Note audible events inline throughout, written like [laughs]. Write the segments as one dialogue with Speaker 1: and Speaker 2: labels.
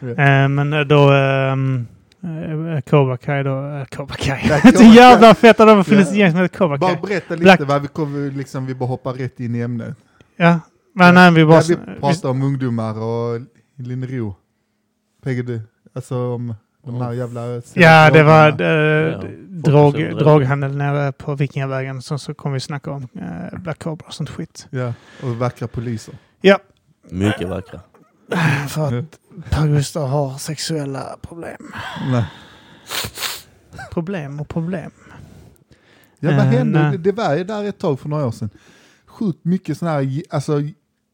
Speaker 1: Eh, men då... ehm, eh, Cobra Kai då... eh, Cobra Kai.
Speaker 2: Ja, Cobra
Speaker 1: [laughs] Det
Speaker 2: Kai.
Speaker 1: jävla fett att det funnits
Speaker 2: Ja.
Speaker 1: ett gäng som heter Cobra Kai.
Speaker 2: Bara berätta lite,
Speaker 1: Black-
Speaker 2: vad vi, kommer, liksom, vi bara hoppar rätt in i ämnet.
Speaker 1: Ja. Men nej, vi bara...
Speaker 2: Ja, vi pratar om ungdomar och Linnero. PGD. Alltså om de här jävla...
Speaker 1: Ja, det var
Speaker 2: drogerna.
Speaker 1: eh, d-
Speaker 3: Ja, folk
Speaker 1: drog,
Speaker 3: som-
Speaker 1: droghandel nere på Vikingavägen. Så, så kom vi snacka om eh, Black Cobra och
Speaker 2: [clears throat]
Speaker 1: sånt skit.
Speaker 2: Ja, och vackra poliser.
Speaker 3: Mycket vackra.
Speaker 1: För
Speaker 2: Mm.
Speaker 1: att Per Gustav har sexuella problem.
Speaker 2: Nej.
Speaker 1: Problem och problem.
Speaker 2: Ja, vad
Speaker 1: Eh,
Speaker 2: hände?
Speaker 1: nej.
Speaker 2: Det, det var ju där ett tag för några år sedan. Sjukt mycket sådana här ge- alltså,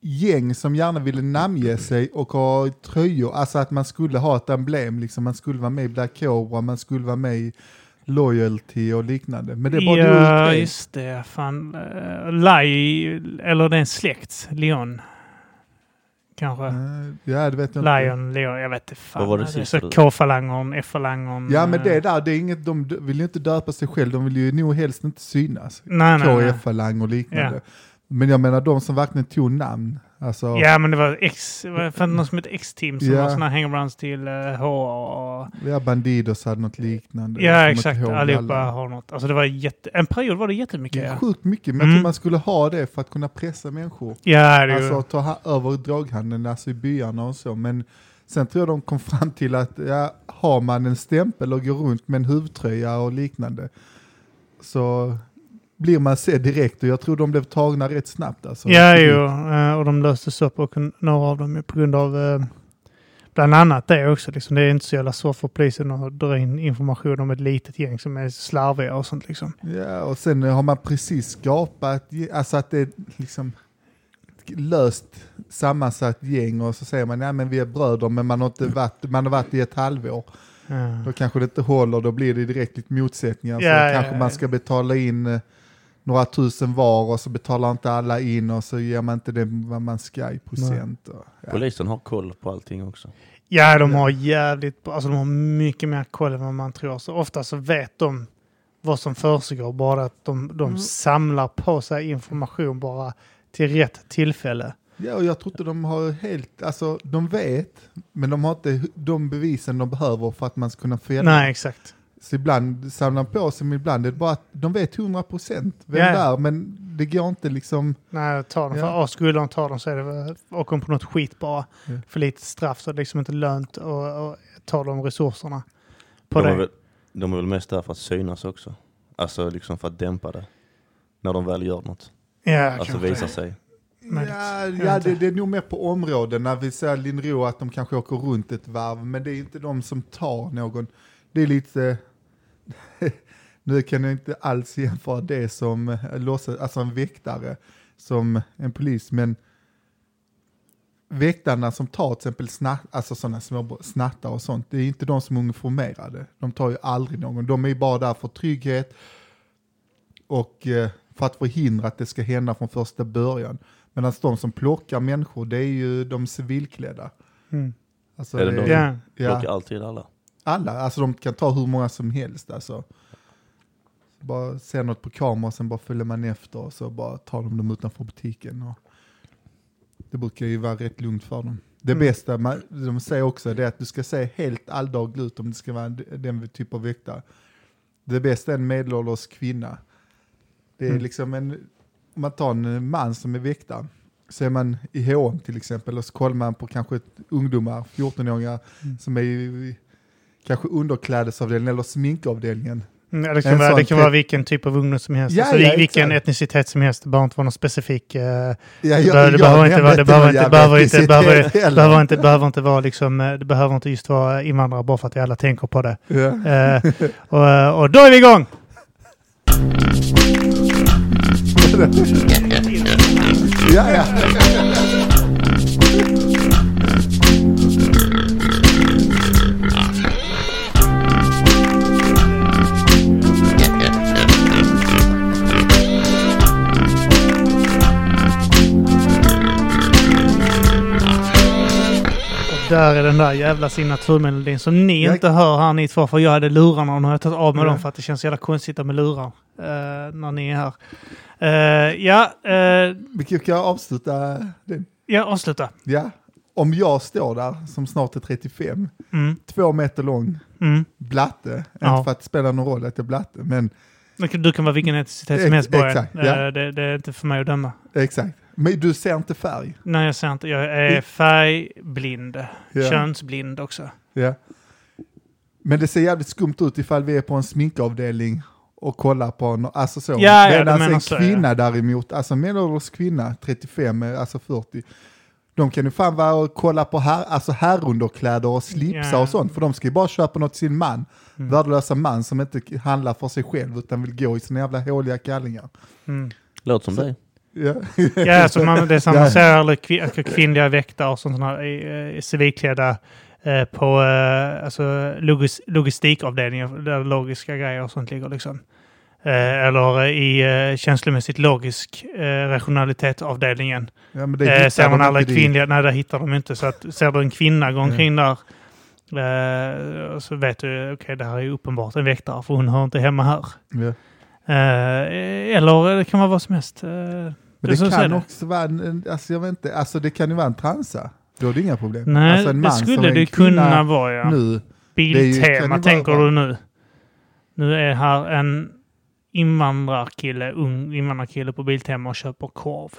Speaker 2: gäng som gärna ville namnge sig och ha tröjor. Alltså att man skulle ha ett emblem, liksom. man skulle vara med i Black Cobra, man skulle vara med i Loyalty och liknande. Men det bara
Speaker 1: ja,
Speaker 2: dog ut.
Speaker 1: just det. Fan. Uh, Lai, eller det är en släkt. Leon. Kanske.
Speaker 2: Eh, Ja, det vet jag inte.
Speaker 1: Lion, Leon, jag vet inte fan. Alltså,
Speaker 3: Vad var det
Speaker 1: är
Speaker 3: sista
Speaker 1: så
Speaker 3: du-
Speaker 1: K-falangern, F-falangern.
Speaker 2: Ja, men
Speaker 1: eh,
Speaker 2: det där, det är inget, de d- vill ju inte döpa sig själv, de vill ju nog helst inte synas.
Speaker 1: Nej, nej, nej.
Speaker 2: KF-falang och liknande. Men jag menar de som verkligen tog namn. Alltså,
Speaker 1: Ja, men det var X, vad fan någon som hette X-team som
Speaker 2: Ja.
Speaker 1: var sådana här hangarounds till uh, HA och...
Speaker 2: ja. Bandidos hade något liknande. Jag
Speaker 1: Ja,
Speaker 2: kommer
Speaker 1: exakt.
Speaker 2: inte ihåg
Speaker 1: Allihopa
Speaker 2: alla.
Speaker 1: har något. Alltså det var jätte... En period var det jättemycket.
Speaker 2: Det är
Speaker 1: Ja,
Speaker 2: sjukt mycket, men jag
Speaker 1: Mm.
Speaker 2: tror man skulle ha det för att kunna pressa människor.
Speaker 1: ja det är ju...
Speaker 2: Alltså ta ha- över droghandeln, alltså i byarna och så. Men sen tror jag de kom fram till att ja, har man en stämpel och går runt med en huvtröja och liknande så blir man sedd direkt och jag tror de blev tagna rätt snabbt. Alltså.
Speaker 1: Ja, jo. eh, Och de löstes upp och kun- några av dem är på grund av eh, bland annat det också. Liksom, det är inte så jävla svårt för polisen att dra in information om ett litet gäng som är slarviga och sånt liksom.
Speaker 2: Ja, och sen har man precis skapat, alltså att det är liksom ett löst sammansatt gäng och så säger man, nej men vi är bröder men man har, inte varit, man har varit i ett halvår.
Speaker 1: Eh,
Speaker 2: Då kanske det inte håller, då blir det direkt lite motsättningar. så
Speaker 1: Ja, ja,
Speaker 2: kanske
Speaker 1: ja.
Speaker 2: man ska betala in eh, några tusen var och så betalar inte alla in och så ger man inte det vad man ska i procent. Och, ja.
Speaker 3: Polisen har koll på allting också.
Speaker 1: Ja, de har jävligt bra- Alltså de har mycket mer koll än vad man tror. Så ofta så vet de vad som försiggår, bara att de,
Speaker 2: Mm.
Speaker 1: de samlar på sig information bara till rätt tillfälle.
Speaker 2: ja, och jag tror inte de har helt, alltså de vet, men de har inte de bevisen de behöver för att man ska kunna fälla.
Speaker 1: Nej, exakt.
Speaker 2: Så ibland samlar de på sig, men ibland är det bara att de vet 100 procent vem
Speaker 1: Ja.
Speaker 2: det är, men det går inte liksom,
Speaker 1: Nej, ta dem.
Speaker 2: Ja.
Speaker 1: För, ja, skulle de ta dem så är det väl- och kom på något skit bara.
Speaker 2: Ja.
Speaker 1: För lite straff så är det liksom inte lönt att att ta de resurserna på
Speaker 3: de,
Speaker 1: det.
Speaker 3: är väl, de är väl mest där för att synas också. Alltså liksom för att dämpa det. När de väl gör något.
Speaker 1: ja,
Speaker 3: Alltså
Speaker 1: kanske.
Speaker 3: visar sig.
Speaker 1: Möjligt.
Speaker 2: Ja,
Speaker 1: vet
Speaker 2: ja
Speaker 1: inte.
Speaker 2: det, det är nog mer på områden. När vi säger Linro att de kanske åker runt ett varv, men det är inte de som tar någon. Det är lite... [laughs] nu kan jag inte alls jämföra det som eh, låtsas, alltså en väktare som en polis, men väktarna som tar till exempel snatt, alltså sådana små snattar och sånt, det är inte de som är uniformerade. De tar ju aldrig någon. De är ju bara där för trygghet och eh, för att förhindra att det ska hända från första början. Medan de som plockar människor, det är ju de civilklädda.
Speaker 1: Mm.
Speaker 2: Alltså,
Speaker 3: Är det de-
Speaker 1: Ja.
Speaker 2: ja,
Speaker 3: Plockar alltid alla.
Speaker 2: alla, alltså de kan ta hur många som helst alltså. Bara se något på kamera och sen bara följer man efter och så bara tar de dem utanför butiken. Och det brukar ju vara rätt lugnt för dem. Det
Speaker 1: Mm.
Speaker 2: bästa man, de säger också det är att du ska se helt alldaglig ut om det ska vara den typ av väktare. Det bästa är en medelålders kvinna. Det är
Speaker 1: Mm.
Speaker 2: liksom en, om man tar en man som är väktare, så är man i H&M till exempel och så kollar man på kanske ett- ungdomar, 14-åringar,
Speaker 1: Mm.
Speaker 2: som är i kanske underklädesavdelningen eller sminkavdelningen.
Speaker 1: Mm, Det
Speaker 2: En
Speaker 1: kan, vara,
Speaker 2: sån
Speaker 1: det kan
Speaker 2: typ-
Speaker 1: vara vilken typ av ungdom som helst.
Speaker 2: Ja,
Speaker 1: alltså,
Speaker 2: ja,
Speaker 1: vilken
Speaker 2: exakt.
Speaker 1: etnicitet som helst. Det behöver inte vara någon specifik. eh,
Speaker 2: Ja,
Speaker 1: det behöver- det behöver inte vara- det behöver inte- behöver inte- behöver-
Speaker 2: inte,
Speaker 1: behöver inte- behöver inte vara liksom, eh, det behöver inte just vara invandrare bara för att vi alla tänker på det.
Speaker 2: Ja. [laughs]
Speaker 1: Eh, och, eh, och då är vi igång!
Speaker 2: Ja, ja.
Speaker 1: Och där är den där jävla signaturmelodin som ni
Speaker 2: Jag-
Speaker 1: inte hör här ni två, för jag hade lurarna och nu har jag tagit av mig
Speaker 2: Ja.
Speaker 1: dem för att det känns så jävla konstigt att sitta med lurar eh, när ni är här. Eh, ja, eh,
Speaker 2: Vi kan kan avsluta den.
Speaker 1: jag avslutar.
Speaker 2: Ja, om jag står där, som snart är 35,
Speaker 1: Mm,
Speaker 2: två meter lång,
Speaker 1: mm.
Speaker 2: blatte,
Speaker 1: Ja.
Speaker 2: inte för att det spelar någon roll att jag är blatte, men
Speaker 1: Du kan- Du kan vara vilken etnicitet som
Speaker 2: Ex-
Speaker 1: helst Borgen.
Speaker 2: exakt, ja.
Speaker 1: Eh, det, det är inte för mig att döma.
Speaker 2: exakt. Men du ser inte färg.
Speaker 1: Nej, jag ser inte. Jag är
Speaker 2: Vi-
Speaker 1: färgblind.
Speaker 2: Ja.
Speaker 1: Könsblind också.
Speaker 2: Ja. Men det ser jävligt skumt ut ifall vi är på en sminkavdelning och kollar på en, alltså så.
Speaker 1: ja, du
Speaker 2: Medans
Speaker 1: menar
Speaker 2: en
Speaker 1: så, ja.
Speaker 2: kvinna däremot, alltså en medelålders kvinna, 35, eh, alltså 40, de kan ju fan vara och kolla på här, alltså herrunderkläder och slipsar
Speaker 1: Ja.
Speaker 2: och sånt, för de ska ju bara köpa något till sin man.
Speaker 1: Mm.
Speaker 2: Värdelösa man som inte k- handlar för sig själv utan vill gå i sina jävla håliga kallingar.
Speaker 1: Mm.
Speaker 3: Låter som dig.
Speaker 2: Ja.
Speaker 1: Ja, alltså man, det är samma
Speaker 2: Ja.
Speaker 1: serier, eller kvin- alltså kvinnliga väktare och sånt här i, eh, i civilklädda eh, på eh, alltså logis, logistikavdelningen där logiska grejer och sånt ligger liksom. Eh, eller i eh, känslomässigt logisk eh, rationalitetsavdelningen.
Speaker 2: [laughs] Ja, men
Speaker 1: Eh,
Speaker 2: hittar
Speaker 1: ser man
Speaker 2: de
Speaker 1: alla
Speaker 2: inte dit.
Speaker 1: kvinnliga, nej det hittar de inte. Så att, ser du en kvinna gå
Speaker 2: Mm.
Speaker 1: omkring där eh, så vet du, okej det här är ju uppenbart en väktare för hon hör inte hemma här.
Speaker 2: Ja.
Speaker 1: Eh, eller det kan vara vad som helst. Eh,
Speaker 2: Men
Speaker 1: Det är
Speaker 2: det,
Speaker 1: så jag ser
Speaker 2: kan
Speaker 1: det.
Speaker 2: också vara en- en, alltså jag vet inte, alltså det kan ju vara en transa. Då är det inga problem.
Speaker 1: Nej,
Speaker 2: alltså en
Speaker 1: det
Speaker 2: som
Speaker 1: skulle
Speaker 2: är en
Speaker 1: det
Speaker 2: kvinna
Speaker 1: kunna vara ja.
Speaker 2: Nu, är ju- kan ju
Speaker 1: Biltema
Speaker 2: vara-
Speaker 1: tänker du nu. Nu är här en invandrarkille, ung invandrarkille på Biltema och köper korv.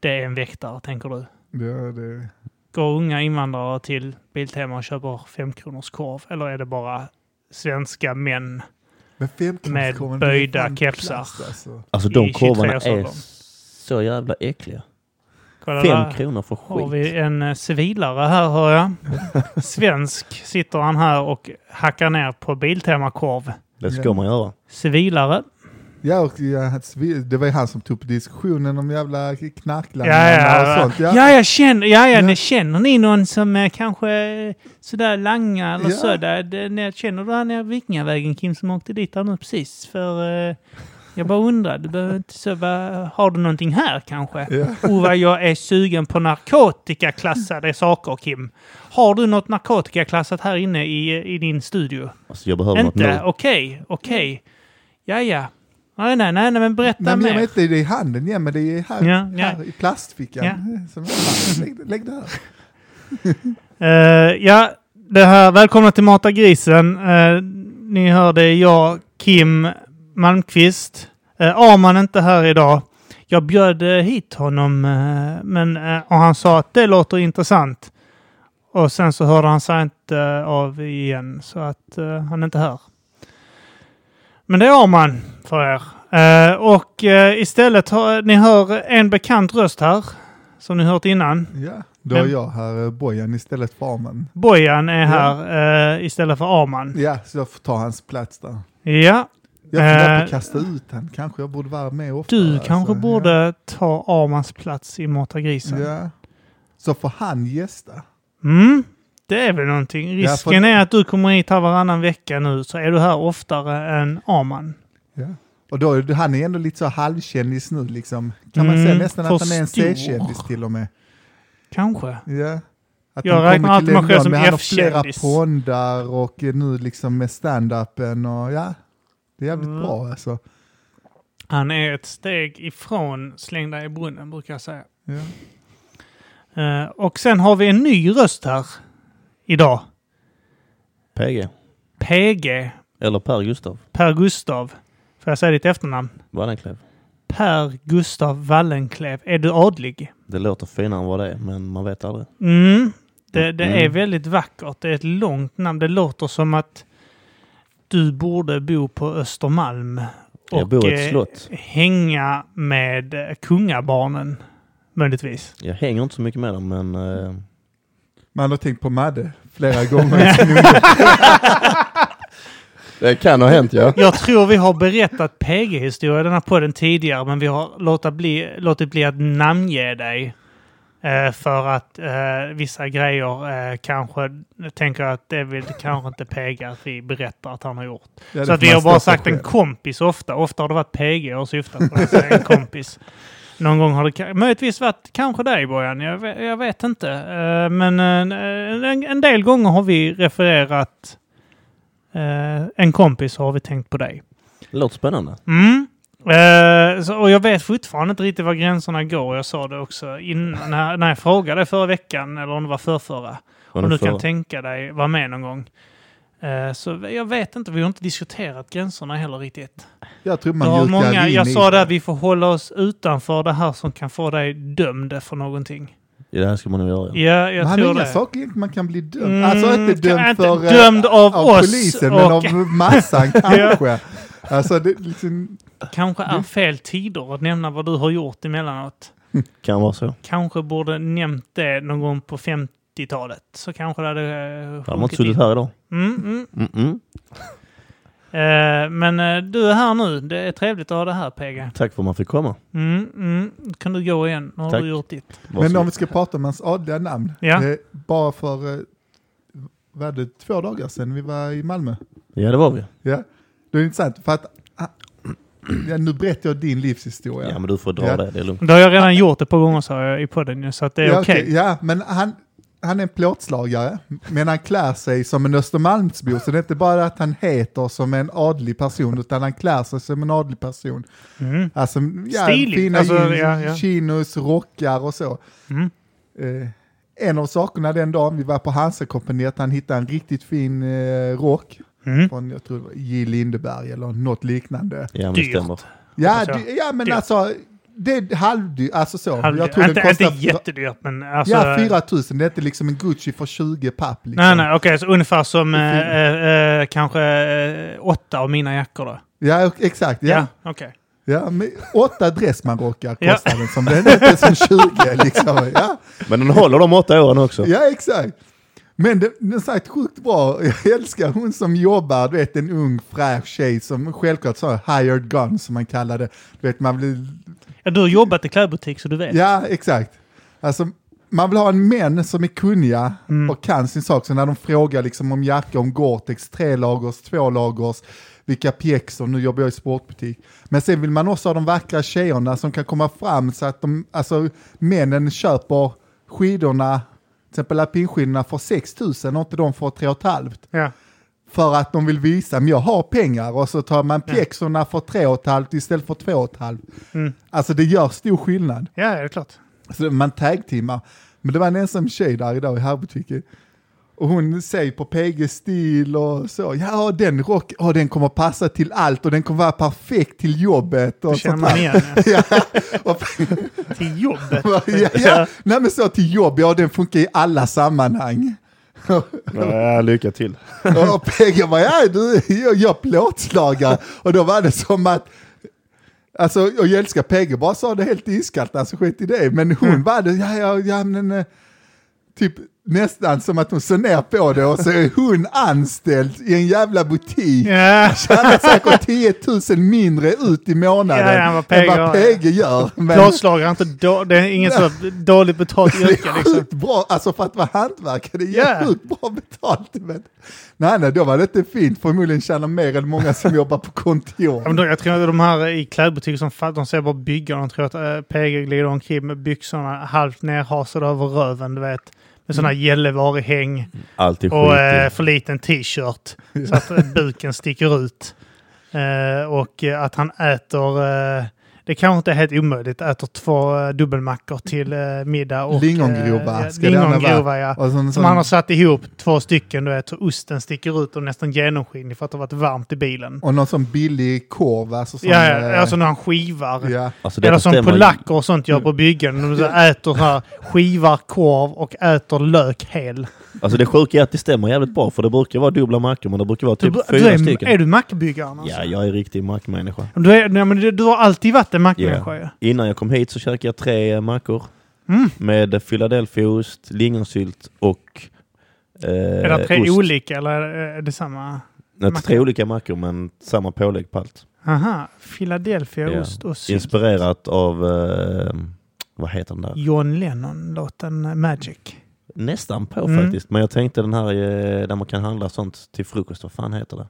Speaker 1: Det är en väktare tänker du.
Speaker 2: ja, det,
Speaker 1: Går unga invandrare till Biltema och köper femkronors korv eller är det bara svenska män?
Speaker 2: men femkronorskorven,
Speaker 1: Med
Speaker 2: det är
Speaker 1: böjda
Speaker 2: fan
Speaker 1: kepsar.
Speaker 2: Plast, alltså.
Speaker 3: Alltså
Speaker 1: I
Speaker 3: de korvarna
Speaker 1: 23-årsåldern.
Speaker 3: är så jävla äckliga.
Speaker 1: Kolla
Speaker 3: Fem
Speaker 1: där.
Speaker 3: kronor för
Speaker 1: har
Speaker 3: skit.
Speaker 1: vi en eh, civilare här hör
Speaker 2: [laughs]
Speaker 1: jag. Svensk sitter han här och hackar ner på Biltema-korv.
Speaker 3: Det ska man göra.
Speaker 1: Civilare.
Speaker 2: Ja, och, ja, hans- vi- det var ju han som tog upp diskussionen om jävla knarklangarna
Speaker 1: Ja, ja,
Speaker 2: och
Speaker 1: ja.
Speaker 2: sånt.
Speaker 1: ja. jag känner, ja, ja,
Speaker 2: Ja.
Speaker 1: ni känner ni någon som eh, kanske eh, sådär langar eller
Speaker 2: Ja.
Speaker 1: så? Där, det, ni, känner du han nere vid Vikingavägen Kim som åkte dit där nu precis? För eh, jag bara undrar, du behöver inte så, va, har du någonting här kanske?
Speaker 2: Ja.
Speaker 1: Och vad jag är sugen på narkotikaklassade saker Kim. Har du något narkotikaklassat här inne i, i din studio?
Speaker 3: Alltså jag behöver något
Speaker 1: inte?
Speaker 3: nu.
Speaker 1: Okej, okej. Ja, ja. Nej, nej, nej, nej, men berätta
Speaker 2: Nej, men jag
Speaker 1: mer.
Speaker 2: vet inte, det är i handen, ja, men det är här,
Speaker 1: Ja, ja.
Speaker 2: här i plastfickan.
Speaker 1: Ja.
Speaker 2: Som här. Lägg, lägg det här.
Speaker 1: Eh, ja, det här. Välkomna till Mata grisen. Eh, ni hörde jag, Kim Malmqvist. Uh, Arman är inte här idag. Jag bjöd eh, hit honom eh, men, eh, och han sa att det låter intressant. Och sen så hörde han sig inte eh, av igen så att eh, han är inte här. Men det är Arman för er. Eh, och eh, istället, har, ni hör en bekant röst här som ni hört innan.
Speaker 2: Ja. Då är
Speaker 1: Men-
Speaker 2: jag här, eh, Bojan, istället för Arman.
Speaker 1: Bojan är här eh, istället för Arman.
Speaker 2: Ja, så jag får ta hans plats där.
Speaker 1: Ja,
Speaker 2: Jag funderar på
Speaker 1: Eh,
Speaker 2: att kasta ut han. Kanske jag borde vara med ofta.
Speaker 1: du kanske borde
Speaker 2: Ja.
Speaker 1: ta Armans plats i Mata grisen.
Speaker 2: Ja. Så får han gästa.
Speaker 1: Mm, det är väl någonting.
Speaker 2: Ja,
Speaker 1: Risken
Speaker 2: för-
Speaker 1: är att du kommer hit här varannan vecka nu så är du här oftare än Arman.
Speaker 2: Ja. Och då, är det- han är ändå lite så halvkändis nu liksom. Kan man
Speaker 1: Mm,
Speaker 2: säga nästan att
Speaker 1: för
Speaker 2: han är en
Speaker 1: stor.
Speaker 2: C-kändis till och med.
Speaker 1: Kanske.
Speaker 2: Ja. Att
Speaker 1: Jag
Speaker 2: han
Speaker 1: räknar
Speaker 2: kommer till
Speaker 1: alltid mig
Speaker 2: London,
Speaker 1: själv som
Speaker 2: men Han har flera
Speaker 1: F-kändis.
Speaker 2: pondar och är nu liksom med stand-upen och ja. Det är jävligt
Speaker 1: Mm.
Speaker 2: bra alltså.
Speaker 1: Han är ett steg ifrån släng dig i brunnen brukar jag säga.
Speaker 2: Ja.
Speaker 1: Eh, och sen har vi en ny röst här idag.
Speaker 3: PG.
Speaker 1: PG
Speaker 3: Eller Per Gustav
Speaker 1: Per Gustav. Får jag säga ditt efternamn?
Speaker 3: Wallenklev.
Speaker 1: Per Gustav Wallenklev. Är du adlig?
Speaker 3: Det låter finare än vad det är, men man vet aldrig.
Speaker 1: Mm. Det, det är
Speaker 3: Mm.
Speaker 1: väldigt vackert. Det är ett långt namn. Det låter som att du borde bo på Östermalm.
Speaker 3: Jag bor i ett
Speaker 1: eh,
Speaker 3: slott.
Speaker 1: hänga med eh, kungabarnen, möjligtvis.
Speaker 3: Jag hänger inte så mycket med dem, men eh,
Speaker 2: Man har tänkt på Madde
Speaker 1: [laughs]
Speaker 2: flera gånger.
Speaker 4: Det kan ha hänt ja.
Speaker 1: Jag tror vi har berättat PG-historia i den här podden tidigare, men vi har låtit bli, låtit bli att namnge dig. eh, För att eh, vissa grejer eh, kanske jag tänker att det vill kanske inte PG att vi berättar att han har gjort.
Speaker 2: Ja, det
Speaker 1: Så att
Speaker 2: får
Speaker 1: vi
Speaker 2: man
Speaker 1: har bara
Speaker 2: stå för
Speaker 1: sagt en
Speaker 2: själv.
Speaker 1: kompis ofta. Ofta har det varit PG och syftat på att säga en kompis. Någon gång har det ka- möjligtvis varit kanske dig Bojan, jag, ve- jag vet inte. Eh, men eh, en, en del gånger har vi refererat eh, en kompis och har vi tänkt på dig.
Speaker 3: det låter spännande.
Speaker 1: Mm. Eh, så, och jag vet fortfarande inte riktigt var gränserna går. Jag sa det också innan, när, när jag frågade förra veckan, eller om det var förrförra. Om
Speaker 3: Var det
Speaker 1: du kan
Speaker 3: förra?
Speaker 1: tänka dig vara med någon gång. Eh, Så jag vet inte, vi har inte diskuterat gränserna heller riktigt.
Speaker 2: Jag tror
Speaker 1: Man
Speaker 2: man
Speaker 1: har
Speaker 2: mjukar
Speaker 1: många,
Speaker 2: in
Speaker 1: jag
Speaker 2: i
Speaker 1: sa det, att vi får hålla oss utanför det här som kan få dig dömd för någonting.
Speaker 3: Ja, det här ska man nog göra. Ja.
Speaker 1: Ja, jag
Speaker 2: Man har
Speaker 1: tror
Speaker 2: inga
Speaker 1: det.
Speaker 2: saker egentligen man kan bli dömd.
Speaker 1: Mm,
Speaker 2: alltså inte
Speaker 1: kan-
Speaker 2: dömd
Speaker 1: inte
Speaker 2: för... eh,
Speaker 1: dömd av oss
Speaker 2: polisen,
Speaker 1: och-
Speaker 2: men av
Speaker 1: [laughs]
Speaker 2: massan kanske. Alltså, det, är liksom,
Speaker 1: Kanske är fel tider att nämna vad du har gjort emellanåt.
Speaker 3: Kan vara så.
Speaker 1: Kanske borde nämnt det någon gång på 50-talet. Så kanske det hade eh,
Speaker 3: Då hade man inte
Speaker 1: sjunkit in.
Speaker 3: suttit här idag.
Speaker 1: Mm, mm.
Speaker 3: Mm-mm.
Speaker 1: Eh, Men eh, du är här nu. Det är trevligt att ha dig här, Pega.
Speaker 3: Tack för att man fick komma.
Speaker 1: Mm, mm. Kan du gå igen? Nu har
Speaker 3: Tack.
Speaker 1: du gjort ditt.
Speaker 2: men om
Speaker 3: Varsågod.
Speaker 2: vi ska prata om hans adliga namn.
Speaker 1: Ja.
Speaker 2: Eh, bara för, eh, var det två dagar sedan vi var i Malmö?
Speaker 3: Ja, det var vi.
Speaker 2: Ja. Det är intressant, för att ah, ja, nu berättar jag din livshistoria.
Speaker 3: Ja, men du får dra
Speaker 2: Ja.
Speaker 3: det. Det är lugnt.
Speaker 1: Det har jag redan gjort ett par gånger sa jag i podden ju, så att det är
Speaker 2: ja,
Speaker 1: okej.
Speaker 2: okej. Ja, men han, han är en plåtslagare, men han klär sig som en Östermalmsbo. Så det är inte bara att han heter som en adlig person, utan han klär sig som en adlig person.
Speaker 1: Mm.
Speaker 2: Alltså, ja,
Speaker 1: Stiligt,
Speaker 2: fina
Speaker 1: alltså,
Speaker 2: jeans,
Speaker 1: ja, ja.
Speaker 2: chinos, rockar och så.
Speaker 1: Mm.
Speaker 2: Eh, en av sakerna den dagen vi var på Hansa-kompaniet, han hittade en riktigt fin eh, rock
Speaker 1: Mm.
Speaker 2: från, jag tror det var J. Lindeberg eller något liknande.
Speaker 3: Ja, men det
Speaker 1: Dyrt.
Speaker 3: stämmer.
Speaker 2: Ja,
Speaker 1: Hoppas jag.
Speaker 2: det, ja men
Speaker 1: Dyrt.
Speaker 2: alltså, det är halvdyrt, alltså så.
Speaker 1: Halv,
Speaker 2: jag tror
Speaker 1: inte,
Speaker 2: den kostar,
Speaker 1: inte jättedyrt men alltså...
Speaker 2: Ja, 4 000, det är inte liksom en Gucci för 20 papp. Liksom.
Speaker 1: Nej, nej, okej, så ungefär som eh,
Speaker 2: Fint.
Speaker 1: eh, eh, kanske eh, åtta av mina jackor då.
Speaker 2: Ja, och- exakt. Ja.
Speaker 1: okej.
Speaker 2: Ja. men åtta Dressmann-rockar
Speaker 1: Ja.
Speaker 2: kostar den som. Den är inte som 20
Speaker 1: [laughs]
Speaker 2: liksom. Ja,
Speaker 3: Men den håller de åtta åren också.
Speaker 2: ja exakt. Men den, den satt sjukt bra. Jag älskar hon som jobbar, du vet en ung fräsch tjej som självklart sa hired gun som man kallar det. Du vet, man blir...
Speaker 1: Ja, du har jobbat i klädbutik så du vet.
Speaker 2: Ja, exakt. Alltså, man vill ha en män som är kunniga och kan sin sak. Så när de frågar liksom om jacka, om Gore-Tex, trelagers, tvålagers, vilka pjäxor, nu jobbar jag i sportbutik. Men sen vill man också ha de vackra tjejerna som kan komma fram så att de, alltså männen köper skidorna, till exempel alpinskidorna för 6 000 och inte de för 3 500
Speaker 1: Ja.
Speaker 2: för att de vill visa, men jag har pengar och så tar man pjäxorna för 3 500 istället för 2 500.
Speaker 1: Mm.
Speaker 2: Alltså det gör stor skillnad.
Speaker 1: ja, det är klart.
Speaker 2: Så man tag-teamar. Men det var en ensam tjej där idag i herrbutiken. Och hon säger på PG stil och så, ja den rock, ja den kommer passa till allt och den kommer vara perfekt till jobbet.
Speaker 1: Det
Speaker 2: Och
Speaker 1: känner
Speaker 2: sånt
Speaker 1: man
Speaker 2: där.
Speaker 1: igen.
Speaker 2: [laughs]
Speaker 1: Ja.
Speaker 2: Ja, och, [laughs]
Speaker 1: Till jobbet. [laughs]
Speaker 2: ja, ja. Nej men så till jobb, ja den funkar i alla sammanhang.
Speaker 4: Ja, lycka till.
Speaker 2: Och PG bara, ja du, jag gör plåtslagare. Och då var det som att, alltså jag älskar PG, bara sa det helt iskallt, alltså skit i det. Men hon
Speaker 1: Mm.
Speaker 2: var det, ja, ja, ja men, eh, typ nästan som att hon såg ner på det och så är hon anställd i en jävla butik.
Speaker 1: Ja.
Speaker 2: Tjänar säkert 10 000 mindre ut i månaden
Speaker 1: Ja, ja, än vad PG
Speaker 2: än vad
Speaker 1: gör.
Speaker 2: PG gör. Men
Speaker 1: Plåtslagare är inte då, det är inget så dåligt betalt
Speaker 2: det [laughs]
Speaker 1: yrke
Speaker 2: är
Speaker 1: liksom.
Speaker 2: sjukt bra, alltså för att vara hantverkare, det är
Speaker 1: Ja.
Speaker 2: sjukt bra betalt. Men, nej, nej, då var det inte fint. Förmodligen tjänar mer än många som jobbar på kontor.
Speaker 1: Ja, men då, jag tror att de här i klädbutiker som fatt- de ser bara bygga och de tror att eh, PG glider omkring med byxorna halvt nerhasade över röven, du vet. Med sådana
Speaker 2: Mm.
Speaker 1: Gällivarehäng
Speaker 3: Allt är
Speaker 1: och eh,
Speaker 3: skit.
Speaker 1: för
Speaker 2: [laughs]
Speaker 1: liten t-shirt så att eh, buken sticker ut. Eh, och eh, att han äter, eh, det kanske inte är helt omöjligt, äter två eh, dubbelmackor till eh, middag. Och,
Speaker 2: Lingongrova
Speaker 1: eh,
Speaker 2: ska det gärna vara.
Speaker 1: lingongrova, ja.
Speaker 2: Och sån,
Speaker 1: Som han har satt ihop två stycken, du vet, så osten sticker ut och nästan genomskinlig för att det har varit varmt i bilen.
Speaker 2: och någon sån billig korv. Alltså, sån,
Speaker 1: Ja, ja,
Speaker 2: eh,
Speaker 1: alltså när han skivar.
Speaker 2: ja.
Speaker 3: Alltså,
Speaker 1: Eller
Speaker 3: detta
Speaker 1: som
Speaker 3: stämmer ju.
Speaker 1: polacker och sånt gör på byggen. De så äter så här, skivar korv och äter lök hel.
Speaker 3: Alltså det sjuka är att det stämmer jävligt bra för det brukar vara dubbla mackor men det brukar vara typ
Speaker 1: du, du
Speaker 3: fyra
Speaker 1: är,
Speaker 3: stycken.
Speaker 1: är du mackbyggaren alltså?
Speaker 3: Ja, jag är riktig mackmänniska.
Speaker 1: Du, är, nej, men du, du har alltid varit en mackmänniska ju.
Speaker 3: Innan jag kom hit så käkade jag tre eh, mackor
Speaker 1: Mm.
Speaker 3: med Philadelphiaost, lingonsylt och eh,
Speaker 1: Är det tre
Speaker 3: ost.
Speaker 1: olika eller är det samma?
Speaker 3: Nej,
Speaker 1: mackor?
Speaker 3: tre olika mackor men samma pålägg på allt.
Speaker 1: Aha, Philadelphia
Speaker 3: Ja.
Speaker 1: ost och sylt.
Speaker 3: Inspirerat av, eh, vad heter den där?
Speaker 1: John Lennon-låten eh, Magic.
Speaker 3: Nästan på
Speaker 1: Mm.
Speaker 3: faktiskt. Men jag tänkte den här eh, där man kan handla sånt till frukost, vad fan heter det?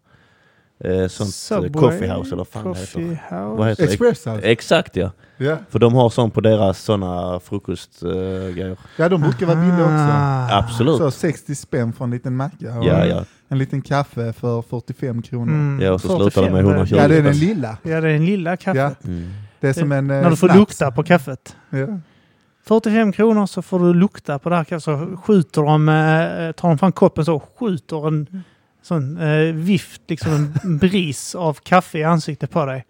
Speaker 3: eh, sånt eh,
Speaker 1: Subway,
Speaker 3: coffee house eller vad fan det
Speaker 1: Coffee
Speaker 3: heter.
Speaker 1: House.
Speaker 3: Vad heter det?
Speaker 2: Express alltså.
Speaker 3: Exakt ja.
Speaker 2: Ja,
Speaker 3: För de har sånt på deras såna frukostgrejer.
Speaker 2: ja de brukar vara billiga också.
Speaker 1: Ah.
Speaker 3: Absolut.
Speaker 2: Så 60 spänn för en liten macka och
Speaker 3: Ja, ja.
Speaker 2: en liten kaffe för 45 kronor.
Speaker 1: Mm,
Speaker 3: ja, och så slutar de
Speaker 1: 45
Speaker 3: med
Speaker 1: där.
Speaker 3: 120
Speaker 2: Ja, det är den
Speaker 3: spänn.
Speaker 2: lilla.
Speaker 1: Ja, det är den lilla kaffet.
Speaker 3: Mm.
Speaker 2: Det är som en eh,
Speaker 1: När du får
Speaker 2: snaps.
Speaker 1: lukta på kaffet.
Speaker 2: Ja.
Speaker 1: 45 kronor så får du lukta på det här kaffet. Så skjuter de, eh, tar de fram koppen så skjuter en sån eh, vift, liksom
Speaker 2: [laughs]
Speaker 1: en bris av kaffe i ansiktet på dig.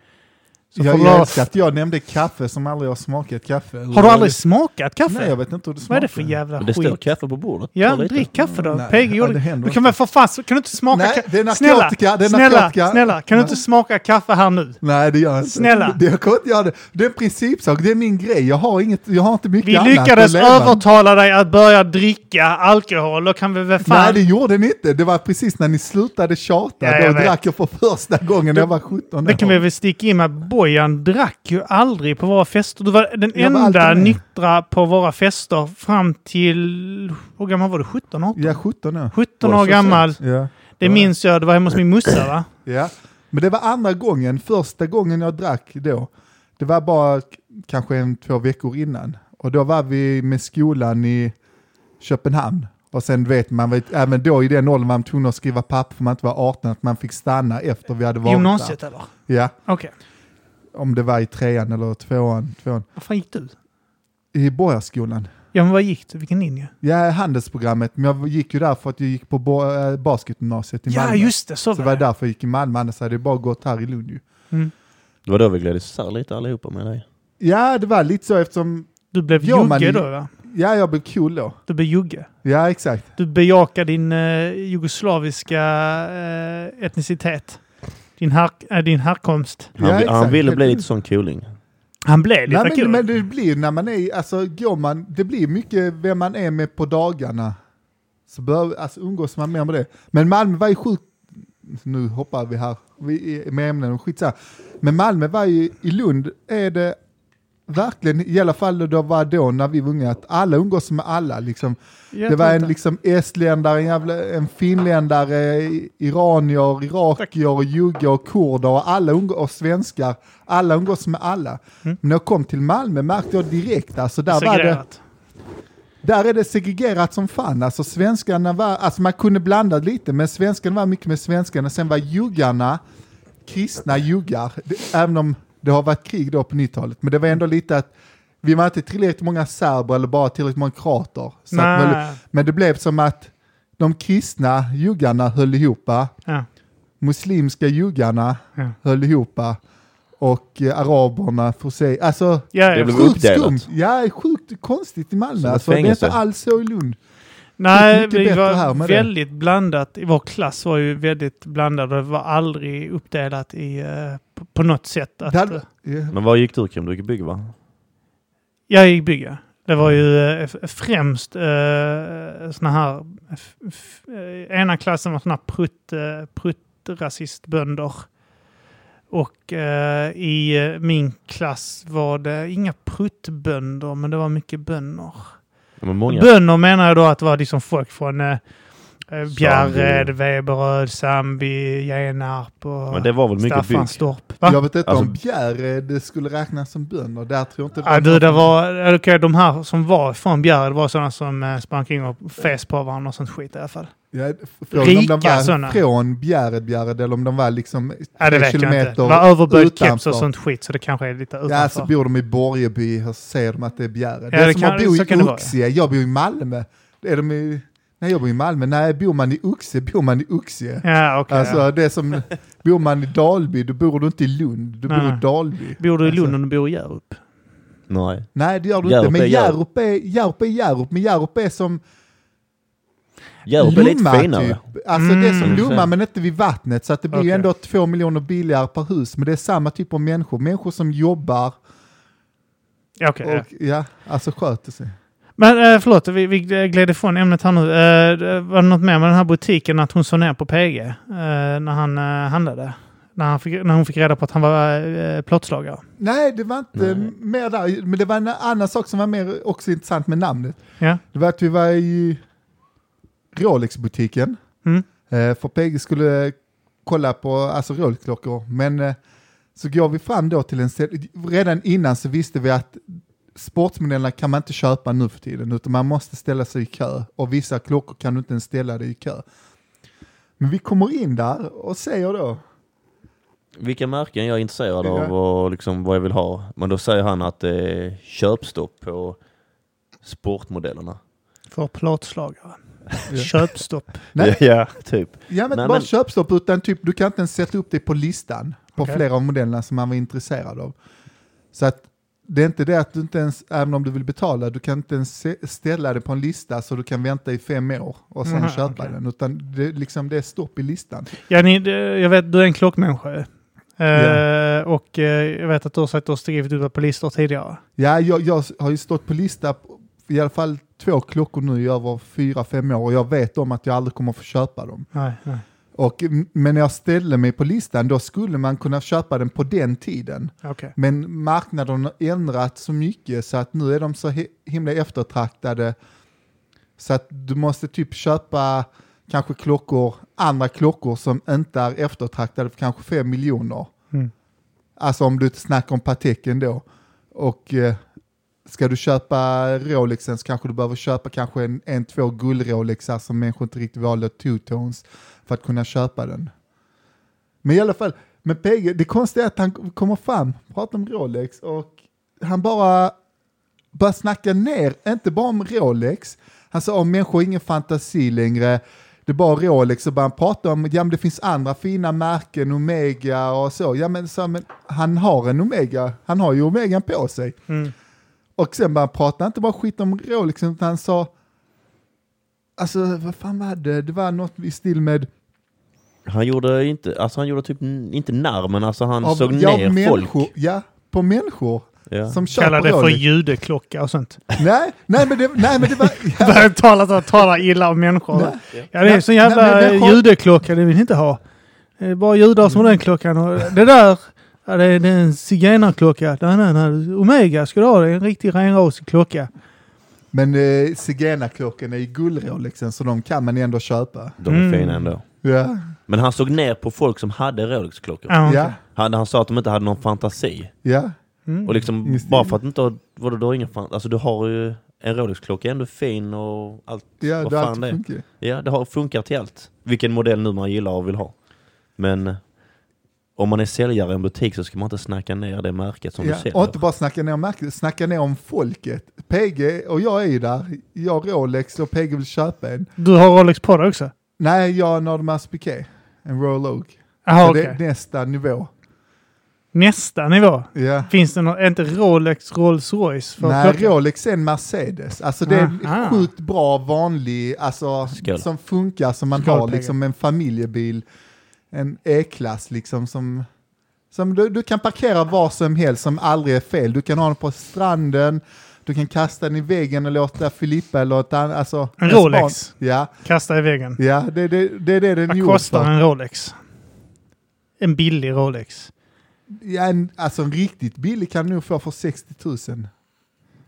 Speaker 1: Så
Speaker 2: Jag,
Speaker 1: får du ha-
Speaker 2: jag älskar att jag nämnde kaffe som aldrig har smakat kaffe.
Speaker 1: har du aldrig smakat kaffe?
Speaker 2: Mm. Nej, jag vet inte hur det smakar.
Speaker 1: Vad är det för jävla
Speaker 3: Men Det står
Speaker 1: skit?
Speaker 3: kaffe på bordet.
Speaker 1: Ja,
Speaker 3: Ta lite.
Speaker 1: drick kaffe då.
Speaker 2: Nej,
Speaker 1: PG
Speaker 2: ja, det
Speaker 1: gjorde...
Speaker 2: händer
Speaker 1: Du kan väl för fan... Kan du inte smaka...
Speaker 2: Nej,
Speaker 1: ka-
Speaker 2: det är
Speaker 1: snälla,
Speaker 2: narkotika, det är
Speaker 1: snälla,
Speaker 2: narkotika.
Speaker 1: snälla, kan du inte
Speaker 2: Nej.
Speaker 1: smaka kaffe här nu?
Speaker 2: Nej, det gör jag inte.
Speaker 1: Snälla.
Speaker 2: Det, jag kan inte göra det. det är en principsak, det är min grej. Jag har, inget, jag har inte mycket
Speaker 1: Vi
Speaker 2: annat
Speaker 1: lyckades
Speaker 2: att leva.
Speaker 1: övertala dig att börja dricka alkohol. Då kan vi väl fan...
Speaker 2: Nej, det gjorde ni inte. Det var precis när ni slutade tjata.
Speaker 1: Ja, jag
Speaker 2: då
Speaker 1: vet.
Speaker 2: drack jag för första gången när jag var 17
Speaker 1: Det kan vi
Speaker 2: år.
Speaker 1: väl sticka in med. Bojan drack ju aldrig på våra fester. Du var den
Speaker 2: Jag var
Speaker 1: enda
Speaker 2: alltid med.
Speaker 1: nyktra på våra fester fram till... Hur gammal var du? 17 år?
Speaker 2: Ja, 17 år.
Speaker 1: 17
Speaker 3: Var
Speaker 1: år
Speaker 3: så
Speaker 1: gammal.
Speaker 2: Ja.
Speaker 1: Det minns jag. Det var hemma hos min morsa
Speaker 2: [clears throat]
Speaker 1: va?
Speaker 2: ja. Men det var andra gången. Första gången jag drack då, det var bara k- kanske en, två veckor innan. Och då var vi med skolan i Köpenhamn. Och sen vet man, vet, även då i den åldern var man tvungen att skriva papper för man inte var 18, att man fick stanna efter vi hade varit
Speaker 1: Gymnasiet eller?
Speaker 2: där. Ja,
Speaker 1: Okej.
Speaker 2: om det var i trean eller tvåan. tvåan.
Speaker 1: Vad fan gick du?
Speaker 2: I Borgarskolan.
Speaker 1: Ja men vad gick du? Vilken linje?
Speaker 2: Ja, handelsprogrammet, men jag gick ju där för att jag gick på bo- eh, basketgymnasiet i
Speaker 1: Ja
Speaker 2: Malmö.
Speaker 1: just det, så
Speaker 2: Så det var
Speaker 1: var det.
Speaker 2: därför jag gick i Malmö, annars hade jag bara gått här i Lund ju.
Speaker 3: Det var då vi gled isär lite allihopa med dig.
Speaker 2: Ja, det var lite så eftersom,
Speaker 1: Du blev
Speaker 2: Ja, man-
Speaker 1: jugge då va?
Speaker 2: ja jag blev cool då.
Speaker 1: Du blev jugge.
Speaker 2: Ja, exakt.
Speaker 1: Du bejakar din eh, jugoslaviska eh, etnicitet. Din, här, eh, din härkomst.
Speaker 3: Han,
Speaker 2: Ja,
Speaker 3: vi- han
Speaker 2: exakt.
Speaker 3: ville bli lite sån cooling.
Speaker 1: Han blev lite
Speaker 2: Nej,
Speaker 1: kul.
Speaker 2: men, men det blir när man är, alltså går man, det blir mycket vem man är med på dagarna. Så bör, alltså, umgås man mer med det. Men Malmö var ju sjukt, nu hoppar vi här vi är med ämnen och skit så här. Men Malmö var ju, i Lund är det verkligen, i alla fall då var då när vi var unga, att alla umgås med alla liksom.
Speaker 1: Jag
Speaker 2: Det var
Speaker 1: tror
Speaker 2: en
Speaker 1: inte.
Speaker 2: liksom estländare, en, jävla, en finländare, i- iranier, irakier, juggar och kurder och, alla umgå- och svenskar. Alla umgås med alla.
Speaker 1: Mm.
Speaker 2: Men när jag kom till Malmö märkte jag direkt, alltså där, var det,
Speaker 1: Segregerat.
Speaker 2: där är det segregerat som fan. Alltså svenskarna var, alltså man kunde blanda lite, men svenskarna var mycket med svenskarna. Sen var juggarna, kristna juggar, det, även om det har varit krig då på 90-talet, men det var ändå lite att vi var inte tillräckligt många serber eller bara tillräckligt många kroater. Så att
Speaker 1: Nej.
Speaker 2: man- men det blev som att de kristna juggarna höll ihop,
Speaker 1: Ja.
Speaker 2: muslimska juggarna
Speaker 1: Ja.
Speaker 2: höll ihop och eh, araberna för sig. Alltså,
Speaker 1: Ja,
Speaker 3: Det
Speaker 1: ja.
Speaker 3: blev
Speaker 2: sjukt
Speaker 3: uppdelat.
Speaker 2: skumt. Ja, sjukt konstigt i
Speaker 3: Som
Speaker 2: Malmö.
Speaker 3: ett
Speaker 2: Alltså, det är
Speaker 3: fängelse.
Speaker 2: inte alls så i Lund.
Speaker 1: Nej,
Speaker 2: mycket
Speaker 1: vi
Speaker 2: bättre
Speaker 1: var
Speaker 2: här med det.
Speaker 1: väldigt blandat. I Vår klass var ju väldigt blandad och det var aldrig uppdelat i, eh, på, på något sätt. Att,
Speaker 2: Det hade- Ja.
Speaker 3: Men vad gick du Kim? Du gick i bygg va?
Speaker 1: Jag gick bygga. Det var ju eh, f- främst eh, såna här... F, f, eh, ena klassen var såna här prutt, eh, pruttrasistbönder. Och eh, i eh, min klass var det inga pruttbönder, men det var mycket bönder.
Speaker 3: Ja, men många.
Speaker 1: Bönder menar jag då att det var liksom folk från eh, eh, Bjärred,
Speaker 3: Sandby.
Speaker 1: Veberöd, Sandby, Genarp
Speaker 3: Men det
Speaker 1: och
Speaker 3: var väl mycket bygg?
Speaker 1: Staffanstorp. Va?
Speaker 2: Jag vet inte
Speaker 3: Alltså-
Speaker 2: om Bjärred eh, skulle räknas som bönder. Där tror jag inte
Speaker 1: Ja, du, det var, okay, de här som var från Bjärred var sådana som eh, sprang kring och fes på varandra och sånt skit i alla fall.
Speaker 2: Ja, frågan om
Speaker 1: Rika
Speaker 2: de var
Speaker 1: sådana.
Speaker 2: från Bjärred, Bjärred eller om de var liksom
Speaker 1: Ja,
Speaker 2: tre
Speaker 1: det vet jag inte.
Speaker 2: kilometer
Speaker 1: Det var överböjd
Speaker 2: utanför.
Speaker 1: keps och sånt skit så det kanske är lite utanför.
Speaker 2: Ja, så bor de i Borgeby och så säger de att det är Bjärred. det
Speaker 1: Ja,
Speaker 2: är
Speaker 1: det
Speaker 2: som
Speaker 1: kan-
Speaker 2: att bo
Speaker 1: så kan det
Speaker 2: i
Speaker 1: vara.
Speaker 2: Oxie. Jag bor i Malmö. Är de i, nej, jag bor i Malmö. Nej, bor man i Oxie, bor man i Oxie.
Speaker 1: ja, okej.
Speaker 2: Alltså
Speaker 1: ja.
Speaker 2: det är som, bor man i Dalby, då bor du inte i Lund. Du bor
Speaker 1: Nej.
Speaker 2: i Dalby.
Speaker 1: Bor du i Lund
Speaker 2: alltså-
Speaker 1: och du bor i Hjärup?
Speaker 3: Nej.
Speaker 2: Nej, det gör du
Speaker 3: Hjärup
Speaker 2: inte.
Speaker 3: är
Speaker 2: Men
Speaker 3: Hjärup.
Speaker 2: Hjärup är Hjärup, är Hjärup men Hjärup är som
Speaker 3: Hjärup är lite finare.
Speaker 1: typ.
Speaker 2: Alltså det är som
Speaker 3: Mm.
Speaker 2: Lomma men inte vid vattnet. Så att det blir
Speaker 1: Okej.
Speaker 2: ändå två miljoner billigare per hus. Men det är samma typ av människor. Människor som jobbar
Speaker 1: Ja, okej. ja.
Speaker 2: och ja, alltså sköter sig.
Speaker 1: Men eh, förlåt, vi, vi gled ifrån ämnet här nu. Eh, det var det något mer med den här butiken att hon såg ner på PG eh, när han eh, handlade? När, han fick, när hon fick reda på att han var eh, plåtslagare?
Speaker 2: Nej, det var inte
Speaker 3: Nej.
Speaker 2: mer där. Men det var en annan sak som var mer också intressant med namnet.
Speaker 1: Ja.
Speaker 2: Det var att vi var i Rolex-butiken.
Speaker 1: Mm.
Speaker 2: Eh, för Peggy skulle kolla på alltså, rollklockor. Men eh, så går vi fram då till en säl- Redan innan så visste vi att sportsmodellerna kan man inte köpa nu för tiden, utan man måste ställa sig i kö. Och vissa klockor kan du inte ens ställa dig i kö. Men vi kommer in där och säger då,
Speaker 3: Vilka märken jag är intresserad
Speaker 2: Ja.
Speaker 3: av och liksom vad jag vill ha. Men då säger han att det är köpstopp på sportmodellerna.
Speaker 1: för plåtslagare.
Speaker 2: Ja.
Speaker 1: Köpstopp.
Speaker 3: [laughs]
Speaker 2: Nej.
Speaker 4: Ja, ja, typ.
Speaker 2: ja men
Speaker 3: Nej,
Speaker 2: inte bara
Speaker 3: men-
Speaker 2: köpstopp, utan typ, du kan inte ens sätta upp dig på listan på
Speaker 1: Okej.
Speaker 2: flera av modellerna som man var intresserad av. Så att det är inte det att du inte ens, även om du vill betala, du kan inte ens se- ställa det på en lista så du kan vänta i fem år och sen
Speaker 1: Mhm,
Speaker 2: köpa
Speaker 1: okej.
Speaker 2: den, utan det, är liksom, det är stopp i listan.
Speaker 1: Ja, ni, det- jag vet, du är en klockmänniska. ju. Eh, Och eh, jag vet att du har sagt att du har skrivit upp det på listor tidigare.
Speaker 2: Ja, jag, jag har ju stått på lista på- i alla fall två klockor nu i över fyra, fem år och jag vet om att jag aldrig kommer få köpa dem.
Speaker 1: Nej, nej.
Speaker 2: Och, mm, men när jag ställde mig på listan, då skulle man kunna köpa den på den tiden.
Speaker 1: Okej.
Speaker 2: Men marknaden har ändrat så mycket så att nu är de så he- himla eftertraktade. Så att du måste typ köpa kanske klockor, andra klockor som inte är eftertraktade för kanske 5 miljoner.
Speaker 1: Mm.
Speaker 2: Alltså om du inte snackar om Pateken då. Och eh, ska du köpa Rolexen så kanske du behöver köpa kanske en, en två guld-Rolexar som människor inte riktigt valde, two-tones, för att kunna köpa den. Men i alla fall, men PG, det konstiga är att han kommer fram, pratar om Rolex och han bara börjar snacka ner, inte bara om Rolex. Han sa om människor har ingen fantasi längre, det är bara Rolex och bara han pratar om, ja men det finns andra fina märken, Omega och så. Ja men, så, men han har en Omega, han har ju Omegan på sig.
Speaker 1: Mm.
Speaker 2: Och sen bara pratade han inte bara skit om Rolex, utan han sa, alltså vad fan var det, det var något i stil med,
Speaker 3: Han gjorde inte, alltså han gjorde typ, n- inte narr, men alltså han såg
Speaker 2: ja,
Speaker 3: ner
Speaker 2: människor,
Speaker 3: folk.
Speaker 2: ja, på människor.
Speaker 3: Ja.
Speaker 2: Som
Speaker 1: Kalla
Speaker 2: köper
Speaker 1: det för
Speaker 2: Rolex.
Speaker 1: judeklocka och sånt.
Speaker 2: liksom.
Speaker 1: [laughs]
Speaker 2: Nej, nej men det, nej, men det var... Ja,
Speaker 1: Börjar tala, så- tala illa om människor.
Speaker 2: Nej.
Speaker 1: Ja, det är en sån jävla
Speaker 2: Nej, men människor-
Speaker 1: judeklocka, det vill ni inte ha. Det är bara judar som har den klockan. Och det där, ja, det, är, det är en zigenarklocka. Nej, nej, nej. Omega ska du ha, det är en riktig renrasig klocka.
Speaker 2: men eh, zigenarklockan är ju guldrolexen så de kan man ändå köpa.
Speaker 3: De är
Speaker 1: Mm.
Speaker 3: fina ändå.
Speaker 2: Ja,
Speaker 3: Men han såg ner på folk som hade Rolex-klockor.
Speaker 1: Ja, okej.
Speaker 2: ja,
Speaker 3: Han, han sa att de inte hade någon fantasi.
Speaker 2: ja.
Speaker 1: Mm.
Speaker 3: Och liksom,
Speaker 2: Just det.
Speaker 3: bara för att inte ha, vadå, du har ingen fan, alltså du har ju en Rolex-klocka är ändå fin och allt.
Speaker 2: ja
Speaker 3: Vad
Speaker 2: det har
Speaker 3: fan
Speaker 2: alltid
Speaker 3: det är.
Speaker 2: funkat.
Speaker 3: Ja, det har, funkar till allt. Vilken modell nu man gillar och vill ha. Men eh, om man är säljare i en butik så ska man inte snacka ner det märket som
Speaker 2: Ja.
Speaker 3: du säljer.
Speaker 2: Och inte bara snacka ner om märket, snacka ner om folket. PG och jag är ju där, jag har Rolex och PG vill köpa en.
Speaker 1: Du har Rolex på dig också?
Speaker 2: Nej, jag har en Audemars Piguet, en Rolex.
Speaker 1: Jaha,
Speaker 2: Så
Speaker 1: Ah, okej.
Speaker 2: Det är nästa nivå.
Speaker 1: Nästa nivå.
Speaker 2: Ja.
Speaker 1: Finns det något, är inte Rolex Rolls Royce? För
Speaker 2: Nej,
Speaker 1: klockan? Ah,
Speaker 2: Rolex är en Mercedes. Alltså det är en
Speaker 1: Aha.
Speaker 2: sjukt bra, vanlig, alltså
Speaker 3: Skål.
Speaker 2: som funkar som man
Speaker 1: Skål,
Speaker 2: har
Speaker 1: Peggy.
Speaker 2: liksom en familjebil, en E-klass liksom som, som du, du kan parkera var som helst som aldrig är fel. Du kan ha den på stranden, du kan kasta den i väggen och låta Filippa eller ett annat, alltså.
Speaker 1: En
Speaker 2: span-
Speaker 1: Rolex.
Speaker 2: Ja,
Speaker 1: Kasta i väggen.
Speaker 2: ja det, det, det är det den är
Speaker 1: Vad
Speaker 2: gjord
Speaker 1: kostar
Speaker 2: för.
Speaker 1: en Rolex? En billig Rolex.
Speaker 2: Ja, en, alltså en riktigt billig kan du nog få för 60 000. Den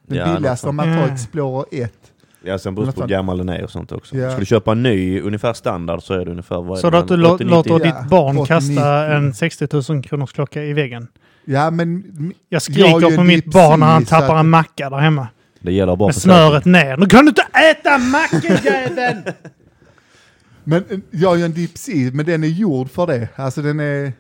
Speaker 3: Ja, något
Speaker 2: billigaste om man tar
Speaker 1: sånt.
Speaker 2: Explorer 1.
Speaker 3: Ja, sen beror det på hur
Speaker 2: Nästan.
Speaker 3: gammal den är och sånt också.
Speaker 2: Ja.
Speaker 3: Ska du köpa en ny, ungefär standard, så är det ungefär vad är
Speaker 1: Så
Speaker 3: det,
Speaker 1: att du
Speaker 3: mellan
Speaker 1: lå-
Speaker 3: 80, 90?
Speaker 1: låter
Speaker 2: Ja,
Speaker 1: ditt barn
Speaker 2: 80,
Speaker 1: kasta
Speaker 2: 90.
Speaker 1: en 60 000 kronors klocka i väggen?
Speaker 2: Ja, men
Speaker 1: Jag
Speaker 2: Jag
Speaker 1: skriker
Speaker 2: är ju
Speaker 1: på
Speaker 2: en
Speaker 1: mitt
Speaker 2: deep
Speaker 1: barn när
Speaker 2: sea,
Speaker 1: han
Speaker 2: så
Speaker 1: tappar
Speaker 2: att-
Speaker 1: en macka där hemma.
Speaker 3: Det gäller bara
Speaker 1: Med
Speaker 3: för säkerhet.
Speaker 1: snöret ner. Nu kan du inte
Speaker 2: [laughs]
Speaker 1: äta mackajäveln!
Speaker 2: Men eh, jag gör en deep sea, men den är gjord för det. Alltså den är...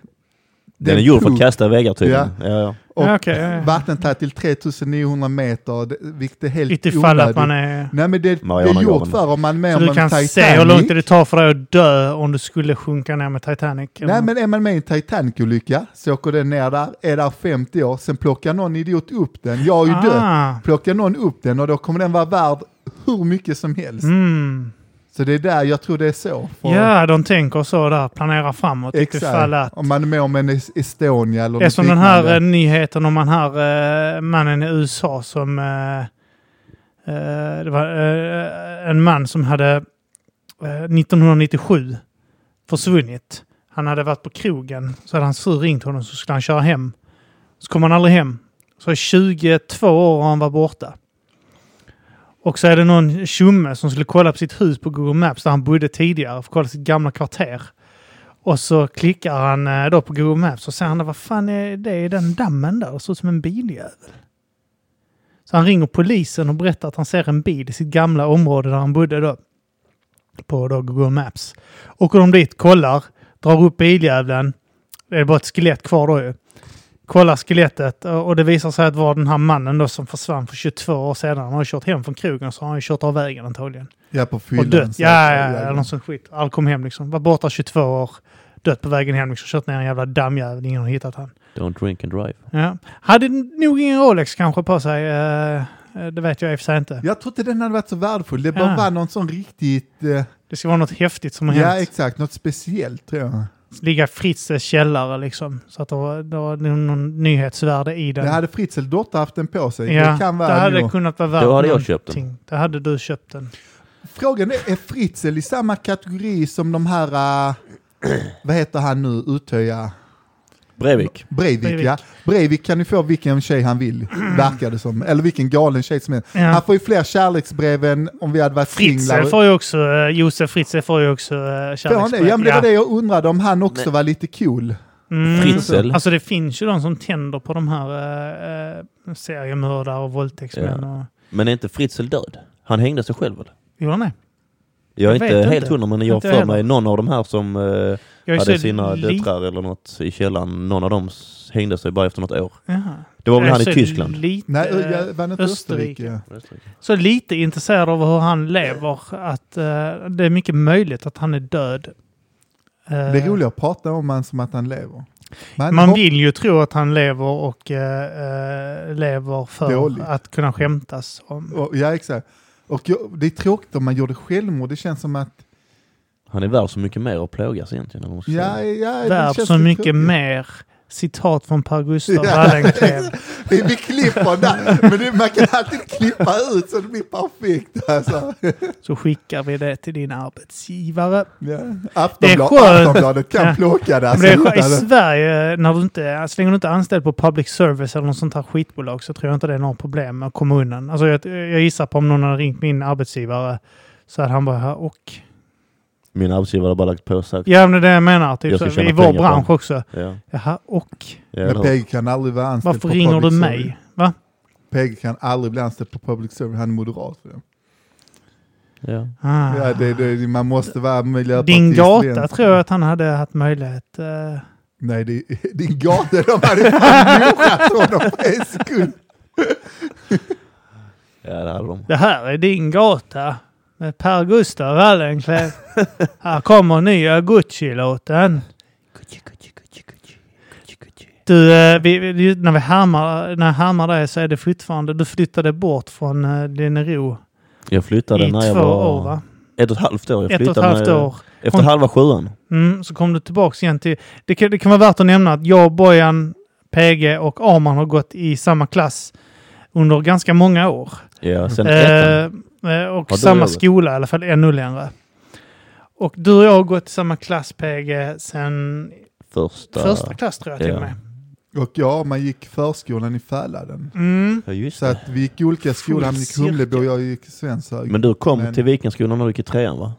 Speaker 3: Den är gjord för att
Speaker 2: punk.
Speaker 3: kasta väggar tydligen. Ja. Ja,
Speaker 2: Och
Speaker 1: Ja, okej, ja, ja.
Speaker 2: vattentät till 3900 meter, det- vilket är helt
Speaker 1: Utifall att
Speaker 2: onödigt.
Speaker 1: man är...
Speaker 2: Nej men det, det är
Speaker 3: Marianagraven.
Speaker 2: gjort för om man är med
Speaker 1: Så
Speaker 2: om
Speaker 1: du
Speaker 2: en
Speaker 1: kan
Speaker 2: Titanic.
Speaker 1: se hur långt det tar för dig att dö om du skulle sjunka ner med Titanic.
Speaker 2: Nej men är man med i en Titanic-olycka så åker den ner där, är där 50 år, sen plockar någon idiot upp den, jag är ju död.
Speaker 1: ah,
Speaker 2: Plockar någon upp den och då kommer den vara värd hur mycket som helst.
Speaker 1: mm.
Speaker 2: Så det är där jag tror det är så. För-
Speaker 1: Ja, de tänker så där. Planerar framåt. Utifall att...
Speaker 2: Exakt. Om man är med om en Es- Estonia eller
Speaker 1: Det är
Speaker 2: något
Speaker 1: som den här
Speaker 2: liknande.
Speaker 1: eh, nyheten om han här eh, mannen i USA som... Eh, eh, det var eh, en man som hade eh, 1997 försvunnit. Han hade varit på krogen, så hade hans fru ringt honom så skulle han köra hem. Så kom han aldrig hem. Så i 22 år har han varit borta. Och så är det någon tjomme som skulle kolla på sitt hus på Google Maps där han bodde tidigare, för att kolla sitt gamla kvarter. Och så klickar han eh, då på Google Maps och ser han vad fan är det i den dammen där? Det ser ut som en biljävel. Så han ringer polisen och berättar att han ser en bil i sitt gamla område där han bodde då. På då Google Maps. Åker de dit, kollar, drar upp biljäveln. Det är bara ett skelett kvar då ju. Kollar skelettet och och det visar sig att var den här mannen då som försvann för 22 år sedan. Han har ju kört hem från krogen och så har han ju kört av vägen antagligen.
Speaker 2: Ja, på
Speaker 1: Och
Speaker 2: fyllan.
Speaker 1: dött.
Speaker 2: så-
Speaker 1: Ja, ja, ja, eller någon sån skit. Han kom hem liksom. Var borta 22 år. Dött på vägen hem liksom. Kört ner en jävla dammjävel. Ingen har hittat han.
Speaker 3: Don't drink and drive.
Speaker 1: Ja. Hade nog ingen Rolex kanske på sig. eh, eh, det vet jag i och för sig inte.
Speaker 2: Jag tror inte den hade varit så värdefull. Det bara
Speaker 1: Ja.
Speaker 2: var någon sån riktigt... Eh,
Speaker 1: Det ska vara något häftigt som har
Speaker 2: ja,
Speaker 1: hänt.
Speaker 2: exakt. Något speciellt tror jag.
Speaker 1: Ligga i Fritzes källare liksom. Så att det var, det var nog någon nyhetsvärde i den.
Speaker 2: Det hade Fritzl dotter haft den på sig.
Speaker 1: ja,
Speaker 2: det kan
Speaker 1: det
Speaker 2: vara
Speaker 1: hade
Speaker 2: nog.
Speaker 1: kunnat vara värt
Speaker 3: Då hade jag köpt den.
Speaker 1: någonting. Det hade du köpt den.
Speaker 2: Frågan är, är Fritzl i samma kategori som de här... eh, [clears throat] vad heter han nu? Utöja...
Speaker 3: Breivik.
Speaker 2: Breivik,
Speaker 1: Breivik.
Speaker 2: ja. Breivik kan ju få vilken tjej han
Speaker 1: [clears throat]
Speaker 2: vill, verkar det som. Eller vilken galen tjej som helst.
Speaker 1: Ja.
Speaker 2: Han får ju fler kärleksbrev än om vi hade varit
Speaker 1: Fritzl
Speaker 2: singlar.
Speaker 1: får ju också, eh, Josef Fritzl får ju också uh,
Speaker 2: Får han det? Ja, men det var det jag undrade, om han också
Speaker 3: Nej.
Speaker 2: var lite cool.
Speaker 1: Mm.
Speaker 3: Fritzl.
Speaker 1: Alltså det finns ju de som tänder på de här eh, eh, seriemördare och våldtäktsmän. Och...
Speaker 3: Men är inte Fritzl död? Han hängde sig själv väl?
Speaker 1: Jo, nej.
Speaker 3: Jag är
Speaker 1: Jag
Speaker 3: inte
Speaker 1: vet
Speaker 3: helt
Speaker 1: inte.
Speaker 3: hundra, men jag har
Speaker 1: Inte
Speaker 3: för
Speaker 1: heller.
Speaker 3: mig någon av de här som eh,
Speaker 1: Jag är
Speaker 3: hade
Speaker 1: så
Speaker 3: sina
Speaker 1: li-
Speaker 3: döttrar eller något i källaren, någon av dem s- hängde sig bara efter något år.
Speaker 1: Jaha.
Speaker 3: Det var väl
Speaker 1: Jag
Speaker 3: han
Speaker 1: är så
Speaker 3: i Tyskland?
Speaker 1: Lite,
Speaker 2: Nej, jag var inte
Speaker 1: Eh, Österrike.
Speaker 2: Österrike. Österrike.
Speaker 1: Så lite intresserad av hur han lever. Att eh, det är mycket möjligt att han är död. Eh,
Speaker 2: Det är roligt att prata om han som att han lever. Man,
Speaker 1: Man
Speaker 2: hopp-
Speaker 1: vill ju tro att han lever och eh, eh, lever för
Speaker 2: Dåligt.
Speaker 1: att kunna skämtas om.
Speaker 2: och, ja, exakt. Och jag, det är tråkigt om man gjorde självmord, det känns som att...
Speaker 3: Han är värd så mycket mer att plågas egentligen. om man ska säga.
Speaker 2: Ja, ja, det
Speaker 1: Värd
Speaker 2: känns
Speaker 1: så
Speaker 2: lite
Speaker 1: mycket
Speaker 2: tråkigt.
Speaker 1: mer. Citat från Per Gustav
Speaker 2: Ja. [laughs]
Speaker 1: Wallenklev.
Speaker 2: Vi, vi klipper där, men det, man kan alltid klippa ut så det blir perfekt. Alltså.
Speaker 1: Så skickar vi det till din arbetsgivare.
Speaker 2: Ja.
Speaker 1: Det är
Speaker 2: Aftonblad,
Speaker 1: skönt.
Speaker 2: Aftonbladet kan
Speaker 1: Ja.
Speaker 2: plocka det.
Speaker 1: Men
Speaker 2: Alltså.
Speaker 1: det är skö- I Sverige, när du inte, så länge du inte är anställd på public service eller något sånt här skitbolag så tror jag inte det är några problem med att komma undan. Alltså jag, jag gissar på om någon hade ringt min arbetsgivare så hade han bara här och...
Speaker 3: Min arbetsgivare har bara lagt på sagt.
Speaker 1: Ja, men det är det jag menar.
Speaker 3: Jag
Speaker 1: Typ,
Speaker 3: ska
Speaker 1: så, I
Speaker 3: tjäna
Speaker 1: vår
Speaker 3: pengar på
Speaker 1: bransch också.
Speaker 3: Ja.
Speaker 1: Jaha, och?
Speaker 3: Ja, eller
Speaker 2: Men
Speaker 3: hur?
Speaker 2: Peg kan aldrig vara anställd
Speaker 1: Varför
Speaker 2: på
Speaker 1: ringer du
Speaker 2: public
Speaker 1: mig?
Speaker 2: service.
Speaker 1: Va?
Speaker 2: Peg kan aldrig bli anställd på public service, han är moderat. För det.
Speaker 3: ja.
Speaker 1: Ah.
Speaker 2: Ja, det, det, man måste vara miljöpartist.
Speaker 1: Din gata
Speaker 2: vänster.
Speaker 1: tror jag att han hade haft möjlighet... eh,
Speaker 2: Nej, det, [laughs] din gata, de hade fan lurat honom på en sekund.
Speaker 3: ja, det hade de.
Speaker 1: Det här är din gata med Per Gustav Wallenklev. här kommer nya Gucci-låten. Du, eh, vi, vi, när vi härmar, när jag härmar dig så är det fortfarande, du flyttade bort från eh, Linnero
Speaker 3: Jag flyttade
Speaker 1: i
Speaker 3: när jag
Speaker 1: två
Speaker 3: var...
Speaker 1: år va?
Speaker 3: Ett och ett halvt år. Jag
Speaker 1: Ett och ett
Speaker 3: flyttade
Speaker 1: halvt
Speaker 3: när-
Speaker 1: år.
Speaker 3: Efter
Speaker 1: Hon-
Speaker 3: halva sjuan.
Speaker 1: Mm, så kom du tillbaks igen till... Det kan, det kan vara värt att nämna att jag, Bojan, PG och Arman har gått i samma klass under ganska många år.
Speaker 3: Ja, sen ettan.
Speaker 1: Eh, eh, och
Speaker 3: då
Speaker 1: samma
Speaker 3: jobbat.
Speaker 1: skola i alla fall, ännu längre. Och du och jag har gått i samma klass PG sen
Speaker 3: Första...
Speaker 1: första klass tror jag till
Speaker 3: Ja.
Speaker 1: och med.
Speaker 2: Och ja, man gick förskolan i Fäladen.
Speaker 1: Mm.
Speaker 3: Ja, just
Speaker 2: Så
Speaker 3: det.
Speaker 2: att vi gick i olika skolor, han gick i
Speaker 1: Full
Speaker 2: Humlebo och jag gick i Svenshög.
Speaker 3: Men du kom
Speaker 2: Men-
Speaker 3: till Vikenskolan när du gick i trean va?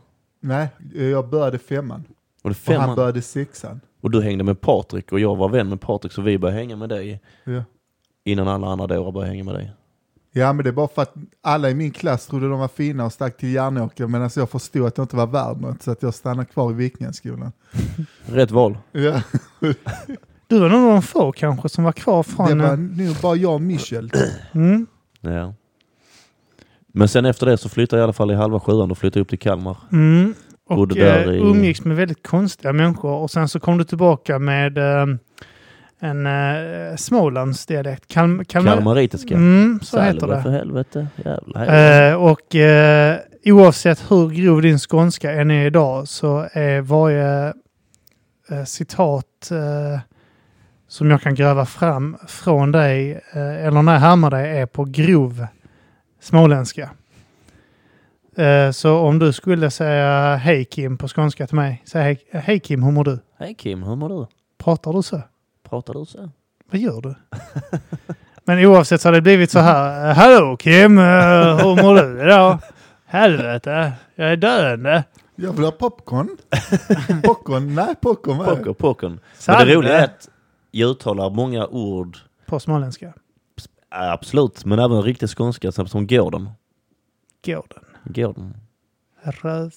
Speaker 2: Nej, jag började femman.
Speaker 3: Var det
Speaker 2: Och han
Speaker 3: femman?
Speaker 2: började sexan.
Speaker 3: Och du hängde med Patrik och jag var vän med Patrik så vi började hänga med dig
Speaker 2: Ja.
Speaker 3: innan alla andra dårar började hänga med dig.
Speaker 2: ja, men det är bara för att alla i min klass trodde de var fina och stack till Järnåker, medan jag förstod att jag inte var värd något, så att jag stannade kvar i Vikenskolan.
Speaker 3: Rätt val.
Speaker 2: Ja.
Speaker 1: Du var nog de få kanske som var kvar
Speaker 2: Det
Speaker 1: från...
Speaker 2: var
Speaker 1: eh,
Speaker 2: nu bara jag och Michel.
Speaker 1: Mm.
Speaker 3: Ja. Men sen efter det så flyttade jag i alla fall i halva sjuan och flyttade upp till Kalmar.
Speaker 1: Mm. Och
Speaker 3: Bodde där
Speaker 1: eh,
Speaker 3: i-
Speaker 1: umgicks med väldigt konstiga människor. Och sen så kom du tillbaka med eh, en eh, Smålandsdialekt. Kalm Kalmar-
Speaker 3: Kalmaritiska.
Speaker 1: Mm, så
Speaker 3: Salve
Speaker 1: heter det.
Speaker 3: för helvete. Jävla helvete.
Speaker 1: Eh, och eh, oavsett hur grov din skånska än är idag så är varje eh, citat eh, som jag kan gräva fram från dig eh, eller när jag härmar dig är på grov småländska. Eh, så om du skulle säga hej Kim på skånska till mig, säg hej, hej Kim, hur mår du?
Speaker 3: Hej Kim, hur mår du?
Speaker 1: Pratar du så?
Speaker 3: Pratar du så?
Speaker 1: Vad gör du? Men oavsett så har det blivit så här. eh, Hallå Kim, eh, hur mår du idag? Helvete, jag är döende.
Speaker 2: Jag vill ha popcorn. popcorn? Nej, popcorn. vad är det?
Speaker 3: Poker, pokern. Men
Speaker 1: Sanne.
Speaker 3: det roliga är att jag uttalar många ord,
Speaker 1: På småländska.
Speaker 3: äh, absolut, men även riktig skånska som- som gården.
Speaker 1: Gården.
Speaker 3: Gården.
Speaker 1: Rövhål.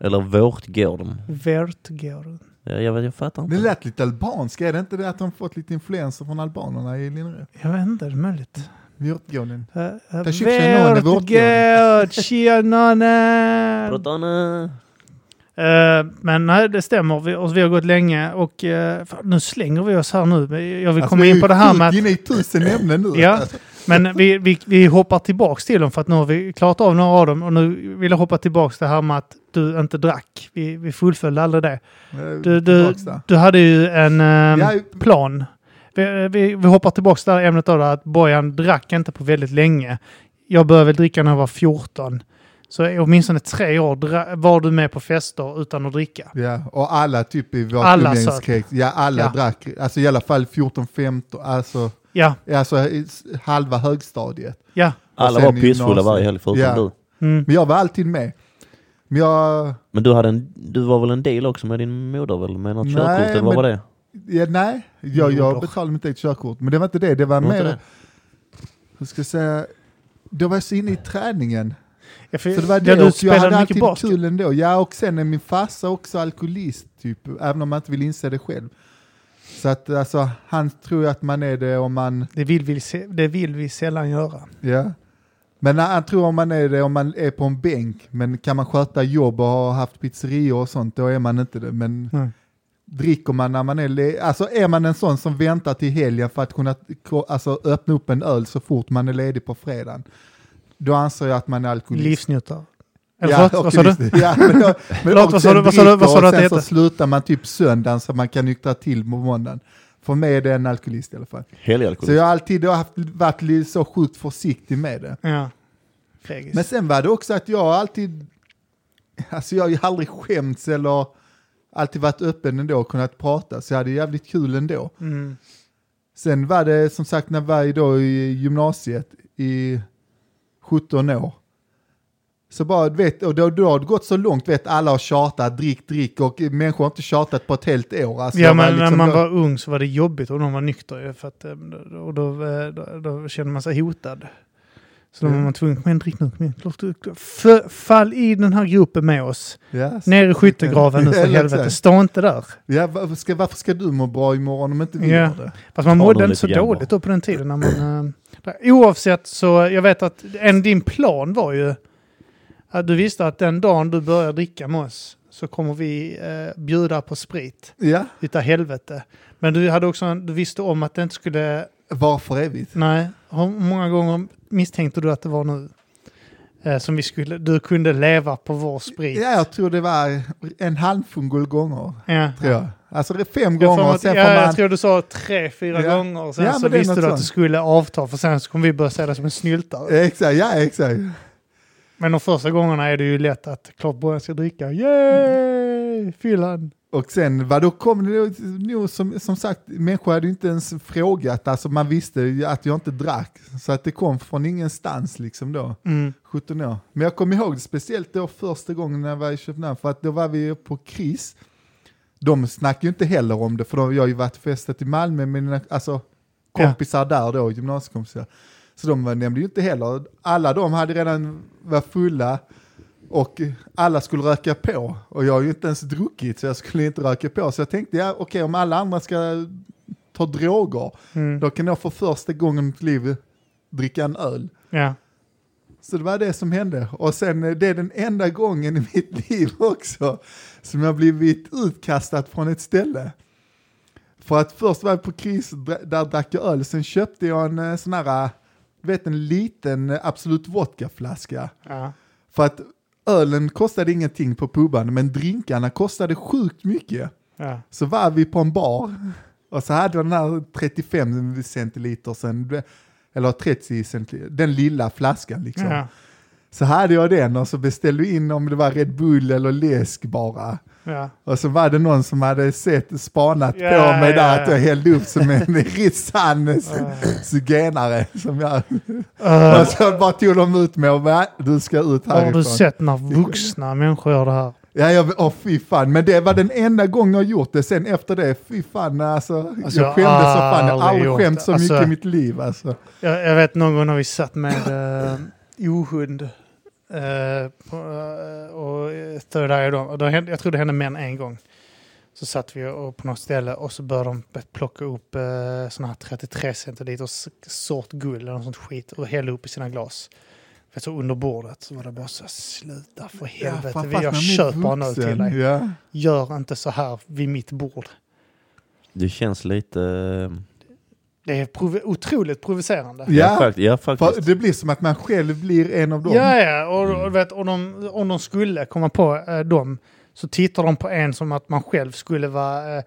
Speaker 3: Eller vårtgården.
Speaker 1: Värtgården.
Speaker 3: Jag, jag, vet- jag fattar
Speaker 2: Det
Speaker 3: inte.
Speaker 2: lät lite albanska, är det inte det att de fått lite influenser från albanerna i Linnerö?
Speaker 1: Jag vet inte, det är möjligt.
Speaker 2: Vyrtgården.
Speaker 1: Eh, eh,
Speaker 2: Där köpte jag någon i vårt
Speaker 1: [laughs] Värtgård. Tjenane!
Speaker 3: Prata-
Speaker 1: Eh, men nej, det stämmer. Vi, och vi har gått länge och eh, fan, nu slänger vi oss här nu. Men
Speaker 2: Alltså,
Speaker 1: Jag vill komma in på det här med att,
Speaker 2: inne i tusen ämnen nu. Alltså,
Speaker 1: Ja. Men vi, vi, vi hoppar tillbaks till dem för att nu har vi klarat av några av dem och nu vill jag hoppa tillbaks till det här med att du inte drack. Vi, vi fullföljde aldrig det. Du, du, du hade ju en ehm,
Speaker 2: Ja,
Speaker 1: plan. Vi, vi, vi hoppar tillbaks till det här ämnet då, att Bojan drack inte på väldigt länge. Jag började väl dricka när jag var 14. Så i åtminstone tre år dra- var du med på fester utan att dricka.
Speaker 2: ja, och alla typ i vårt
Speaker 1: Alla
Speaker 2: umgängeskrets. Ja, alla
Speaker 1: Ja.
Speaker 2: drack. Alltså i alla fall 14-15, alltså,
Speaker 1: Ja,
Speaker 2: alltså i s- halva högstadiet.
Speaker 1: ja.
Speaker 3: Alla
Speaker 2: sen
Speaker 3: var
Speaker 2: i
Speaker 3: pissfulla
Speaker 2: gymnasiet.
Speaker 3: varje helg förutom
Speaker 2: Ja.
Speaker 3: du.
Speaker 1: Mm.
Speaker 2: Men jag var alltid med. Men jag,
Speaker 3: Men du, hade en, du var väl en del också med din moder väl? Med något
Speaker 2: Nej,
Speaker 3: körkort? Eller
Speaker 2: men-
Speaker 3: vad var det?
Speaker 2: ja, nej, jag, jag
Speaker 1: Joder.
Speaker 2: betalade mitt eget körkort. Men det var inte det, det var,
Speaker 3: Var inte
Speaker 2: mer,
Speaker 3: det?
Speaker 2: hur ska jag säga, då var jag så inne i träningen.
Speaker 1: Ja, för
Speaker 2: Så det var
Speaker 1: där
Speaker 2: det,
Speaker 1: du
Speaker 2: och jag hade
Speaker 1: spelade mycket
Speaker 2: alltid
Speaker 1: basket.
Speaker 2: kul ändå. Ja, och sen är min farsa också alkoholist, typ, även om man inte vill inse det själv. Så att alltså, han tror ju att man är det om man,
Speaker 1: Det vill, vi, se- det vill vi sällan göra.
Speaker 2: ja. Men han han tror om man är det om man är på en bänk, men kan man sköta jobb och ha haft pizzerior och sånt, då är man inte det. Men
Speaker 1: Nej.
Speaker 2: dricker man när man är, le- alltså är man en sån som väntar till helgen för att kunna ko- alltså, öppna upp en öl så fort man är ledig på fredagen, då anser jag att man är alkoholist.
Speaker 1: Livsnjutare. Eller
Speaker 2: Ja,
Speaker 1: förlåt, vad sa du?
Speaker 2: okej, visst. Ja, men jag, men
Speaker 1: Förlåt,
Speaker 2: och
Speaker 1: vad sa
Speaker 2: sen
Speaker 1: du- vad sa du- vad
Speaker 2: dricker
Speaker 1: sa du att
Speaker 2: och
Speaker 1: det
Speaker 2: Sen så
Speaker 1: heter?
Speaker 2: slutar man typ söndagen så man kan nyktra till på måndagen. För mig är det en alkoholist i alla fall. Så
Speaker 3: Helgalkoholist.
Speaker 2: jag har alltid haft, varit li- så sjukt försiktig med det.
Speaker 1: Ja. Fegis.
Speaker 2: Men sen var det också att jag alltid, alltså jag har ju aldrig skämts eller alltid varit öppen ändå och kunnat prata. Så jag hade jävligt kul ändå.
Speaker 1: Mm.
Speaker 2: Sen var det som sagt när jag var då i gymnasiet i 17 år. Så bara, du vet, och då, då har det gått så långt, vet, alla har tjatat, drick, drick och människor har inte tjatat på ett helt år. Alltså,
Speaker 1: Ja,
Speaker 2: jag var
Speaker 1: men när
Speaker 2: liksom
Speaker 1: man
Speaker 2: då-
Speaker 1: var ung så var det jobbigt om någon var nykter. ju, För att, eh, och då, eh, då, då kände man sig hotad. Så då var
Speaker 2: Mm.
Speaker 1: man tvungen, kom igen drick nu, kom igen. Låt- F- Fall i den här gruppen med oss.
Speaker 2: Ja, så-
Speaker 1: Ner i
Speaker 2: [laughs]
Speaker 1: skyttegraven nu för
Speaker 2: Eller
Speaker 1: helvete.
Speaker 2: exakt.
Speaker 1: Stå inte där.
Speaker 2: ja, varför, ska, varför ska du må bra imorgon om inte vi
Speaker 1: Ja.
Speaker 2: gör det?
Speaker 1: Fast man
Speaker 3: Ta
Speaker 1: mådde
Speaker 3: dem
Speaker 1: inte
Speaker 3: lite
Speaker 1: så
Speaker 3: grann
Speaker 1: dåligt då på den tiden. När man, eh, där. Oavsett så, jag vet att en, din plan var ju att du visste att den dagen du börjar dricka med oss så kommer vi eh, bjuda på sprit
Speaker 2: Ja,
Speaker 1: utav helvete. Men du, hade också, en- du visste om att det inte skulle,
Speaker 2: varför evigt?
Speaker 1: nej, hur många gånger misstänkte du att det var nu? Eh, som vi skulle, du kunde leva på vår sprit.
Speaker 2: Ja, jag tror det var en handfull gånger,
Speaker 1: Ja.
Speaker 2: tror jag. Alltså det är fem
Speaker 1: Jag,
Speaker 2: gånger,
Speaker 1: får
Speaker 2: och sen
Speaker 1: ja,
Speaker 2: får man...
Speaker 1: jag tror du sa tre, fyra
Speaker 2: Ja.
Speaker 1: gånger och sen
Speaker 2: Ja,
Speaker 1: så
Speaker 2: men det är
Speaker 1: visste
Speaker 2: något
Speaker 1: du att
Speaker 2: sånt.
Speaker 1: det skulle avta för sen så kommer vi börja se det som en snyltare.
Speaker 2: Exakt, ja exakt.
Speaker 1: Men de första gångerna är det ju lätt att klart Bojan ska dricka. Yay! Fyllan.
Speaker 2: Och sen, vad då kom det nog- nog som, som sagt, människor hade ju inte ens frågat, alltså man visste ju att jag inte drack. Så att det kom från ingenstans liksom då,
Speaker 1: Mm.
Speaker 2: 17 år. Men jag kommer ihåg det speciellt då första gången när jag var i Köpenhamn, för att då var vi på KRIS. De snackade ju inte heller om det, för då, jag har ju varit festat i Malmö med mina alltså, kompisar där då, gymnasiekompisar. Så de var- nämnde ju inte heller, alla de hade redan var fulla och alla skulle röka på. Och jag har ju inte ens druckit så jag skulle inte röka på. Så jag tänkte, ja okej om alla andra ska ta droger,
Speaker 1: Mm.
Speaker 2: då kan jag för första gången i mitt liv dricka en öl.
Speaker 1: Ja.
Speaker 2: Så det var det som hände. Och sen, eh, det är den enda gången i mitt [laughs] liv också som jag blivit utkastad från ett ställe. För att först var jag på kris, dra- där drack jag öl, sen köpte jag en eh, sån här, eh, du vet en liten eh, Absolut Vodka-flaska.
Speaker 1: Ja.
Speaker 2: För att ölen kostade ingenting på puben, men drinkarna kostade sjukt mycket.
Speaker 1: Ja.
Speaker 2: Så var vi på en bar och så hade vi den här 35 centiliter, sen, eller 30 centiliter, den lilla flaskan liksom.
Speaker 1: Ja.
Speaker 2: Så hade jag den och så beställde vi in om det var Red Bull eller läsk bara.
Speaker 1: Ja.
Speaker 2: Och så var det någon som hade sett, spanat
Speaker 1: Ja,
Speaker 2: på mig
Speaker 1: ja,
Speaker 2: där
Speaker 1: ja. Ah.
Speaker 2: att jag hällde upp som en [laughs] rissan zigenare. Som jag.
Speaker 1: Uh,
Speaker 2: Och så bara tog de ut mig och bara, du ska ut
Speaker 1: har
Speaker 2: härifrån.
Speaker 1: du sett när vuxna människor gör det här?
Speaker 2: Ja, jag, åh, fy fan. Men det var den enda gången jag gjort det. Sen efter det, fy fan alltså.
Speaker 1: Alltså,
Speaker 2: jag
Speaker 1: jag
Speaker 2: skämdes så fan. Jag har aldrig
Speaker 1: aldrig gjort
Speaker 2: skämt så
Speaker 1: det.
Speaker 2: mycket
Speaker 1: Alltså-
Speaker 2: i mitt liv alltså.
Speaker 1: Jag, jag vet någon gång när vi satt med eh, ohund eh, på, eh, och eh, Third Eye och dem. Och då hände, jag tror det hände mer än en gång. Så satt vi och, på något ställe och så började de plocka upp eh, sådana här 33 centiliter s- sort guld eller något sånt skit och hälla upp i sina glas. Vet, så under bordet så var det bara så här, sluta för helvete,
Speaker 2: fan, fast
Speaker 1: vi-
Speaker 2: man
Speaker 1: jag
Speaker 2: blir
Speaker 1: köper en öl
Speaker 2: vuxen,
Speaker 1: till dig.
Speaker 2: Ja.
Speaker 1: Gör inte så här vid mitt bord.
Speaker 3: Det känns lite... eh,
Speaker 1: Det är prov- otroligt provocerande.
Speaker 3: Ja,
Speaker 2: Ja.
Speaker 3: fakt- ja faktiskt.
Speaker 2: För det blir som att man själv blir en av dem.
Speaker 1: Ja, ja. Och, och vet, om, de, om de skulle komma på eh, dem så tittar de på en som att man själv skulle vara... Eh,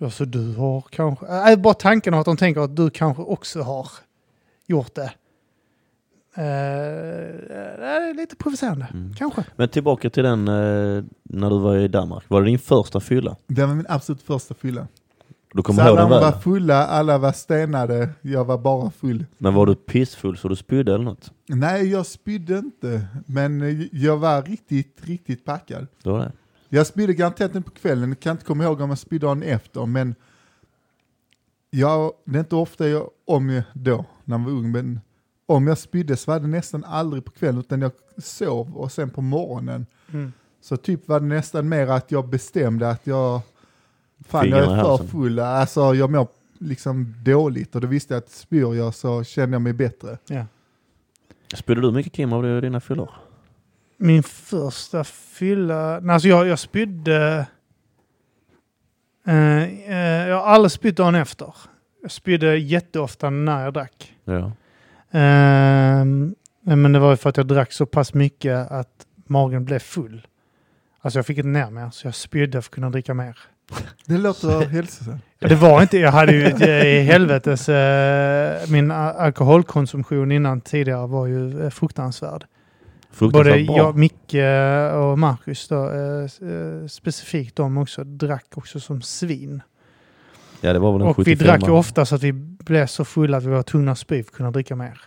Speaker 1: alltså du har kanske... Eh, bara tanken att de tänker att du kanske också har gjort det. Eh, det är lite provocerande,
Speaker 3: Mm.
Speaker 1: kanske.
Speaker 3: Men tillbaka till den eh, när du var i Danmark. Var det din första fylla?
Speaker 2: Det var min absolut första fylla.
Speaker 3: Du
Speaker 2: Så
Speaker 3: kommer ihåg
Speaker 2: alla
Speaker 3: den väl?
Speaker 2: var fulla, alla var stenade, jag var bara full.
Speaker 3: Men var du pissfull så du spydde eller något?
Speaker 2: Nej, jag spydde inte, men eh, jag var riktigt, riktigt packad.
Speaker 3: Det var det.
Speaker 2: Jag spydde garanterat inte på kvällen, jag kan inte komma ihåg om jag spydde dagen efter, men jag, det är inte ofta jag, om jag, då, när man var ung, men om jag spydde så var det nästan aldrig på kvällen, utan jag sov och sen på morgonen Så typ var det nästan mer att jag bestämde att jag, fan jag
Speaker 3: Fingrarna i
Speaker 2: är för
Speaker 3: halsen.
Speaker 2: full, alltså jag mår liksom dåligt och då visste jag att spyr jag så kände jag mig bättre.
Speaker 1: Ja.
Speaker 3: Spydde du mycket Kim av dina fyllor?
Speaker 1: Min första fylla... Nej, alltså jag, jag spydde... Eh, eh, jag har aldrig spytt dagen efter. Jag spydde jätteofta när jag drack.
Speaker 3: Ja.
Speaker 1: Ehm, nej, men det var ju för att jag drack så pass mycket att magen blev full. Alltså jag fick inte ner mer, så jag spydde för att kunna dricka mer.
Speaker 2: Det [laughs] låter hälsosamt.
Speaker 1: Ja, Det var inte, jag hade ju ett eh, helvetes, eh, min a- alkoholkonsumtion innan tidigare var ju eh, fruktansvärd. Både
Speaker 3: Fruktansvärt bra.
Speaker 1: jag, Micke eh, och Marcus då, eh, s- eh, specifikt de också, drack också som svin.
Speaker 3: Ja, det var väl en
Speaker 1: Och vi
Speaker 3: 75.
Speaker 1: drack ju ofta så att vi blev så fulla att vi var tvungna att spy för att kunna dricka mer.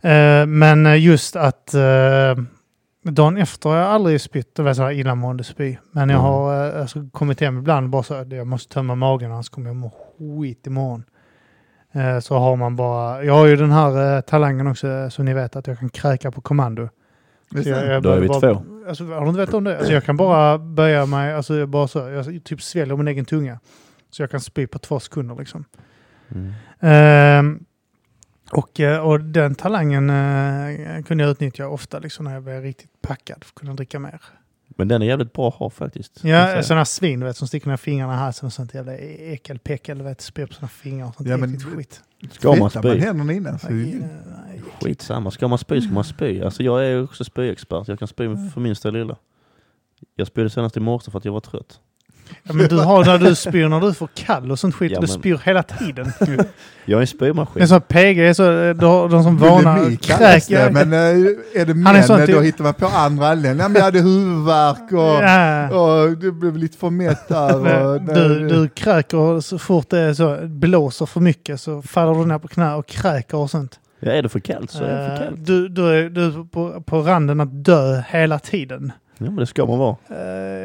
Speaker 1: Eh, men eh, just att eh, dagen efter har jag aldrig spytt, det var så här illamående spy. Men jag
Speaker 3: Mm.
Speaker 1: har eh, alltså, kommit hem ibland bara så att jag måste tömma magen annars kommer jag må skit imorgon. Eh, så har man bara, jag har ju den här eh, talangen också eh, som ni vet att jag kan kräka på kommando.
Speaker 2: Visst
Speaker 1: Jag,
Speaker 2: är det?
Speaker 1: jag
Speaker 3: Då är
Speaker 1: bara-
Speaker 3: vi
Speaker 1: bara,
Speaker 3: två.
Speaker 1: Alltså, har du inte vetat om det? Alltså, jag kan bara böja mig, alltså, jag bara så, jag typ sväljer min egen tunga. Så jag kan spy på två sekunder liksom.
Speaker 3: Mm.
Speaker 1: Ehm, och, eh, och den talangen eh, kunde jag utnyttja ofta liksom, när jag blev riktigt packad för att kunna dricka mer.
Speaker 3: Men den är jävligt bra att ha faktiskt.
Speaker 1: Ja,
Speaker 3: Jag säger.
Speaker 1: sådana svin du vet, som sticker ner fingrarna i halsen och sånt jävla äckelpäckel, du vet, spyr på sina fingrar och sånt
Speaker 2: Ja, men-
Speaker 1: äckligt skit.
Speaker 3: Ska man
Speaker 2: Tvättar man
Speaker 3: spy?
Speaker 2: händerna innan så
Speaker 1: Nej, nej.
Speaker 3: Skitsamma. Ska man spy ska man spy. Alltså jag är ju också spyexpert. Jag kan spy
Speaker 1: Mm.
Speaker 3: för minsta lilla. Jag spydde senast i morse för att jag var trött.
Speaker 1: Ja, men du har när du spyr, när du får kall och sånt skit,
Speaker 3: Ja,
Speaker 1: du
Speaker 3: men-
Speaker 1: spyr hela tiden.
Speaker 3: [laughs] Jag är en
Speaker 1: Det är
Speaker 3: spymaskin.
Speaker 1: så att PG är så, eh, de, har- de som varnar,
Speaker 2: bulimi kallas det,
Speaker 1: kräker.
Speaker 2: men eh, är det män,
Speaker 1: Han är sån
Speaker 2: eh, då
Speaker 1: typ-
Speaker 2: hittar man på andra anledningar. Nej, men Jag hade huvudvärk och,
Speaker 1: Ja.
Speaker 2: och det blev lite för mätt där.
Speaker 1: Nej,
Speaker 2: Och,
Speaker 1: Du, du kräker och så fort det är så, blåser för mycket så faller du ner på knä och kräker och sånt.
Speaker 3: Ja, är det för kallt så är det för
Speaker 1: Eh,
Speaker 3: kallt.
Speaker 1: du, du är, du är på, på randen att dö hela tiden.
Speaker 3: Ja men det ska man vara.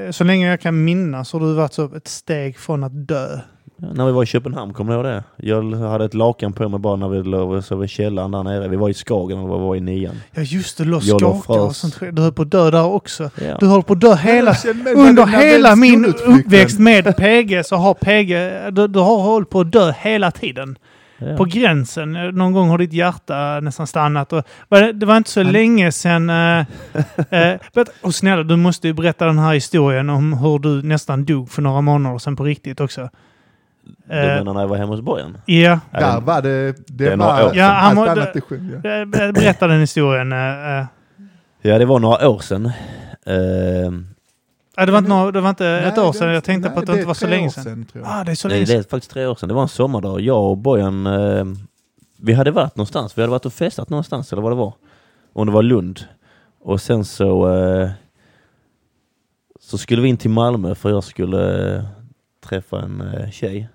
Speaker 1: Eh, så länge jag kan minnas har du varit så ett steg från att dö.
Speaker 3: Ja, när vi var i Köpenhamn, kommer du ihåg det? Jag hade ett lakan på mig bara när vi låg och sov i källaren där nere. Vi var i Skagen och vi var i nian.
Speaker 1: Ja just det, du låg
Speaker 3: Jag låg
Speaker 1: skaka och
Speaker 3: fast.
Speaker 1: sånt. skit. Du höll på att dö där också.
Speaker 3: Ja.
Speaker 1: Du höll på att dö hela...
Speaker 2: Jag känner mig
Speaker 1: Under
Speaker 2: den där
Speaker 1: hela min
Speaker 2: skolutflykten. [laughs]
Speaker 1: uppväxt med PG så har PG... Du, du har hållit på att dö hela tiden.
Speaker 3: Ja.
Speaker 1: på gränsen. Eh, Någon gång har ditt hjärta nästan stannat. Och, var det, det var inte så länge sedan... Eh, eh, but- och snälla, du måste ju berätta den här historien om hur du nästan dog för några månader sedan på riktigt också.
Speaker 3: Du
Speaker 1: Eh,
Speaker 3: menar när jag var hemma hos Bojan?
Speaker 1: Ja,
Speaker 2: Där var det, det
Speaker 3: Den har
Speaker 2: var
Speaker 3: jag.
Speaker 1: Ja,
Speaker 2: allt
Speaker 1: han var-
Speaker 2: annat är sjukt. ja.
Speaker 1: eh, berätta den historien. eh, eh.
Speaker 3: Ja, det var några år sedan. Eh,
Speaker 1: Ah, det, var inte, några- det var inte ett
Speaker 2: Nej,
Speaker 1: år sedan.
Speaker 2: det-
Speaker 1: Jag tänkte på
Speaker 2: nej,
Speaker 1: att det inte
Speaker 2: är
Speaker 1: var så
Speaker 2: tre
Speaker 1: länge
Speaker 2: år
Speaker 1: sedan.
Speaker 2: tror jag.
Speaker 1: Ah, det är så
Speaker 3: nej,
Speaker 1: länge
Speaker 3: det
Speaker 1: sedan.
Speaker 3: är faktiskt tre år sedan. Det var en sommardag. Jag och Bojan, eh, vi hade varit någonstans. Vi hade varit och festat någonstans eller vad det var. Om det var Lund. Och sen så... Eh, så skulle vi in till Malmö för jag skulle eh, träffa en eh, tjej.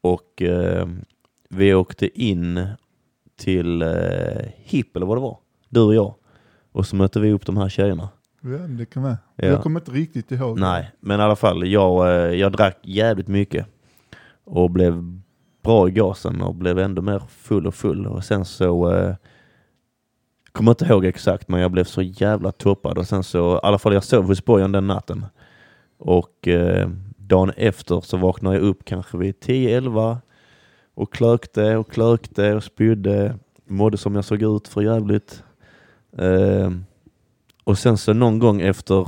Speaker 3: Och eh, vi åkte in till eh, HIP eller vad det var. Du och jag. Och så mötte vi upp de här tjejerna.
Speaker 2: Ja, men det kan vara.
Speaker 3: Ja.
Speaker 2: Jag kommer inte riktigt ihåg.
Speaker 3: Nej, men i alla fall. Jag, eh, jag drack jävligt mycket och blev bra i gasen och blev ändå mer full och full. Och sen så... Eh, kommer inte ihåg exakt, men jag blev så jävla toppad. Och sen så, i alla fall jag sov hos Bojan den natten. Och eh, dagen efter så vaknade jag upp kanske vid 10-11 och klökte och klökte och spydde. Mådde som jag såg ut för jävligt. Eh, och sen så någon gång efter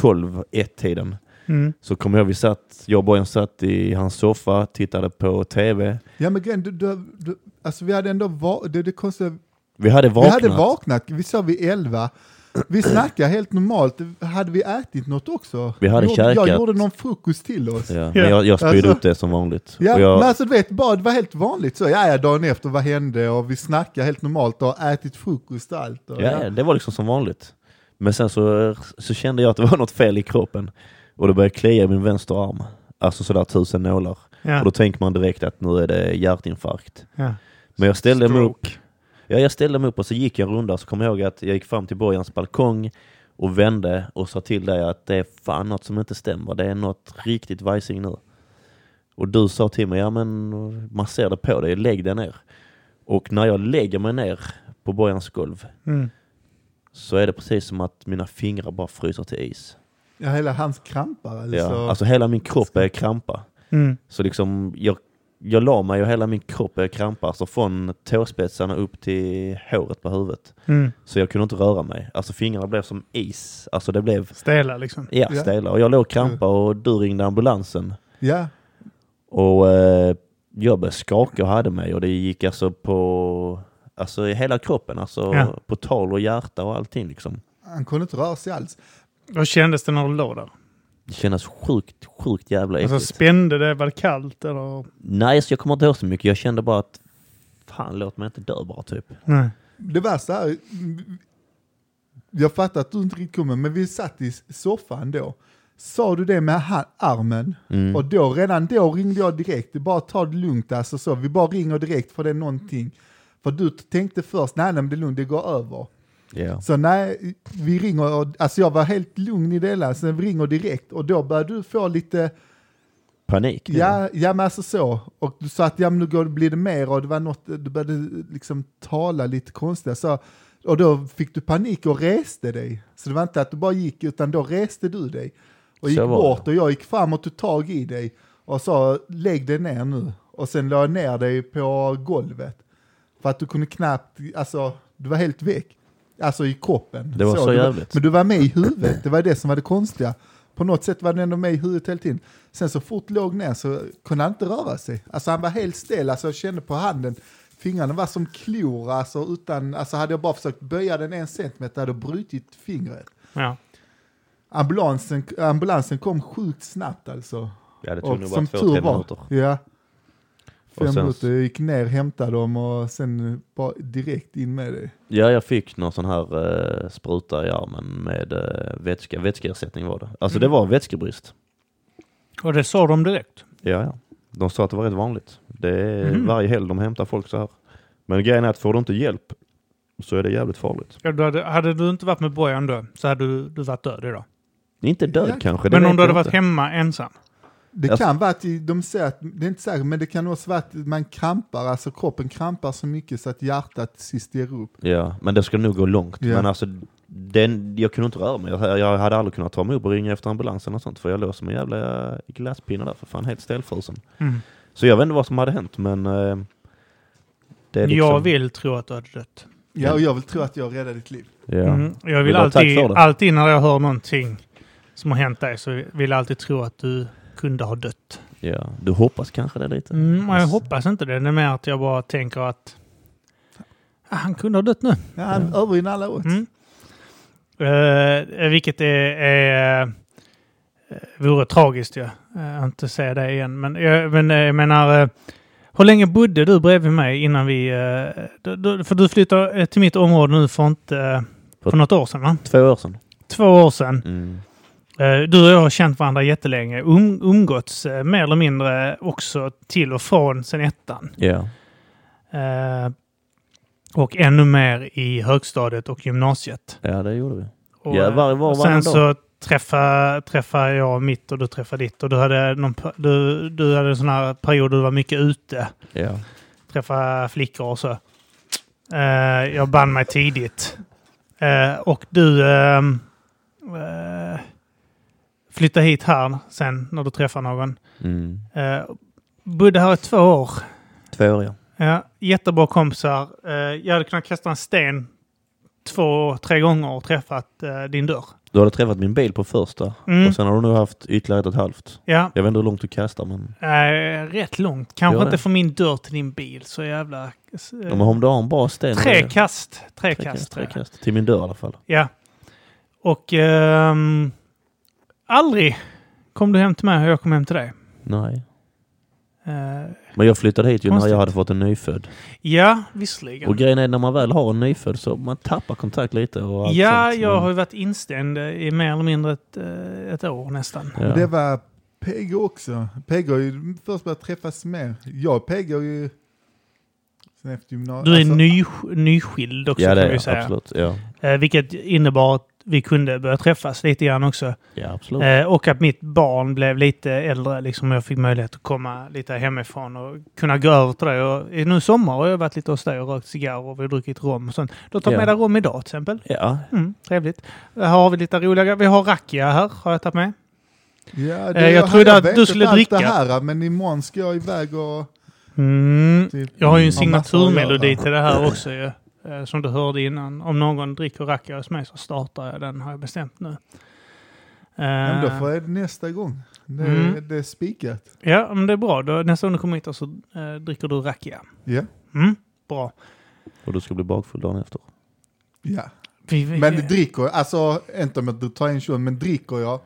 Speaker 3: 12-1-tiden
Speaker 1: Mm.
Speaker 3: så kom jag, vi satt, jag och Bojan satt i hans soffa, tittade på TV.
Speaker 2: Ja, men grejen, du, du, du, alltså vi hade ändå va- det, det konstiga,
Speaker 3: Vi hade
Speaker 2: vi
Speaker 3: vaknat.
Speaker 2: hade vaknat, vi sa vid elva,
Speaker 3: [clears throat]
Speaker 2: vi snackade helt normalt, hade vi ätit något också?
Speaker 3: Vi hade
Speaker 2: jag,
Speaker 3: käkat.
Speaker 2: Jag gjorde någon frukost till oss.
Speaker 3: Ja, men jag, jag spydde
Speaker 2: Alltså-
Speaker 3: upp det som vanligt.
Speaker 2: Ja,
Speaker 3: och jag,
Speaker 2: men alltså du vet, bara, det var helt vanligt så. Ja, ja, dagen efter, vad hände? Och vi snackade helt normalt och har ätit frukost och allt. Och,
Speaker 3: Ja, ja, det var liksom som vanligt. Men sen så, så kände jag att det var något fel i kroppen. Och det började klia i min vänster arm. Alltså sådär tusen nålar. Och då
Speaker 1: Ja.
Speaker 3: tänker man direkt att nu är det hjärtinfarkt.
Speaker 1: Ja.
Speaker 3: Men jag ställde mig upp. Ja, jag ställde mig upp och så gick jag en runda. Så kom jag ihåg att jag gick fram till Bojans balkong och vände och sa till dig att det är fan något som inte stämmer. Det är något riktigt vajsing nu. Och du sa till mig, ja men man ser det på dig, lägg dig ner. Och när jag lägger mig ner på Bojans golv
Speaker 1: Mm.
Speaker 3: så är det precis som att mina fingrar bara fryser till is.
Speaker 2: Ja, hela hans krampar alltså.
Speaker 3: Ja. Alltså hela min kropp är krampa.
Speaker 1: Mm.
Speaker 3: Så liksom jag, jag la mig och hela min kropp är krampa. Alltså från tåspetsarna upp till håret på huvudet.
Speaker 1: Mm.
Speaker 3: Så jag kunde inte röra mig. Alltså fingrarna blev som is. Alltså det blev
Speaker 1: Stela liksom.
Speaker 3: ja,
Speaker 2: Ja.
Speaker 3: stela. Och jag låg och krampa och du ringde ambulansen.
Speaker 2: ja.
Speaker 3: Och eh, jag började skaka och hade mig och det gick alltså på alltså i hela kroppen. Alltså
Speaker 1: Ja.
Speaker 3: på tal och hjärta och allting liksom.
Speaker 2: Han kunde inte röra sig alls.
Speaker 1: Vad kändes det när du låg där?
Speaker 3: Det kändes sjukt, sjukt jävla äckligt.
Speaker 1: Alltså, spände det? Var det kallt? Eller?
Speaker 3: Nej, så jag kommer inte ihåg så mycket. Jag kände bara att fan, låt mig inte dö bara typ.
Speaker 1: Nej.
Speaker 2: Det värsta är, jag fattar att du inte riktigt kommer, men vi satt i soffan då. Sa du det med ha- armen?
Speaker 3: Mm.
Speaker 2: Och då, redan då ringde jag direkt, Det är bara ta det lugnt alltså så, vi bara ringer direkt för det är någonting. För du tänkte först, nej nej men det är lugnt, det går över.
Speaker 3: Ja.
Speaker 2: Så nej, vi ringer, och, alltså jag var helt lugn i det hela, sen vi ringer direkt och då började du få lite,
Speaker 3: Panik. nu.
Speaker 2: ja, ja men alltså så, och du sa att ja men nu går, blir det mer och det var något, du började liksom tala lite konstigt. Så, och då fick du panik och reste dig. Så det var inte att du bara gick, utan då reste du dig. Och
Speaker 3: Så
Speaker 2: gick
Speaker 3: var det.
Speaker 2: bort och jag gick fram och tog tag i dig och sa lägg dig ner nu. Och sen la jag ner dig på golvet. För att du kunde knappt, alltså du var helt väck. Alltså i kroppen.
Speaker 3: Det var så
Speaker 2: du
Speaker 3: jävligt.
Speaker 2: Men du var med i huvudet, det var det som var det konstiga. På något sätt var den ändå med i huvudet hela tiden. Sen så fort låg ner så kunde han inte röra sig. Alltså han var helt stel, alltså jag kände på handen. Fingrarna var som klor, alltså, utan, alltså hade jag bara försökt böja den en centimeter hade jag brutit fingret.
Speaker 1: Ja.
Speaker 2: Ambulansen, ambulansen kom sjukt snabbt alltså.
Speaker 3: ja, det
Speaker 2: Och
Speaker 3: tog nog bara två, tre minuter.
Speaker 2: Ja.
Speaker 3: Och
Speaker 2: Fem
Speaker 3: sen-
Speaker 2: minuter, jag gick ner, hämtade dem och sen eh, bara direkt in med dig.
Speaker 3: Ja, jag fick någon sån här eh, spruta i armen med eh, vätska. Vätskeersättning var det. Alltså det var vätskebrist.
Speaker 1: Och det sa de direkt.
Speaker 3: Ja, ja. De sa att det var rätt vanligt. Det är
Speaker 1: Mhm.
Speaker 3: varje helg de hämtar folk så här. Men grejen är att får du inte hjälp så är det jävligt farligt.
Speaker 1: Ja, du hade, hade du inte varit med Bojan då så hade du, du varit död idag.
Speaker 3: Inte död
Speaker 2: Ja.
Speaker 3: kanske, det
Speaker 1: Men
Speaker 3: vet
Speaker 1: om du
Speaker 3: jag
Speaker 1: hade varit
Speaker 3: inte.
Speaker 1: hemma ensam.
Speaker 2: Det
Speaker 3: Alltså-
Speaker 2: kan vara att de säger att, det är inte säkert, men det kan också vara att man krampar, alltså kroppen krampar så mycket så att hjärtat till sist ger upp.
Speaker 3: Ja, men det skulle nog gå långt.
Speaker 2: Ja.
Speaker 3: Men alltså, den, jag kunde inte röra mig. Jag, jag hade aldrig kunnat ta mig upp och ringa efter ambulansen och sånt, för jag låg som en jävla glasspinne där, för fan helt stelfrusen.
Speaker 1: Mm.
Speaker 3: Så jag vet inte vad som hade hänt, men... Eh, det är liksom,
Speaker 1: Jag vill tro att du hade dött.
Speaker 2: Ja, och jag vill tro att jag räddade ditt liv.
Speaker 3: Ja.
Speaker 1: Mm. Jag
Speaker 3: Vill
Speaker 1: vill
Speaker 3: du ha tack
Speaker 1: alltid,
Speaker 3: för det?
Speaker 1: alltid när jag hör någonting som har hänt dig så vill jag alltid tro att du kunde ha dött.
Speaker 3: ja. Du hoppas kanske det lite?
Speaker 1: Mm, men jag
Speaker 3: Yes.
Speaker 1: hoppas inte det. Det är mer att jag bara tänker att ah, han kunde ha dött nu.
Speaker 2: Ja, han övervinner alla odds.
Speaker 1: Mm. Eh, vilket är, är, eh, vore tragiskt ju. Eh, att inte säga det igen. Men jag, men, eh, jag menar, eh, hur länge bodde du bredvid mig innan vi... eh, du, du, för du flyttade eh, till mitt område nu för inte... eh,
Speaker 3: För-
Speaker 1: för något år sedan va?
Speaker 3: Två år sedan.
Speaker 1: Två år sedan.
Speaker 3: Mm.
Speaker 1: Eh, Du och jag har känt varandra jättelänge. Um, umgåtts eh, mer eller mindre också till och från sen ettan.
Speaker 3: Ja.
Speaker 1: Eh, Och ännu mer i högstadiet och gymnasiet.
Speaker 3: ja, det gjorde vi.
Speaker 1: Och,
Speaker 3: Ja, var- var-
Speaker 1: och
Speaker 3: varannan
Speaker 1: sen så träffade, träffade jag mitt och du träffade ditt. Och du hade, någon, pe- du, du hade en sån här period du var mycket ute.
Speaker 3: Ja.
Speaker 1: Träffa flickor och så. Eh, jag band mig tidigt. Eh, och du ehm, eh, flyttade hit här sen när du träffade någon.
Speaker 3: Mm.
Speaker 1: Eh, bodde här i två år.
Speaker 3: Tvååriga.
Speaker 1: Ja, jättebra kompisar. Eh, jag hade kunnat kasta en sten två, tre gånger och träffat eh, din dörr.
Speaker 3: Du hade träffat min bil på första
Speaker 1: Mm.
Speaker 3: och sen har du nu haft ytterligare ett och ett halvt.
Speaker 1: Ja,
Speaker 3: Jag vet inte hur långt du kastar men...
Speaker 1: eh, rätt långt. Kanske
Speaker 3: Gör det.
Speaker 1: inte från min dörr till din bil. Så jävla... eh,
Speaker 3: Ja, men om du har en bra sten...
Speaker 1: tre kast. Tre,
Speaker 3: Tre
Speaker 1: kast.
Speaker 3: kast,
Speaker 1: tror
Speaker 3: tre
Speaker 1: jag.
Speaker 3: kast. Till min dörr i alla fall.
Speaker 1: Ja. Och ehm, aldrig kom du hem till mig och jag kom hem till dig.
Speaker 3: Nej.
Speaker 1: Eh,
Speaker 3: Men jag flyttade hit ju när
Speaker 1: Konstigt.
Speaker 3: jag hade fått en nyfödd.
Speaker 1: ja, visserligen.
Speaker 3: Och grejen är när man väl har en nyfödd så man tappar kontakt lite och allt
Speaker 1: Ja,
Speaker 3: sånt.
Speaker 1: jag
Speaker 3: Men-
Speaker 1: har ju varit instängd i mer eller mindre ett, eh, ett år nästan.
Speaker 3: Ja.
Speaker 2: Det var Peggy också. Peggy har ju först börjat träffas mer. Jag och Peggy har ju... Sen efter gymnasiet.
Speaker 1: Du är
Speaker 2: alltså,
Speaker 1: ny, nyskild också
Speaker 3: ja, det
Speaker 1: kan
Speaker 3: är
Speaker 1: vi
Speaker 3: jag.
Speaker 1: säga.
Speaker 3: absolut. Ja.
Speaker 1: Eh, vilket innebar att vi kunde börja träffas lite grann också.
Speaker 3: ja, absolut.
Speaker 2: Mm.
Speaker 1: Eh, och att mitt barn blev lite äldre. Liksom, och jag fick möjlighet att komma lite hemifrån och kunna gå över till dig. Och, eh, nu i sommar har jag varit lite hos dig och rökt cigarrer och vi har druckit rom och sånt. Du har tagit
Speaker 3: Ja.
Speaker 1: med dig rom idag till exempel.
Speaker 3: Ja.
Speaker 1: Mm, trevligt. Här har vi lite roliga grejer. Vi har rakia här, har jag tagit med.
Speaker 2: Ja,
Speaker 1: Eh, jag trodde att
Speaker 2: vet
Speaker 1: du skulle
Speaker 2: allt
Speaker 1: dricka.
Speaker 2: Det här, men imorgon ska jag iväg och...
Speaker 1: Mm.
Speaker 2: Typ,
Speaker 1: Jag har ju en
Speaker 2: har massor att
Speaker 1: signaturmelodi
Speaker 2: göra.
Speaker 1: till det här också ju. Eh, Som du hörde innan. Om någon dricker rakia hos mig så startar jag den, har jag bestämt nu. Eh,
Speaker 2: Ja, men då får jag det nästa gång. Det,
Speaker 1: Mm.
Speaker 2: det är spikat.
Speaker 1: Ja, men det är bra. Då, nästa gång du kommer hit så eh, dricker du rakia.
Speaker 2: Ja.
Speaker 1: Mm, bra.
Speaker 3: Och du ska bli bakfull dagen efter.
Speaker 2: ja.
Speaker 1: Vi, vi,
Speaker 2: Men dricker jag, alltså inte om jag tar en tjuv, men dricker jag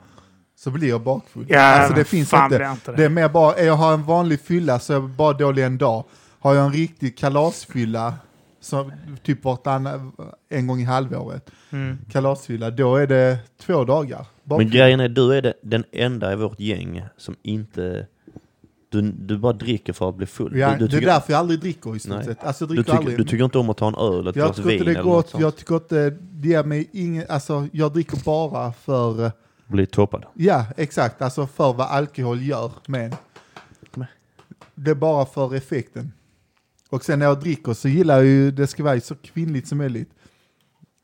Speaker 2: så blir jag bakfull.
Speaker 1: ja,
Speaker 2: alltså det
Speaker 1: men
Speaker 2: finns
Speaker 1: fan
Speaker 2: inte.
Speaker 1: blir inte det.
Speaker 2: Det är mer bara, jag har en vanlig fylla så är jag bara dålig en dag. Har jag en riktig kalasfylla, som typ vartannan, en gång i halvåret,
Speaker 1: Mm.
Speaker 2: kalasfylla, då är det två dagar. Bara-
Speaker 3: Men grejen är, du är de- den enda i vårt gäng som inte... Du, du bara dricker för att bli full.
Speaker 2: ja,
Speaker 3: du, du
Speaker 2: det är
Speaker 3: tycker,
Speaker 2: därför jag aldrig dricker i stort
Speaker 3: Nej.
Speaker 2: sett. Alltså jag
Speaker 3: du,
Speaker 2: dricker
Speaker 3: tycker,
Speaker 2: aldrig.
Speaker 3: du tycker inte om att ta en öl, ett
Speaker 2: jag
Speaker 3: glas
Speaker 2: tycker
Speaker 3: vin
Speaker 2: inte det
Speaker 3: eller
Speaker 2: är
Speaker 3: något
Speaker 2: gott,
Speaker 3: sånt.
Speaker 2: jag tycker inte det ger mig ingen, alltså jag dricker bara för, eh,
Speaker 3: Bli toppad.
Speaker 2: ja exakt, alltså för vad alkohol gör men
Speaker 3: Kom här.
Speaker 2: Det är bara för effekten. Och sen när jag dricker så gillar jag ju, det ska vara så kvinnligt som möjligt.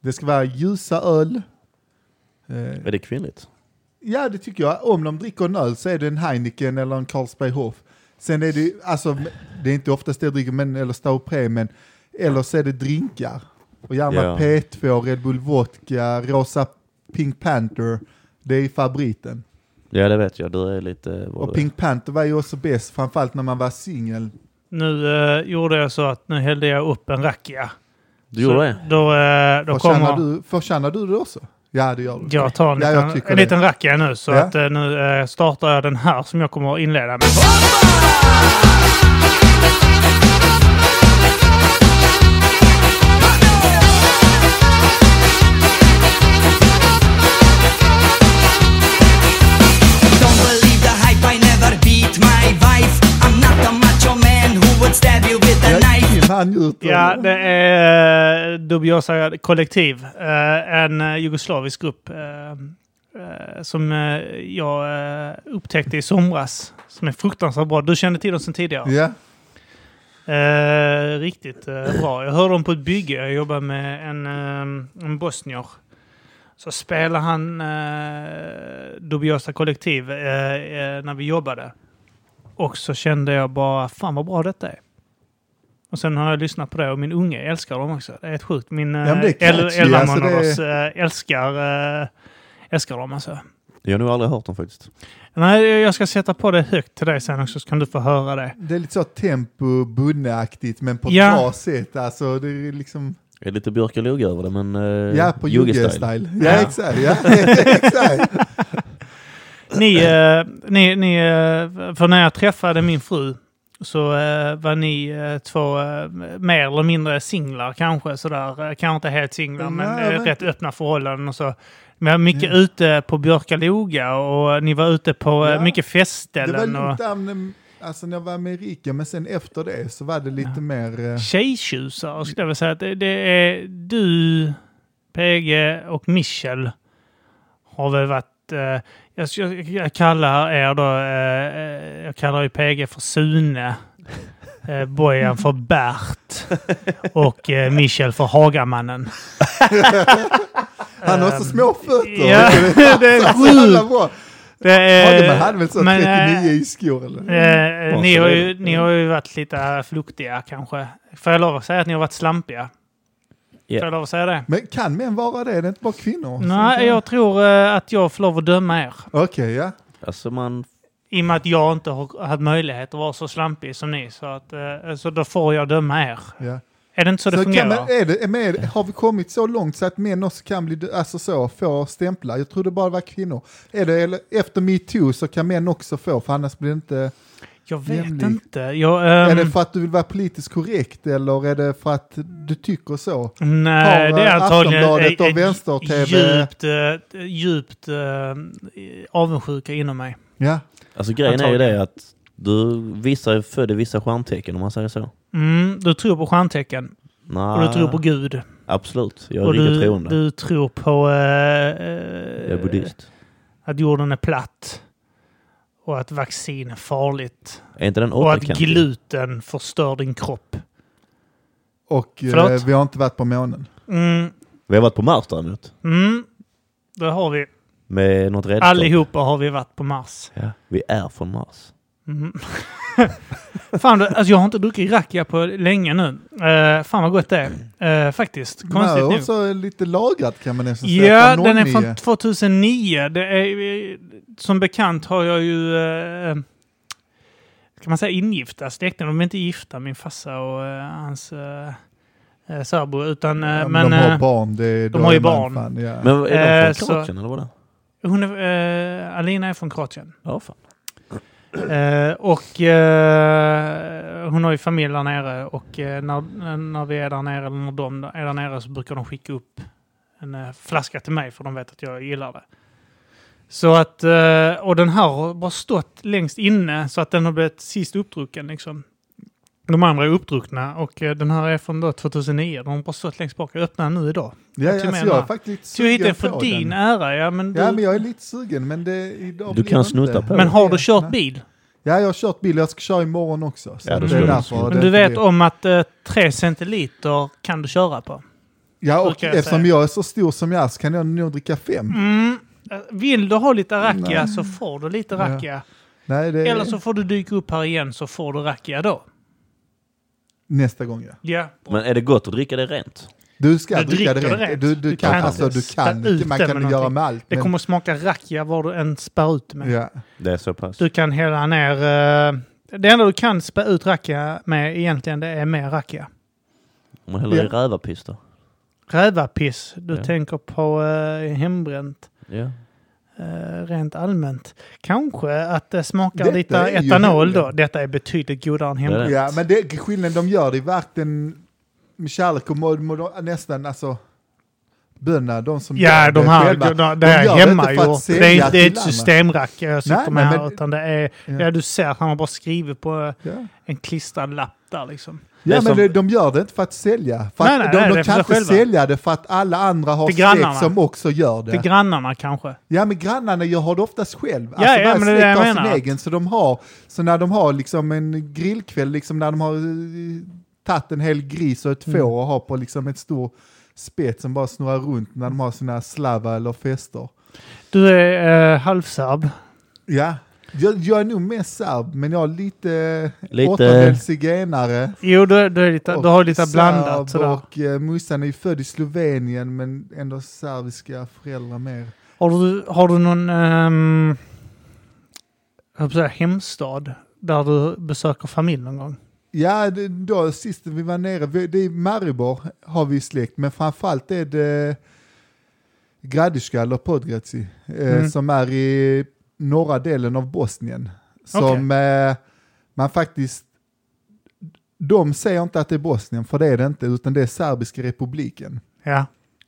Speaker 2: Det ska vara ljusa öl. Eh,
Speaker 3: Är det kvinnligt?
Speaker 2: Ja, det tycker jag. Om de dricker en öl så är det en Heineken eller en Carlsberg Hof. Sen är det ju- alltså, det är inte oftast det jag dricker, men, eller Staupré, men eller så är det drinkar. Och gärna
Speaker 3: Ja.
Speaker 2: P2, Red Bull Vodka, Rosa Pink Panther. Det är favoriten.
Speaker 3: Ja, det vet jag. Du är lite... vad
Speaker 2: Och
Speaker 3: du är.
Speaker 2: Pink Panther var ju också bäst, framförallt när man var singel.
Speaker 1: Nu eh, gjorde jag så att nu hällde jag upp en rakia.
Speaker 3: Du gjorde
Speaker 1: Så
Speaker 3: det?
Speaker 1: Då, eh, då
Speaker 2: Förtjänar
Speaker 1: kommer...
Speaker 2: du, förtjänar du det också? Ja, det gör du.
Speaker 1: Jag tar en
Speaker 2: Ja, jag
Speaker 1: liten,
Speaker 2: tycker
Speaker 1: en
Speaker 2: det.
Speaker 1: liten rakia nu så
Speaker 2: Ja.
Speaker 1: att eh, nu eh, startar jag den här som jag kommer att inleda med.
Speaker 5: Don't believe the hype, I never beat my wife. I'm not the macho man who would stab you with a
Speaker 2: Jag
Speaker 5: knife.
Speaker 2: gick in, han njuter.
Speaker 1: Ja, det är eh, Dubiosa Kollektiv. eh, En eh, jugoslavisk grupp eh, eh, som eh, jag eh, upptäckte i somras. Som är fruktansvärt bra. Du kände till dem sedan tidigare.
Speaker 2: Ja,
Speaker 1: Eh, riktigt eh, bra. Jag hörde dem på ett bygge. Jag jobbade med en, eh, en bosnier. Så spelade han eh, Dubiosa Kollektiv eh, eh, när vi jobbade. Och så kände jag bara, fan vad bra detta är. Och sen har jag lyssnat på det och min unge älskar dem också. Det är helt sjukt. Min eh,
Speaker 2: Ja, men det är catchy,
Speaker 1: 11
Speaker 2: alltså det är-
Speaker 1: månaders eh, älskar, eh, älskar dem alltså.
Speaker 3: Jag har nog aldrig hört dem faktiskt.
Speaker 1: Nej, jag ska sätta på det högt till dig sen också så kan du få höra det.
Speaker 2: det är lite så tempo bunneaktigt men på ett
Speaker 1: Ja.
Speaker 2: bra sätt. Alltså, det är liksom...
Speaker 3: Det är lite Björkalog över det, men... eh,
Speaker 2: Ja, på Jugge-style.
Speaker 3: Jugge-style.
Speaker 1: Ja.
Speaker 2: Ja, exakt. Ja, [laughs] exakt.
Speaker 1: Ni, eh, ni, ni, eh, för när jag träffade min fru så eh, var ni eh, två eh, mer eller mindre singlar kanske sådär. Eh, Kanske inte helt singlar men,
Speaker 2: Nej,
Speaker 1: eh,
Speaker 2: men-
Speaker 1: rätt öppna förhållanden och så. Men jag var mycket ute på Björkaloga och ni var ute på eh,
Speaker 2: Ja.
Speaker 1: mycket
Speaker 2: Det var
Speaker 1: festställen
Speaker 2: lugnt
Speaker 1: och
Speaker 2: där, men, alltså, när jag var med Erika, men sen efter det så var det lite mer... eh,
Speaker 1: tjejtjusare skulle jag vilja säga. att Det, det är du, PG och Michel har väl varit... Eh, jag, jag, jag kallar er då... Eh, eh, jag kallar ju PG för Sune. Eh, Bojan för Bert. Och eh, Michel för Hagamannen.
Speaker 2: Han har så små fötter. [laughs] Alltså,
Speaker 1: Ja, [laughs] det är
Speaker 2: Så jävla
Speaker 1: sjukt.
Speaker 2: bra.
Speaker 1: Det är-
Speaker 2: Hagelman hade väl så
Speaker 1: men, eh,
Speaker 2: 39 i skor eller?
Speaker 1: Eh, ni, har ju,
Speaker 3: Mm.
Speaker 1: ni har ju varit lite fluktiga kanske. Får jag lov att säga att ni har varit slampiga?
Speaker 3: Ja.
Speaker 1: Får jag lov att säga det?
Speaker 2: Men kan män vara det? Det är inte bara kvinnor.
Speaker 1: Nej, jag tror eh, att jag får lov att döma er.
Speaker 2: Okej, ja.
Speaker 3: Alltså man...
Speaker 1: I och med att jag inte har haft möjlighet att vara så slampig som ni. Så, att, eh, så då får jag döma er.
Speaker 2: ja.
Speaker 1: Är det inte så, det
Speaker 2: Så kan
Speaker 1: fungerar?
Speaker 2: man, är det, är med, har vi kommit så långt så att män också kan bli, alltså så, få stämplar? Jag trodde bara det var kvinnor. Är det, eller, efter metoo så kan män också få, för annars blir det inte...
Speaker 1: jag vet
Speaker 2: jämlik?
Speaker 1: inte. Jag,
Speaker 2: Är
Speaker 1: ehm,
Speaker 2: det för att du vill vara politiskt korrekt eller är det för att du tycker så?
Speaker 1: nej,
Speaker 2: har,
Speaker 1: det är
Speaker 2: eh,
Speaker 1: antagligen
Speaker 2: Aftonbladet och
Speaker 1: ett- ett
Speaker 2: Vänster-TV?
Speaker 1: djupt, eh, djupt eh, avundsjuka inom mig.
Speaker 2: Ja,
Speaker 3: Alltså grejen är ju
Speaker 1: Antagligen.
Speaker 3: det att du vissa är född i vissa stjärntecken om man säger så.
Speaker 1: Mm, du tror på stjärntecken
Speaker 3: Nej,
Speaker 1: och du tror på Gud.
Speaker 3: absolut. Jag är
Speaker 1: och
Speaker 3: riktigt
Speaker 1: du,
Speaker 3: troende.
Speaker 1: du tror på eh,
Speaker 3: Jag är
Speaker 1: eh,
Speaker 3: buddhist.
Speaker 1: att jorden är platt och att vaccin är farligt.
Speaker 3: Är inte den
Speaker 1: Och att
Speaker 3: återkantig?
Speaker 1: gluten förstör din kropp.
Speaker 2: och eh,
Speaker 1: Förlåt?
Speaker 2: vi har inte varit på månen.
Speaker 1: Mm,
Speaker 3: Vi har varit på Mars däremot.
Speaker 1: mm, det har vi.
Speaker 3: Med något redskap.
Speaker 1: Allihopa har vi varit på Mars.
Speaker 3: Ja, vi är från Mars.
Speaker 1: Mm. [laughs] fan, det- alltså jag har inte druckit rakia på länge nu. Eh, fan vad gott det är. Eh, faktiskt. Konstigt
Speaker 2: Nej,
Speaker 1: nog.
Speaker 2: och så lite lagrat kan man nästan säga.
Speaker 1: Ja,
Speaker 2: från
Speaker 1: den är
Speaker 2: 09.
Speaker 1: från 2009. Det är, eh, som bekant har jag ju... Eh, kan man säga ingifta släkten? De är inte gifta, min farsa och eh, hans eh, eh, särbo. Utan, eh,
Speaker 2: Ja,
Speaker 1: men,
Speaker 2: de har
Speaker 1: eh,
Speaker 2: barn. Det,
Speaker 1: de
Speaker 2: då
Speaker 1: har ju
Speaker 2: är man
Speaker 1: barn.
Speaker 2: Fan, ja.
Speaker 3: Men är
Speaker 1: Eh,
Speaker 3: de
Speaker 1: så-
Speaker 3: från Kroatien eller vad det är?
Speaker 1: hon är, eh, Alina är från Kroatien. [clears throat]
Speaker 3: Ja, fan.
Speaker 1: Eh, och eh, hon har ju familj där nere och eh, när, när vi är där nere, eller när de är där nere så brukar de skicka upp en eh, flaska till mig för de vet att jag gillar det. Så att, eh, och den här har bara stått längst inne så att den har blivit sist uppdrucken liksom. De andra är uppdruckna och eh, den här är från då 2009. De har bara stått längst bak. Jag öppnar den nu idag.
Speaker 2: ja,
Speaker 1: jag
Speaker 2: alltså,
Speaker 1: menar.
Speaker 2: jag är faktiskt lite
Speaker 1: Så jag hittade
Speaker 2: sugen
Speaker 1: den för
Speaker 2: på
Speaker 1: din
Speaker 2: den.
Speaker 1: ära. Ja, men du,
Speaker 2: Ja, men
Speaker 1: men,
Speaker 2: jag är lite sugen, men det idag
Speaker 3: Du
Speaker 2: blir
Speaker 3: kan
Speaker 2: jag
Speaker 3: snuta
Speaker 2: inte.
Speaker 3: på.
Speaker 1: har du kört bil?
Speaker 2: Ja, jag har kört bil. Jag ska köra imorgon också. Så
Speaker 3: Ja, då
Speaker 2: det
Speaker 3: ska
Speaker 2: är
Speaker 3: du
Speaker 2: därför
Speaker 3: snuta.
Speaker 2: det
Speaker 1: Men du
Speaker 2: inte
Speaker 1: vet
Speaker 2: blir-
Speaker 1: om att eh, 3 centiliter kan du köra på?
Speaker 2: Ja, och
Speaker 1: brukar jag
Speaker 2: eftersom
Speaker 1: säga.
Speaker 2: jag är så stor som jag är så kan jag nog dricka fem.
Speaker 1: Mm. Eh, Vill du ha lite rakia så får du lite
Speaker 2: Ja.
Speaker 1: rakia.
Speaker 2: Nej, det
Speaker 1: Eller
Speaker 2: är
Speaker 1: så får du dyka upp här igen så får du rakia då.
Speaker 2: nästa gång ja.
Speaker 1: Ja.
Speaker 3: Men är det gott att dricka det rent?
Speaker 2: Du ska
Speaker 1: Du
Speaker 2: dricka det
Speaker 1: dricker
Speaker 2: rent. Du, du, kan,
Speaker 1: inte
Speaker 2: alltså du
Speaker 1: spä
Speaker 2: kan,
Speaker 1: ut
Speaker 2: man
Speaker 1: det
Speaker 2: kan
Speaker 1: med
Speaker 2: det göra
Speaker 1: någonting.
Speaker 2: med allt.
Speaker 1: Det
Speaker 2: men-
Speaker 1: kommer att smaka rakia var du än spär ut med.
Speaker 2: ja.
Speaker 3: Det är så pass.
Speaker 1: Du kan hälla ner... eh, det enda du kan spä ut rakia med egentligen det är mer rakia.
Speaker 3: Om man häller i
Speaker 2: Ja.
Speaker 3: rävarpiss då?
Speaker 1: Rävarpiss. Du
Speaker 3: Ja.
Speaker 1: tänker på eh, hembränt.
Speaker 3: Ja.
Speaker 1: eh, rent allmänt. Kanske att det smakar
Speaker 2: Detta
Speaker 1: lite
Speaker 2: är ju
Speaker 1: etanol då.
Speaker 2: hembränt.
Speaker 1: Detta är betydligt godare än hembränt.
Speaker 3: det.
Speaker 2: ja, men det, skillnaden de gör det är verkligen med kärlek och mod, mod, nästan alltså bönderna, de som
Speaker 1: Ja,
Speaker 2: gör
Speaker 1: de
Speaker 2: det
Speaker 1: här,
Speaker 2: själva.
Speaker 1: de, de,
Speaker 2: de
Speaker 1: det är
Speaker 2: gör
Speaker 1: hemma
Speaker 2: det
Speaker 1: ju.
Speaker 2: inte för att
Speaker 1: Det
Speaker 2: sälja
Speaker 1: är inte det är
Speaker 2: till
Speaker 1: ett
Speaker 2: andra.
Speaker 1: systemrack jag sitter
Speaker 2: Nej,
Speaker 1: med
Speaker 2: nej,
Speaker 1: här,
Speaker 2: men-
Speaker 1: utan det är...
Speaker 2: Ja.
Speaker 1: Ja. du ser, han har bara skrivit på eh,
Speaker 2: Ja.
Speaker 1: en klistrad lapp där liksom.
Speaker 3: Det
Speaker 2: Ja
Speaker 3: är
Speaker 2: men
Speaker 3: som-
Speaker 2: det, de gör det inte för att sälja. För att
Speaker 1: Nej, nej,
Speaker 2: de
Speaker 1: nej, det
Speaker 2: de
Speaker 1: är
Speaker 2: kan
Speaker 1: för
Speaker 2: inte
Speaker 1: sig själva.
Speaker 2: sälja det för att alla andra har
Speaker 1: Till grannarna.
Speaker 2: släkt som också gör det.
Speaker 1: Till grannarna kanske.
Speaker 2: ja men grannarna gör har det oftast själv.
Speaker 1: Ja, ja, men det är det jag
Speaker 2: har sin
Speaker 1: menar.
Speaker 2: egen. Så, de har, så när de har liksom en grillkväll, liksom när de har eh, tagit en hel gris och ett
Speaker 1: Mm.
Speaker 2: får och har på liksom ett stor spett som bara snurrar runt när de har sina slava eller fester.
Speaker 1: Du är eh, halvserb.
Speaker 2: Ja, jag, jag är nog mest serb men jag är lite,
Speaker 3: Lite-
Speaker 2: åttondels zigenare.
Speaker 1: Jo, du, du, är lite, du har lite
Speaker 2: serb
Speaker 1: blandat sådär.
Speaker 2: Och eh, morsan är ju född i Slovenien men ändå serbiska föräldrar mer.
Speaker 1: Har du, har du någon ehm, jag höll på att säga, hemstad där du besöker familj någon gång?
Speaker 2: Ja, det, då sist vi var nere, vi- det är Maribor har vi släkt, men framförallt är det Gradiska eller Podgradci eh,
Speaker 1: Mm.
Speaker 2: som är i norra delen av Bosnien. Som eh, man faktiskt, de säger inte att det är Bosnien, för det är det inte, utan det är Serbiska republiken.
Speaker 1: Ja.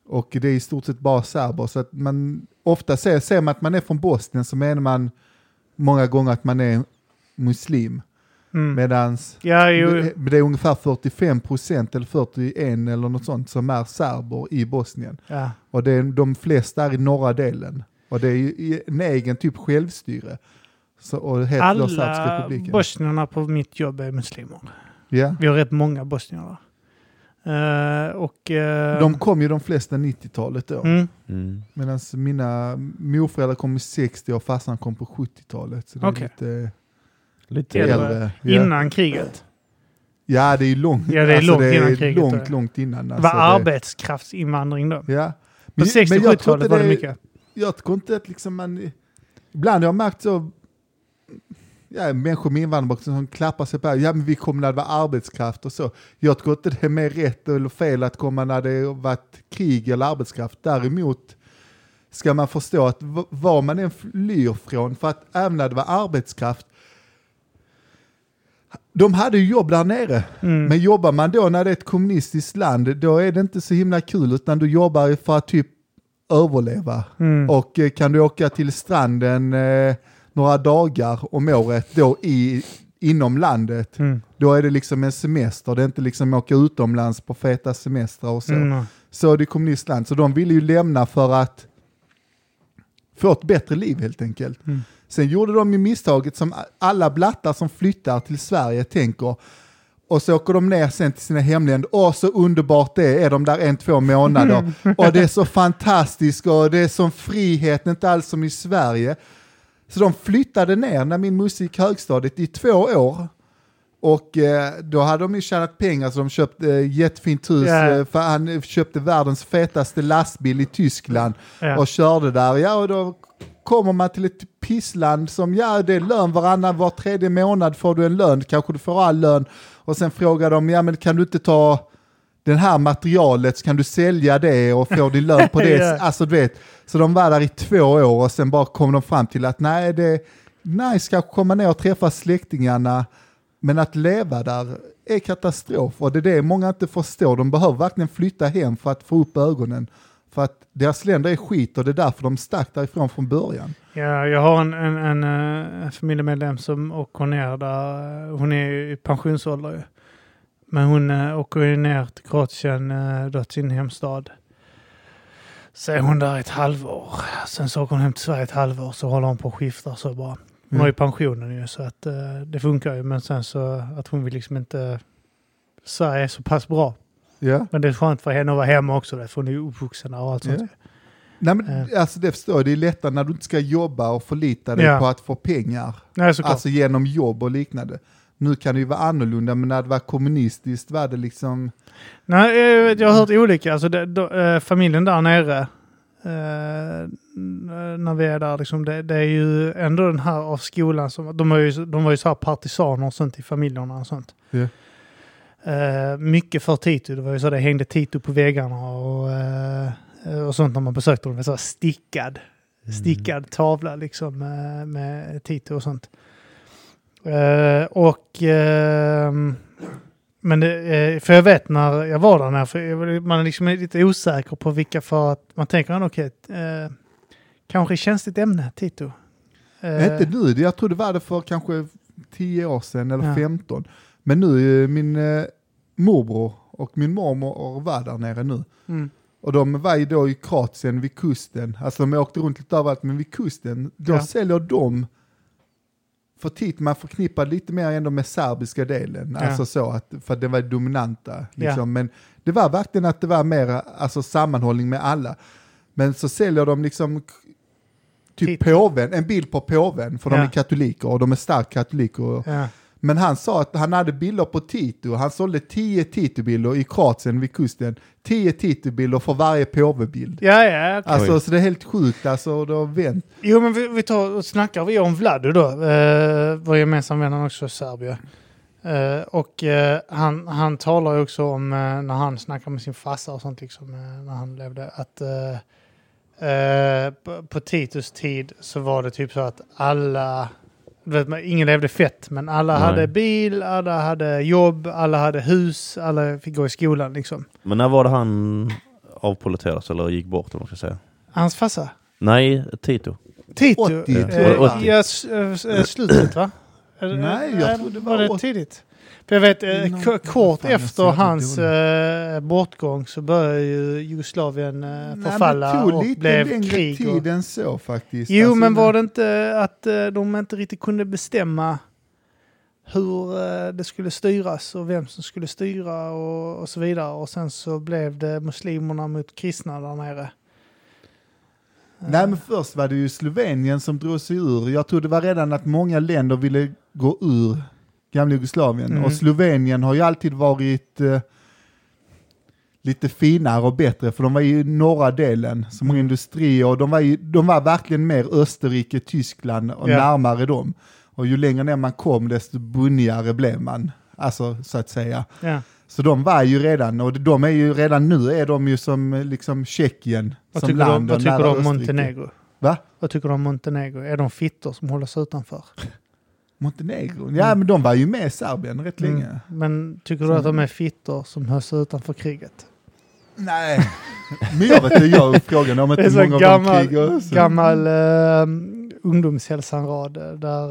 Speaker 2: Och det är i stort sett bara serber. Så att man ofta ser, ser man att man är från Bosnien så menar man många gånger att man är muslim.
Speaker 1: Mm.
Speaker 2: Medans
Speaker 1: ja, jo.
Speaker 2: det, det är ungefär 45 procent eller 41 eller något sånt som är serber i Bosnien.
Speaker 1: Ja.
Speaker 2: Och det är, de flesta är i norra delen. Och det är ju i- en egen typ självstyre. Så, och heter då Serbiska
Speaker 1: Alla
Speaker 2: republiken.
Speaker 1: bosnierna på mitt jobb är muslimer.
Speaker 2: ja.
Speaker 1: Vi har rätt många bosnier där. Eh, och... eh,
Speaker 2: De kom ju de flesta 90-talet då.
Speaker 1: mm,
Speaker 3: Mm.
Speaker 2: Medan mina morföräldrar kom i 60 och farsan kom på 70-talet. Så det
Speaker 1: Okej.
Speaker 2: är lite
Speaker 3: Lite
Speaker 1: Äldre.
Speaker 2: äldre. Ja.
Speaker 1: Innan kriget.
Speaker 2: ja, det är långt,
Speaker 1: Ja, det är långt innan kriget,
Speaker 2: Långt,
Speaker 1: då.
Speaker 2: långt innan.
Speaker 1: det var
Speaker 2: alltså,
Speaker 1: arbetskraftsinvandring då.
Speaker 2: det, ja.
Speaker 1: På
Speaker 2: Men- men jag tror
Speaker 1: 60-70-talet
Speaker 2: inte
Speaker 1: var det mycket.
Speaker 2: Jag tror inte att liksom man... Ibland har jag märkt så... Ja, människor med invandrarbakgrund som klappar sig på ja men vi kom när det var arbetskraft och så. Jag tror inte det är mer rätt eller fel att komma när det har varit krig eller arbetskraft. Däremot ska man förstå att v- var man än flyr från, för att även när det var arbetskraft, de hade ju jobb där nere. Men jobbar man då när det är ett kommunistiskt land, då är det inte så himla kul, utan du jobbar ju för att typ överleva. Och eh, kan du åka till stranden eh, några dagar om året då i, inom landet, då är det liksom en semester. Det är inte liksom åka utomlands på feta semestrar och så.
Speaker 1: Mm.
Speaker 2: Så det är kommunistland. Så de ville ju lämna för att få ett bättre liv helt enkelt. Sen gjorde de ju misstaget som alla blattar som flyttar till Sverige tänker. Och så åker de ner sen till sina hemländer. Åh, så underbart det är. Är de där en, två månader. Och det är så fantastiskt och det är som frihet, inte alls som i Sverige. Så de flyttade ner när min musse gick högstadiet i två år. Och eh, då hade de ju tjänat pengar så de köpte eh, jättefint hus.
Speaker 1: Ja.
Speaker 2: eh, För han eh, köpte världens fetaste lastbil i Tyskland
Speaker 1: Ja.
Speaker 2: och körde där. Ja, och då kommer man till ett pissland som, ja det är lön varannan, var tredje månad får du en lön, kanske du får all lön. Och sen frågar de, ja men kan du inte ta den här materialet så kan du sälja det och få din
Speaker 1: [laughs]
Speaker 2: lön på det.
Speaker 1: Ja.
Speaker 2: Alltså du vet, så de var där i två år och sen bara kom de fram till att nej det är nice kanske komma ner och träffa släktingarna men att leva där är katastrof och det är det många inte förstår. De behöver verkligen flytta hem för att få upp ögonen. För att deras länder är skit och det är därför de stack därifrån från början.
Speaker 1: Ja, jag har en, en, en, eh, en familjemedlem som åker ner där. eh, Hon är ju i pensionsålder ju. Men hon eh, åker ju ner till Kroatien, eh, då till sin hemstad. Så är hon där i ett halvår. Sen så åker hon hem till Sverige ett halvår så håller hon på och skiftar så bara. Hon
Speaker 2: Mm.
Speaker 1: har ju pensionen ju så att eh, det funkar ju. Men sen så att hon vill liksom inte... Sverige är så pass bra.
Speaker 2: Ja.
Speaker 1: Men det är skönt för henne att vara hemma också. För hon är ju uppvuxen där och allt
Speaker 2: Ja.
Speaker 1: sånt.
Speaker 2: Nej, men,
Speaker 1: Eh.
Speaker 2: Alltså det förstår jag, det är lättare när du inte ska jobba och förlita dig
Speaker 1: Ja.
Speaker 2: på att få pengar.
Speaker 1: Nej, såklart.
Speaker 2: Alltså genom jobb och liknande. Nu kan det ju vara annorlunda, men när det var kommunistiskt var det liksom...
Speaker 1: Nej, eh, jag, vet, jag har hört olika. Alltså det, då, eh, familjen där nere, eh, n- när vi är där, liksom, det, det är ju ändå den här av skolan som... De, har ju, de var ju så här partisaner och sånt i familjerna och sånt.
Speaker 2: Ja.
Speaker 1: Eh, mycket för Tito. Det var ju så det hängde Tito på väggarna och, eh, och sånt när man besökte dem. Det var så här stickad,
Speaker 3: Mm.
Speaker 1: stickad tavla liksom eh, med Tito och sånt. Eh, och... ehm, men det, eh, för jag vet när jag var där, när, för jag, var- man är liksom lite osäker på vilka för att man tänker "Ah, okej, eh, kanske känsligt ämne, Tito. Eh,
Speaker 2: Inte nu, det- jag tror det var det för kanske 10 år sedan eller
Speaker 1: Ja.
Speaker 2: 15. Men nu, eh, min eh, morbror och min mormor var där nere nu.
Speaker 1: Mm.
Speaker 2: Och de var ju då i Kroatien vid kusten. Alltså de åkte runt lite överallt, men vid kusten, då
Speaker 1: Ja.
Speaker 2: säljer de för tit man förknippar lite mer ändå med serbiska delen,
Speaker 1: Ja.
Speaker 2: alltså så att, för att det var dominanta. Liksom. Men det var verkligen att det var mer alltså, sammanhållning med alla. Men så säljer de liksom k- typ
Speaker 1: Tit.
Speaker 2: påven, en bild på påven, för de
Speaker 1: Ja.
Speaker 2: är katoliker och de är starkt katoliker. Och,
Speaker 1: Ja.
Speaker 2: men han sa att han hade bilder på Tito. Han sålde 10 Tito-bilder i Kroatien vid kusten. 10 Tito-bilder för varje påvebild.
Speaker 1: Ja, ja. okej.
Speaker 2: Alltså, så det är helt sjukt alltså. och Det har vänt.
Speaker 1: Jo, men vi, vi tar och snackar vi om Vlado då, eh, vår gemensamma vän han är också Serbien. Eh, och eh, han, han talar ju också om eh, när han snackar med sin farsa och sånt liksom, eh, när han levde, att eh, eh, på, på Titus tid så var det typ så att alla, du vet, man- ingen levde fett, men alla
Speaker 3: Nej.
Speaker 1: hade bil, alla hade jobb, alla hade hus, alla fick gå i skolan liksom.
Speaker 3: Mm. Men när var det han avpoliterades eller gick bort om man ska säga?
Speaker 1: Hans farsa?
Speaker 3: Nej, Tito.
Speaker 1: Tito?
Speaker 2: 80,
Speaker 1: eh,
Speaker 2: tror jag det var.
Speaker 1: ja, s- eh, s- eh, slutet va? Är det-
Speaker 2: Nej, jag
Speaker 1: är-
Speaker 2: trodde det
Speaker 1: var
Speaker 2: var
Speaker 1: det
Speaker 2: åt-
Speaker 1: tidigt? För jag vet, eh,
Speaker 2: Innan-
Speaker 1: k- kort
Speaker 2: Fan, jag ser
Speaker 1: efter
Speaker 2: att det är
Speaker 1: hans eh, bortgång så började ju Jugoslavien eh, förfalla
Speaker 2: det tog
Speaker 1: och
Speaker 2: lite
Speaker 1: blev
Speaker 2: längre
Speaker 1: krig. Och...
Speaker 2: tid än så faktiskt.
Speaker 1: Jo,
Speaker 2: Alltså,
Speaker 1: men var det inte att eh, de inte riktigt kunde bestämma hur eh, det skulle styras och vem som skulle styra och, och så vidare. Och sen så blev det muslimerna mot kristna där nere.
Speaker 2: Nej, men först var det ju Slovenien som drog sig ur. Jag tror det var redan att många länder ville gå ur gamla Jugoslavien.
Speaker 1: Mm.
Speaker 2: Och Slovenien har ju alltid varit eh, lite finare och bättre, för de var ju i norra delen som
Speaker 1: Mm.
Speaker 2: har industrier och de var, ju, de var verkligen mer Österrike, Tyskland och
Speaker 1: Ja.
Speaker 2: närmare dem. Och ju längre ner man kom, desto bunnigare blev man. Alltså, så att säga.
Speaker 1: Ja.
Speaker 2: Så de var ju redan, och de är ju redan nu är de ju som eh, liksom Tjeckien.
Speaker 1: Vad
Speaker 2: som
Speaker 1: tycker,
Speaker 2: land
Speaker 1: de, vad
Speaker 2: och
Speaker 1: tycker
Speaker 2: nära
Speaker 1: du om
Speaker 2: Österrike.
Speaker 1: Montenegro?
Speaker 2: Va?
Speaker 1: Vad tycker du om Montenegro? Är de fittor som håller sig utanför?
Speaker 2: Montenegro? Ja, men de var ju med i Serbien rätt
Speaker 1: Mm.
Speaker 2: länge.
Speaker 1: Men tycker du att de är fittor som höll sig utanför kriget?
Speaker 2: Nej, men jag vet inte, jag frågan om
Speaker 1: Det är
Speaker 2: inte
Speaker 1: så
Speaker 2: många av
Speaker 1: gammal,
Speaker 2: de krigar. så-
Speaker 1: gammal eh, ungdomshälsan-rad eh, där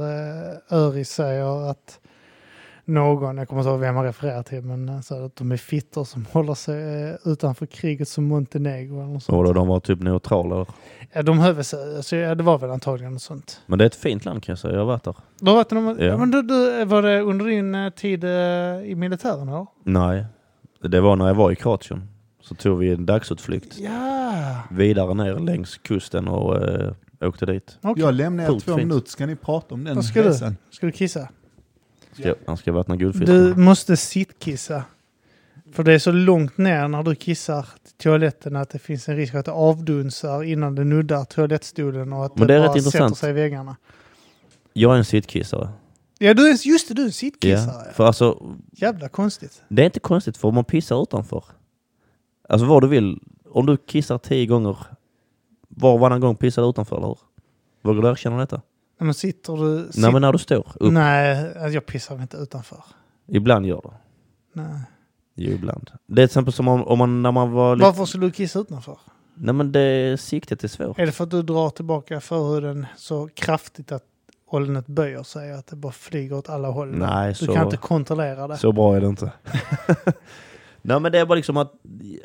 Speaker 1: eh, Öri säger att någon, jag kommer inte ihåg vem han refererar till, men han säger att de är fittor som håller sig eh, utanför kriget som Montenegro. Eller något sånt.
Speaker 3: Vadå, de var typ neutrala.
Speaker 1: Ja, de höll sig, alltså, ja, det var väl antagligen något sånt.
Speaker 3: Men det är ett fint land kan jag säga, jag har varit där.
Speaker 1: Då var, de,
Speaker 3: Ja.
Speaker 1: men du, du, var det under din eh, tid eh, i militären? Eller?
Speaker 3: Nej, det var när jag var i Kroatien. Så tog vi en dagsutflykt
Speaker 1: Ja,
Speaker 3: vidare ner längs kusten och eh, åkte dit.
Speaker 1: okej.
Speaker 2: Jag lämnar er
Speaker 3: Coolt,
Speaker 2: två
Speaker 3: fint.
Speaker 2: minuter, ska ni prata om den
Speaker 1: Vad ska du?
Speaker 2: resan?
Speaker 1: Ska du kissa?
Speaker 3: Ska, han ska vattna
Speaker 1: Du
Speaker 3: guldfisken.
Speaker 1: måste sittkissa. För det är så långt ner när du kissar till toaletten att det finns en risk att det avdunsar innan det nuddar toalettstolen och att
Speaker 3: Men
Speaker 1: det,
Speaker 3: det är
Speaker 1: bara
Speaker 3: rätt intressant.
Speaker 1: sätter sig i väggarna.
Speaker 3: Jag är en sittkissare.
Speaker 1: Ja, du är, just det, du är en
Speaker 3: Ja.
Speaker 1: sittkissare.
Speaker 3: För alltså,
Speaker 1: Jävla konstigt.
Speaker 3: det är inte konstigt för man pissar utanför. Alltså vad du vill. Om du kissar tio gånger, var och varannan gång pissar du utanför, eller hur? Vågar du erkänna detta?
Speaker 1: Nej, men sitter du... Sit,
Speaker 3: Nej, men när du står upp.
Speaker 1: Nej, alltså, jag pissar inte utanför.
Speaker 3: Ibland gör du.
Speaker 1: Nej.
Speaker 3: Jo, ibland. Det är till exempel som om, om man, när man var... Lite,
Speaker 1: Varför skulle du kissa utanför?
Speaker 3: nej, men det, siktet är svårt.
Speaker 1: Är det för att du drar tillbaka förhuden så kraftigt att ollonet böjer sig, att det bara flyger åt alla håll?
Speaker 3: Nej,
Speaker 1: du
Speaker 3: så-
Speaker 1: kan inte kontrollera det.
Speaker 3: Så bra är det inte. [laughs] Nej men det är bara liksom att...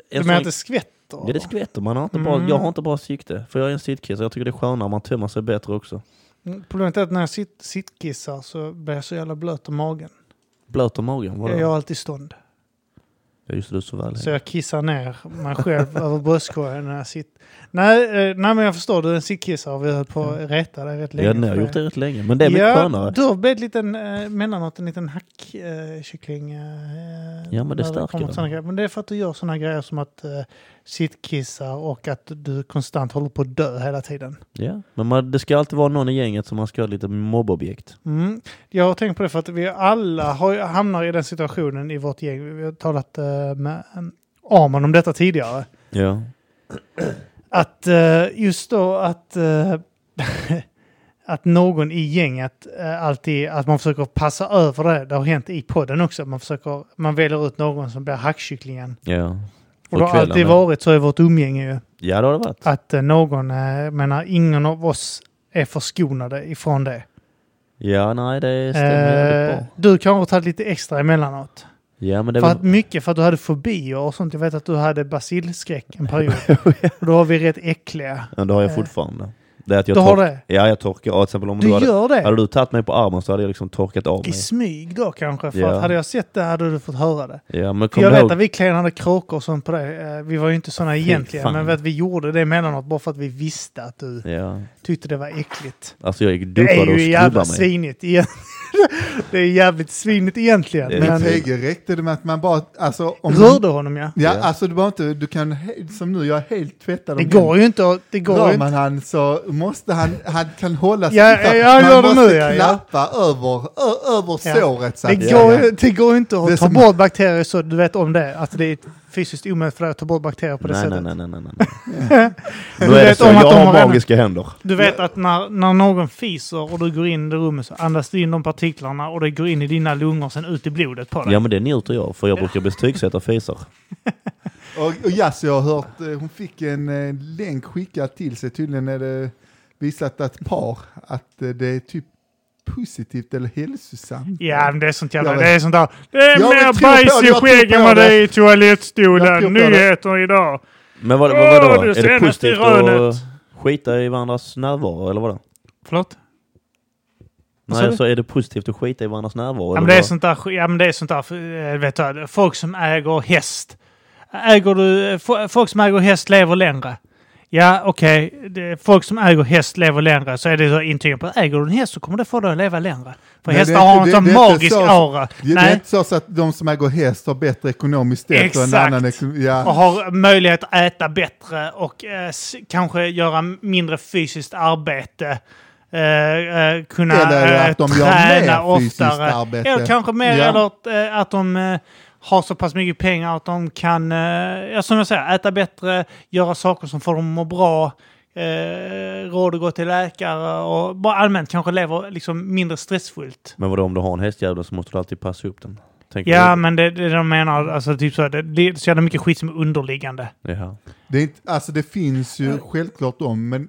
Speaker 1: du menar att det skvätter?
Speaker 3: Ja, det
Speaker 1: eller?
Speaker 3: skvätter. Man har inte
Speaker 1: Mm.
Speaker 3: bra, Jag har inte bra sikte. För jag är en sittkiss och jag tycker det är skönare. Man tömmer sig bättre också.
Speaker 1: Mm, Problemet är att när jag sit, sittkissar så blir jag så jävla blöt om magen.
Speaker 3: Blöter magen. Vadå?
Speaker 1: Jag gör alltid stånd.
Speaker 3: Ja, just det, du är så väl.
Speaker 1: Så jag kissar ner mig själv över bröstkorgen när jag sitter. Nej, eh, nej, men jag förstår. Du är en sittkissare och vi höll på att reta dig rätt länge.
Speaker 3: Ja, nej, jag
Speaker 1: för
Speaker 3: har gjort det rätt länge. Men det är mycket skönare.
Speaker 1: Du har blivit liten, eh, mellanåt en liten hackkyckling. Eh, kyckling, eh,
Speaker 3: Ja, men
Speaker 1: när
Speaker 3: det stärker
Speaker 1: kommer till
Speaker 3: den.
Speaker 1: såna grejer. Men det är för att du gör sådana grejer som att eh, sittkissar och att du konstant håller på att dö hela tiden.
Speaker 3: Ja. Men man, det ska alltid vara någon i gänget som man ska ha lite mobbobjekt.
Speaker 1: Mm. Jag har tänkt på det för att vi alla har, ju- hamnar i den situationen i vårt gäng. Vi har talat eh, med um, Arman om detta tidigare.
Speaker 3: Ja.
Speaker 1: Att eh, just då att, eh, [laughs] att någon i gänget eh, alltid, att man försöker passa över det. Det har hänt i podden också. Man, försöker, man väljer ut någon som blir hackkycklingen.
Speaker 3: Ja.
Speaker 1: Och det har
Speaker 3: kvällen,
Speaker 1: alltid
Speaker 3: ja.
Speaker 1: varit så i vårt umgänge ju.
Speaker 3: Ja, det har det varit.
Speaker 1: Att eh, någon, eh, menar ingen av oss är förskonade ifrån det.
Speaker 3: Ja, nej, det stämmer jävligt
Speaker 1: Eh,
Speaker 3: bra.
Speaker 1: du kanske har tagit lite extra emellanåt.
Speaker 3: Ja, men det
Speaker 1: För
Speaker 3: var...
Speaker 1: att mycket för att du hade fobier och sånt. Jag vet att du hade basilskräck en
Speaker 3: [laughs]
Speaker 1: period. och då var vi rätt äckliga.
Speaker 3: Ja, det har jag
Speaker 1: eh,
Speaker 3: fortfarande. Det är att jag
Speaker 1: Du har
Speaker 3: tork-
Speaker 1: det?
Speaker 3: Ja, jag torkar av. Till exempel om
Speaker 1: Du
Speaker 3: du hade...
Speaker 1: gör
Speaker 3: Hade
Speaker 1: det?
Speaker 3: du tagit mig på armen så hade jag liksom torkat av
Speaker 1: I
Speaker 3: mig.
Speaker 1: smyg då kanske? För
Speaker 3: Ja.
Speaker 1: att hade jag sett det hade du fått höra det.
Speaker 3: Ja, men
Speaker 1: För
Speaker 3: kom
Speaker 1: jag vet
Speaker 3: ihåg-
Speaker 1: att vi klenade kråkor och sånt på det. Eh, Vi var ju inte sådana egentligen,
Speaker 3: fan.
Speaker 1: men vet, vi gjorde det emellanåt bara för att vi visste att du
Speaker 3: Ja,
Speaker 1: tyckte det var äckligt.
Speaker 3: alltså jag gick
Speaker 1: Det är
Speaker 3: duschade och
Speaker 1: ju jävla
Speaker 3: skrubbade mig.
Speaker 1: svinigt egentligen. [laughs] det är jävligt svinigt egentligen.
Speaker 3: Det är
Speaker 1: Men
Speaker 2: Men PG räckte det med att man bara, alltså, om
Speaker 1: rörde honom ja.
Speaker 2: Ja,
Speaker 3: Ja.
Speaker 2: alltså du behöver inte, du kan, he- som nu, jag är helt tvättad
Speaker 1: Det
Speaker 2: om
Speaker 1: går ju inte att... Det går ju
Speaker 2: Rör
Speaker 1: inte.
Speaker 2: man han så måste han, han kan hålla sig
Speaker 1: Ja, ja, jag
Speaker 2: man
Speaker 1: gör det
Speaker 2: måste
Speaker 1: nu, ja, ja.
Speaker 2: klappa över, ö, över
Speaker 1: Ja.
Speaker 2: såret så
Speaker 1: Det
Speaker 2: att
Speaker 1: går,
Speaker 2: säga.
Speaker 1: ju- det går inte att
Speaker 2: Det är
Speaker 1: ta
Speaker 2: som-
Speaker 1: bort bakterier så du vet om det. Att det är fysiskt omöjligt för dig att ta bort bakterier på det
Speaker 3: Nej,
Speaker 1: sättet.
Speaker 3: nej, nej, nej, nej,
Speaker 1: [laughs]
Speaker 3: nej.
Speaker 1: Du
Speaker 3: Nu är det
Speaker 1: vet
Speaker 3: så,
Speaker 1: om att
Speaker 3: jag
Speaker 1: de
Speaker 3: har
Speaker 1: har redan-
Speaker 3: magiska händer.
Speaker 1: Du vet att när, när någon fiser och du går in i det rummet så andas du in de partiklarna och det går in i dina lungor och sen ut i blodet på dig.
Speaker 3: Ja, men det njuter jag, för
Speaker 1: [laughs]
Speaker 3: jag brukar betygsätta fisar.
Speaker 2: Och, och Jaså, jag har hört, eh, hon fick en eh, länk skickad till sig, tydligen är det visat att par, att eh, det är typ positivt eller hälsosamt.
Speaker 1: Ja, men det är sånt jävla...
Speaker 2: Jag
Speaker 1: Det
Speaker 2: vet.
Speaker 1: är sånt där... Det är
Speaker 2: Jag vill
Speaker 1: mer
Speaker 2: tro på
Speaker 1: bajs
Speaker 2: det,
Speaker 1: i
Speaker 2: jag tror
Speaker 1: skägg
Speaker 2: på
Speaker 1: än vad det
Speaker 2: det.
Speaker 1: är i
Speaker 2: Jag tror
Speaker 1: toalettstolen.
Speaker 2: på det.
Speaker 1: Nyheter idag.
Speaker 3: Men vad,
Speaker 1: Åh,
Speaker 3: vad, vadå?
Speaker 1: du
Speaker 3: Är det
Speaker 1: senaste
Speaker 3: positivt
Speaker 1: rönet.
Speaker 3: att skita i varandras närvaro eller vadå?
Speaker 1: Förlåt? Vad sa
Speaker 3: Nej,
Speaker 1: du?
Speaker 3: så är det positivt att skita i varandras närvaro?
Speaker 1: Ja,
Speaker 3: eller
Speaker 1: men det är
Speaker 3: vadå?
Speaker 1: sånt där... sk- Ja, men det är sånt där... eh, Vet du, folk som äger häst. Äger du... eh, fo- Folk som äger häst lever längre. Ja, okej. Det- Folk som äger häst lever längre. Så är det så intygen på att äger du en häst så kommer det få dig att leva längre. För
Speaker 2: Nej, det är
Speaker 1: hästar
Speaker 2: inte-
Speaker 1: har en
Speaker 2: det-
Speaker 1: sån
Speaker 2: det är inte
Speaker 1: magisk
Speaker 2: så-
Speaker 1: aura.
Speaker 2: Det, det är
Speaker 1: Nej.
Speaker 2: inte så att de som äger häst har bättre ekonomiskt ställning och en
Speaker 1: Exakt.
Speaker 2: annan ekonom-
Speaker 1: och
Speaker 2: ja.
Speaker 1: har möjlighet att äta bättre och eh, s- kanske göra mindre fysiskt arbete. Eh, eh, kunna
Speaker 2: Eller
Speaker 1: eh,
Speaker 2: att de gör
Speaker 1: träna
Speaker 2: mer fysiskt
Speaker 1: oftare.
Speaker 2: arbete.
Speaker 1: Eller kanske mer
Speaker 2: Ja.
Speaker 1: eller att, eh, att de eh, har så pass mycket pengar att de kan, eh, ja, som jag säger, äta bättre, göra saker som får dem att må bra. Eh, råd att gå till läkare och bara allmänt kanske lever liksom mindre stressfullt.
Speaker 3: Men vadå, om du har en hästjävel så måste du alltid passa upp den? Tänker
Speaker 1: Ja,
Speaker 2: Mm.
Speaker 3: du?
Speaker 1: men det, det de menar, alltså typ så, det, det är så jävla mycket skit som är underliggande.
Speaker 3: Jaha.
Speaker 2: det, är inte, alltså det finns ju självklart de, men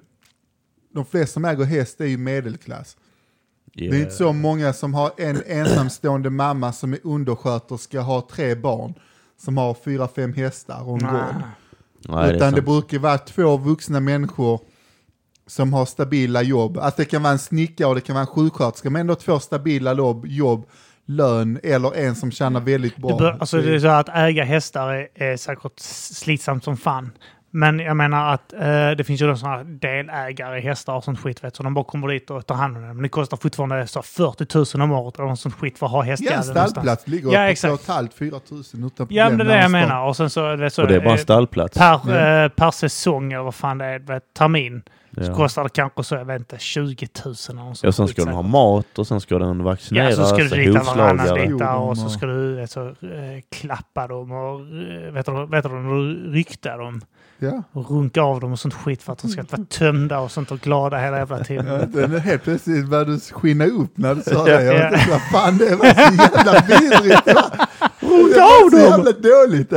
Speaker 2: de flesta som äger häst är ju medelklass.
Speaker 3: Ja.
Speaker 2: Det är inte så många som har en ensamstående mamma som är undersköterska, har tre barn, som har fyra, fem hästar och
Speaker 1: Ah.
Speaker 2: en gård.
Speaker 3: Nej, det är
Speaker 2: Utan det,
Speaker 3: sant.
Speaker 2: brukar vara två vuxna människor som har stabila jobb. Att det kan vara en snickare och det kan vara en sjuksköterska, men ändå två stabila lob, jobb, lön eller en som tjänar väldigt
Speaker 1: Det,
Speaker 2: bra.
Speaker 1: bör, alltså, det är så att äga hästar är, är säkert slitsamt som fan. Men jag menar att eh, det finns ju de som har delägare i hästar och sånt skit. Vet, så de bara kommer dit och tar hand om dem. Men det kostar fortfarande så 40 000 om året eller något sånt skit för att ha
Speaker 2: ja, en
Speaker 1: hästjäveln någonstans.
Speaker 2: stallplats ligger
Speaker 1: Ja,
Speaker 2: ja, på
Speaker 1: exakt.
Speaker 2: 2 4 tusen utan
Speaker 1: Ja, men det är det jag
Speaker 2: någonstans.
Speaker 1: menar. Och sen så... Det, så
Speaker 3: Och det är bara en
Speaker 1: eh,
Speaker 3: stallplats?
Speaker 1: Per,
Speaker 2: Ja.
Speaker 1: eh, per säsong eller vad fan det är, vet, termin, så
Speaker 3: Ja.
Speaker 1: kostar det kanske så, jag vet inte, 20 000 eller något
Speaker 3: Ja,
Speaker 1: sånt
Speaker 3: sen
Speaker 1: skit
Speaker 3: ska den
Speaker 1: säkert.
Speaker 3: ha mat och sen ska den vaccineras,
Speaker 1: Ja, så ska du rita varannan
Speaker 3: hovslagare.
Speaker 1: lite
Speaker 2: Jo, de
Speaker 1: och så
Speaker 2: har-
Speaker 1: ska du alltså, eh, klappa dem och eh, vet du, vet du, rykta dem
Speaker 2: Ja.
Speaker 1: och runka av dem och sånt skit för att de ska vara tömda och sånt och glada hela jävla
Speaker 2: Ja,
Speaker 1: tiden.
Speaker 2: den är helt plötsligt började du skina upp när du
Speaker 1: [laughs]
Speaker 2: sa det.
Speaker 1: Ja.
Speaker 2: Jag tänkte, vad fan det var så jävla vidrigt. Det var- Det
Speaker 1: av
Speaker 2: var så
Speaker 1: dem!
Speaker 2: jävla dåligt.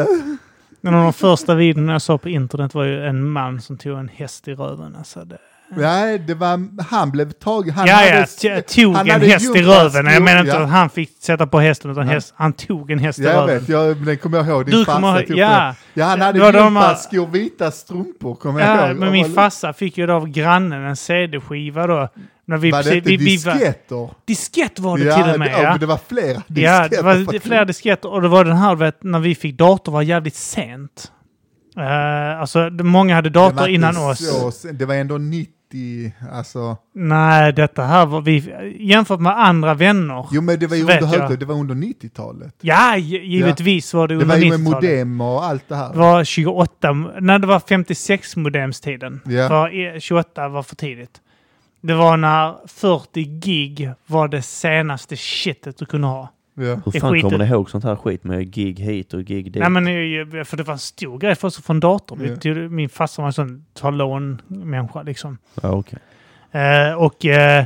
Speaker 1: Men de första videorna jag såg på internet var ju en man som tog en häst i röven. Alltså det,
Speaker 2: Nej, det var, han blev tagen. Han
Speaker 1: ja, ja,
Speaker 2: hade-
Speaker 1: t- tog
Speaker 2: han
Speaker 1: en
Speaker 2: hade
Speaker 1: häst i
Speaker 2: gjort hans
Speaker 1: röven. Jag
Speaker 2: skor,
Speaker 1: menar inte
Speaker 2: ja.
Speaker 1: att han fick sätta på hästen, utan
Speaker 2: Nej.
Speaker 1: häst, han tog en häst i
Speaker 2: Ja, jag
Speaker 1: röven.
Speaker 2: vet, jag, den kommer jag ihåg. Din
Speaker 1: Du
Speaker 2: farsa
Speaker 1: kommer ihåg-
Speaker 2: tog
Speaker 1: ja.
Speaker 2: på- ja, han hade
Speaker 1: Det var de här-
Speaker 2: gympaskor, vita strumpor, kommer jag
Speaker 1: Ja,
Speaker 2: ihåg.
Speaker 1: men
Speaker 2: Och
Speaker 1: min
Speaker 2: var-
Speaker 1: farsa fick ju då av grannen en CD-skiva då. När vi,
Speaker 2: Var det inte
Speaker 1: vi, vi, var-
Speaker 2: disketter?
Speaker 1: Diskett var det
Speaker 2: ja,
Speaker 1: till och med.
Speaker 2: det,
Speaker 1: Ja,
Speaker 2: det var flera disketter.
Speaker 1: ja, det var
Speaker 2: faktiskt.
Speaker 1: flera disketter. Och det var den här, vet, när vi fick dator var jävligt sent. Uh, alltså, det- många hade
Speaker 2: Det var
Speaker 1: dator
Speaker 2: inte
Speaker 1: innan oss.
Speaker 2: så sen- det var ändå 90, alltså.
Speaker 1: Nej, detta här var vi... Jämfört med andra vänner.
Speaker 2: Jo, men det var ju
Speaker 1: Så vet
Speaker 2: under,
Speaker 1: jag.
Speaker 2: högt, det var under 90-talet.
Speaker 1: Ja, gi- givetvis var det
Speaker 2: Det var
Speaker 1: under
Speaker 2: ju med
Speaker 1: 90-talet.
Speaker 2: modem och allt det här.
Speaker 1: Det var 28... När det var 56-modemstiden.
Speaker 2: Ja.
Speaker 1: För e- 28 var för tidigt. Det var när 40 gig var det senaste shitet du kunde ha.
Speaker 2: Ja. [laughs]
Speaker 3: Hur
Speaker 1: Det
Speaker 3: fan
Speaker 1: skiter-
Speaker 3: kommer ni ihåg sånt här skit med gig hit och gig dit?
Speaker 1: Nej, men, eh, för det var en stor grej för oss att få en dator. Vi
Speaker 2: Ja.
Speaker 1: tog- Min farsa var en sån ta lån-människa liksom.
Speaker 3: ja, okej.
Speaker 1: Eh, och eh,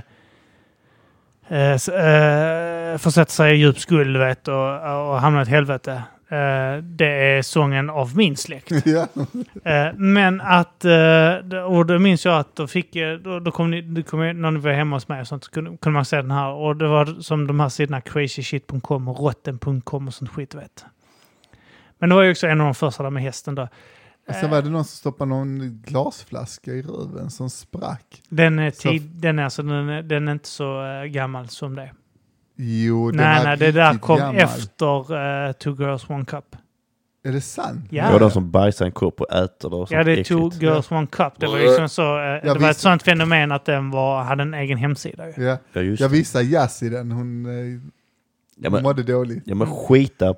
Speaker 1: eh, s- eh, försätta sig i djup skuld du vet, och, och hamna i ett helvete. Eh, det är sången av min släkt.
Speaker 2: Ja.
Speaker 1: Eh, men att, eh, det- och då minns jag att då fick, eh, då, då kom ni, då kom ni, när ni var hemma hos mig och sånt, så kunde, kunde man se den här. Och det var som de här sidorna crazyshit.com och rotten.com och sånt skit, vet. Men det var ju också en av de första där med hästen då.
Speaker 2: Och
Speaker 1: Eh.
Speaker 2: sen var det någon som stoppade någon glasflaska i röven som sprack.
Speaker 1: Den är,
Speaker 2: Så-
Speaker 1: tid, den är, alltså, den är, den är inte så eh, gammal som det.
Speaker 2: Jo, den
Speaker 1: Nej,
Speaker 2: var
Speaker 1: nej, det där
Speaker 2: riktigt
Speaker 1: kom
Speaker 2: gammal.
Speaker 1: efter eh, Two Girls One Cup.
Speaker 2: Är det sant?
Speaker 1: Ja.
Speaker 3: Det var de som bajsar i en kopp och äter det och sånt
Speaker 1: Ja, det är
Speaker 3: äckligt.
Speaker 1: Two Girls One Cup. Det var, liksom så, eh, det var ett
Speaker 2: visst.
Speaker 1: sånt fenomen att den var, hade en egen hemsida. ju.
Speaker 2: Ja.
Speaker 3: Ja, just
Speaker 2: Jag
Speaker 3: det.
Speaker 2: visade Jazz i den, hon, eh,
Speaker 3: Ja,
Speaker 2: hon
Speaker 3: men,
Speaker 2: mådde dåligt.
Speaker 3: ja, men skita...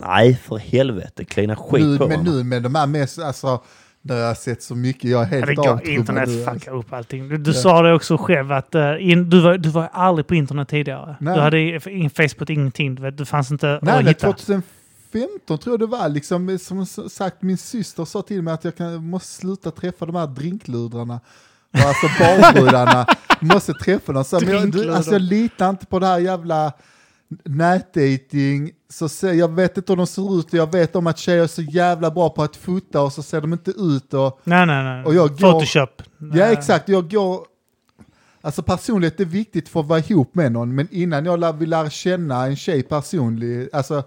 Speaker 3: Nej, för helvete. Klina skit
Speaker 2: nu,
Speaker 3: på
Speaker 2: men
Speaker 3: varandra.
Speaker 2: nu med de här mest, alltså, när jag har sett så mycket, jag är
Speaker 1: Ja, det
Speaker 2: helt
Speaker 1: går,
Speaker 2: avtrubbad.
Speaker 1: internet
Speaker 2: nu, alltså.
Speaker 1: fuckar upp allting. Du, du sa det också själv att eh, in, du, var, du var aldrig på internet tidigare.
Speaker 2: Nej.
Speaker 1: Du hade ingen Facebook, ingenting. Du, vet, du fanns inte
Speaker 2: Nej,
Speaker 1: att
Speaker 2: nej,
Speaker 1: hitta.
Speaker 2: 2015 tror jag det var, liksom, som sagt, min syster sa till mig att jag kan, måste sluta träffa de här drinkludrarna. Och
Speaker 3: [laughs]
Speaker 2: Alltså barbrudarna, måste träffa dem. Så, men jag, du,
Speaker 1: Drinkludrar.
Speaker 2: alltså, jag litar inte på det här jävla nätdating. Så ser, jag vet inte hur de ser ut och jag vet om att tjejer är så jävla bra på att fota och så ser de inte ut. Och,
Speaker 1: Nej, nej, nej.
Speaker 2: Och jag går-
Speaker 1: Photoshop.
Speaker 2: Ja exakt, jag går... Alltså personlighet är viktigt för att vara ihop med någon, men innan jag lär, vill lära känna en tjej personlig, alltså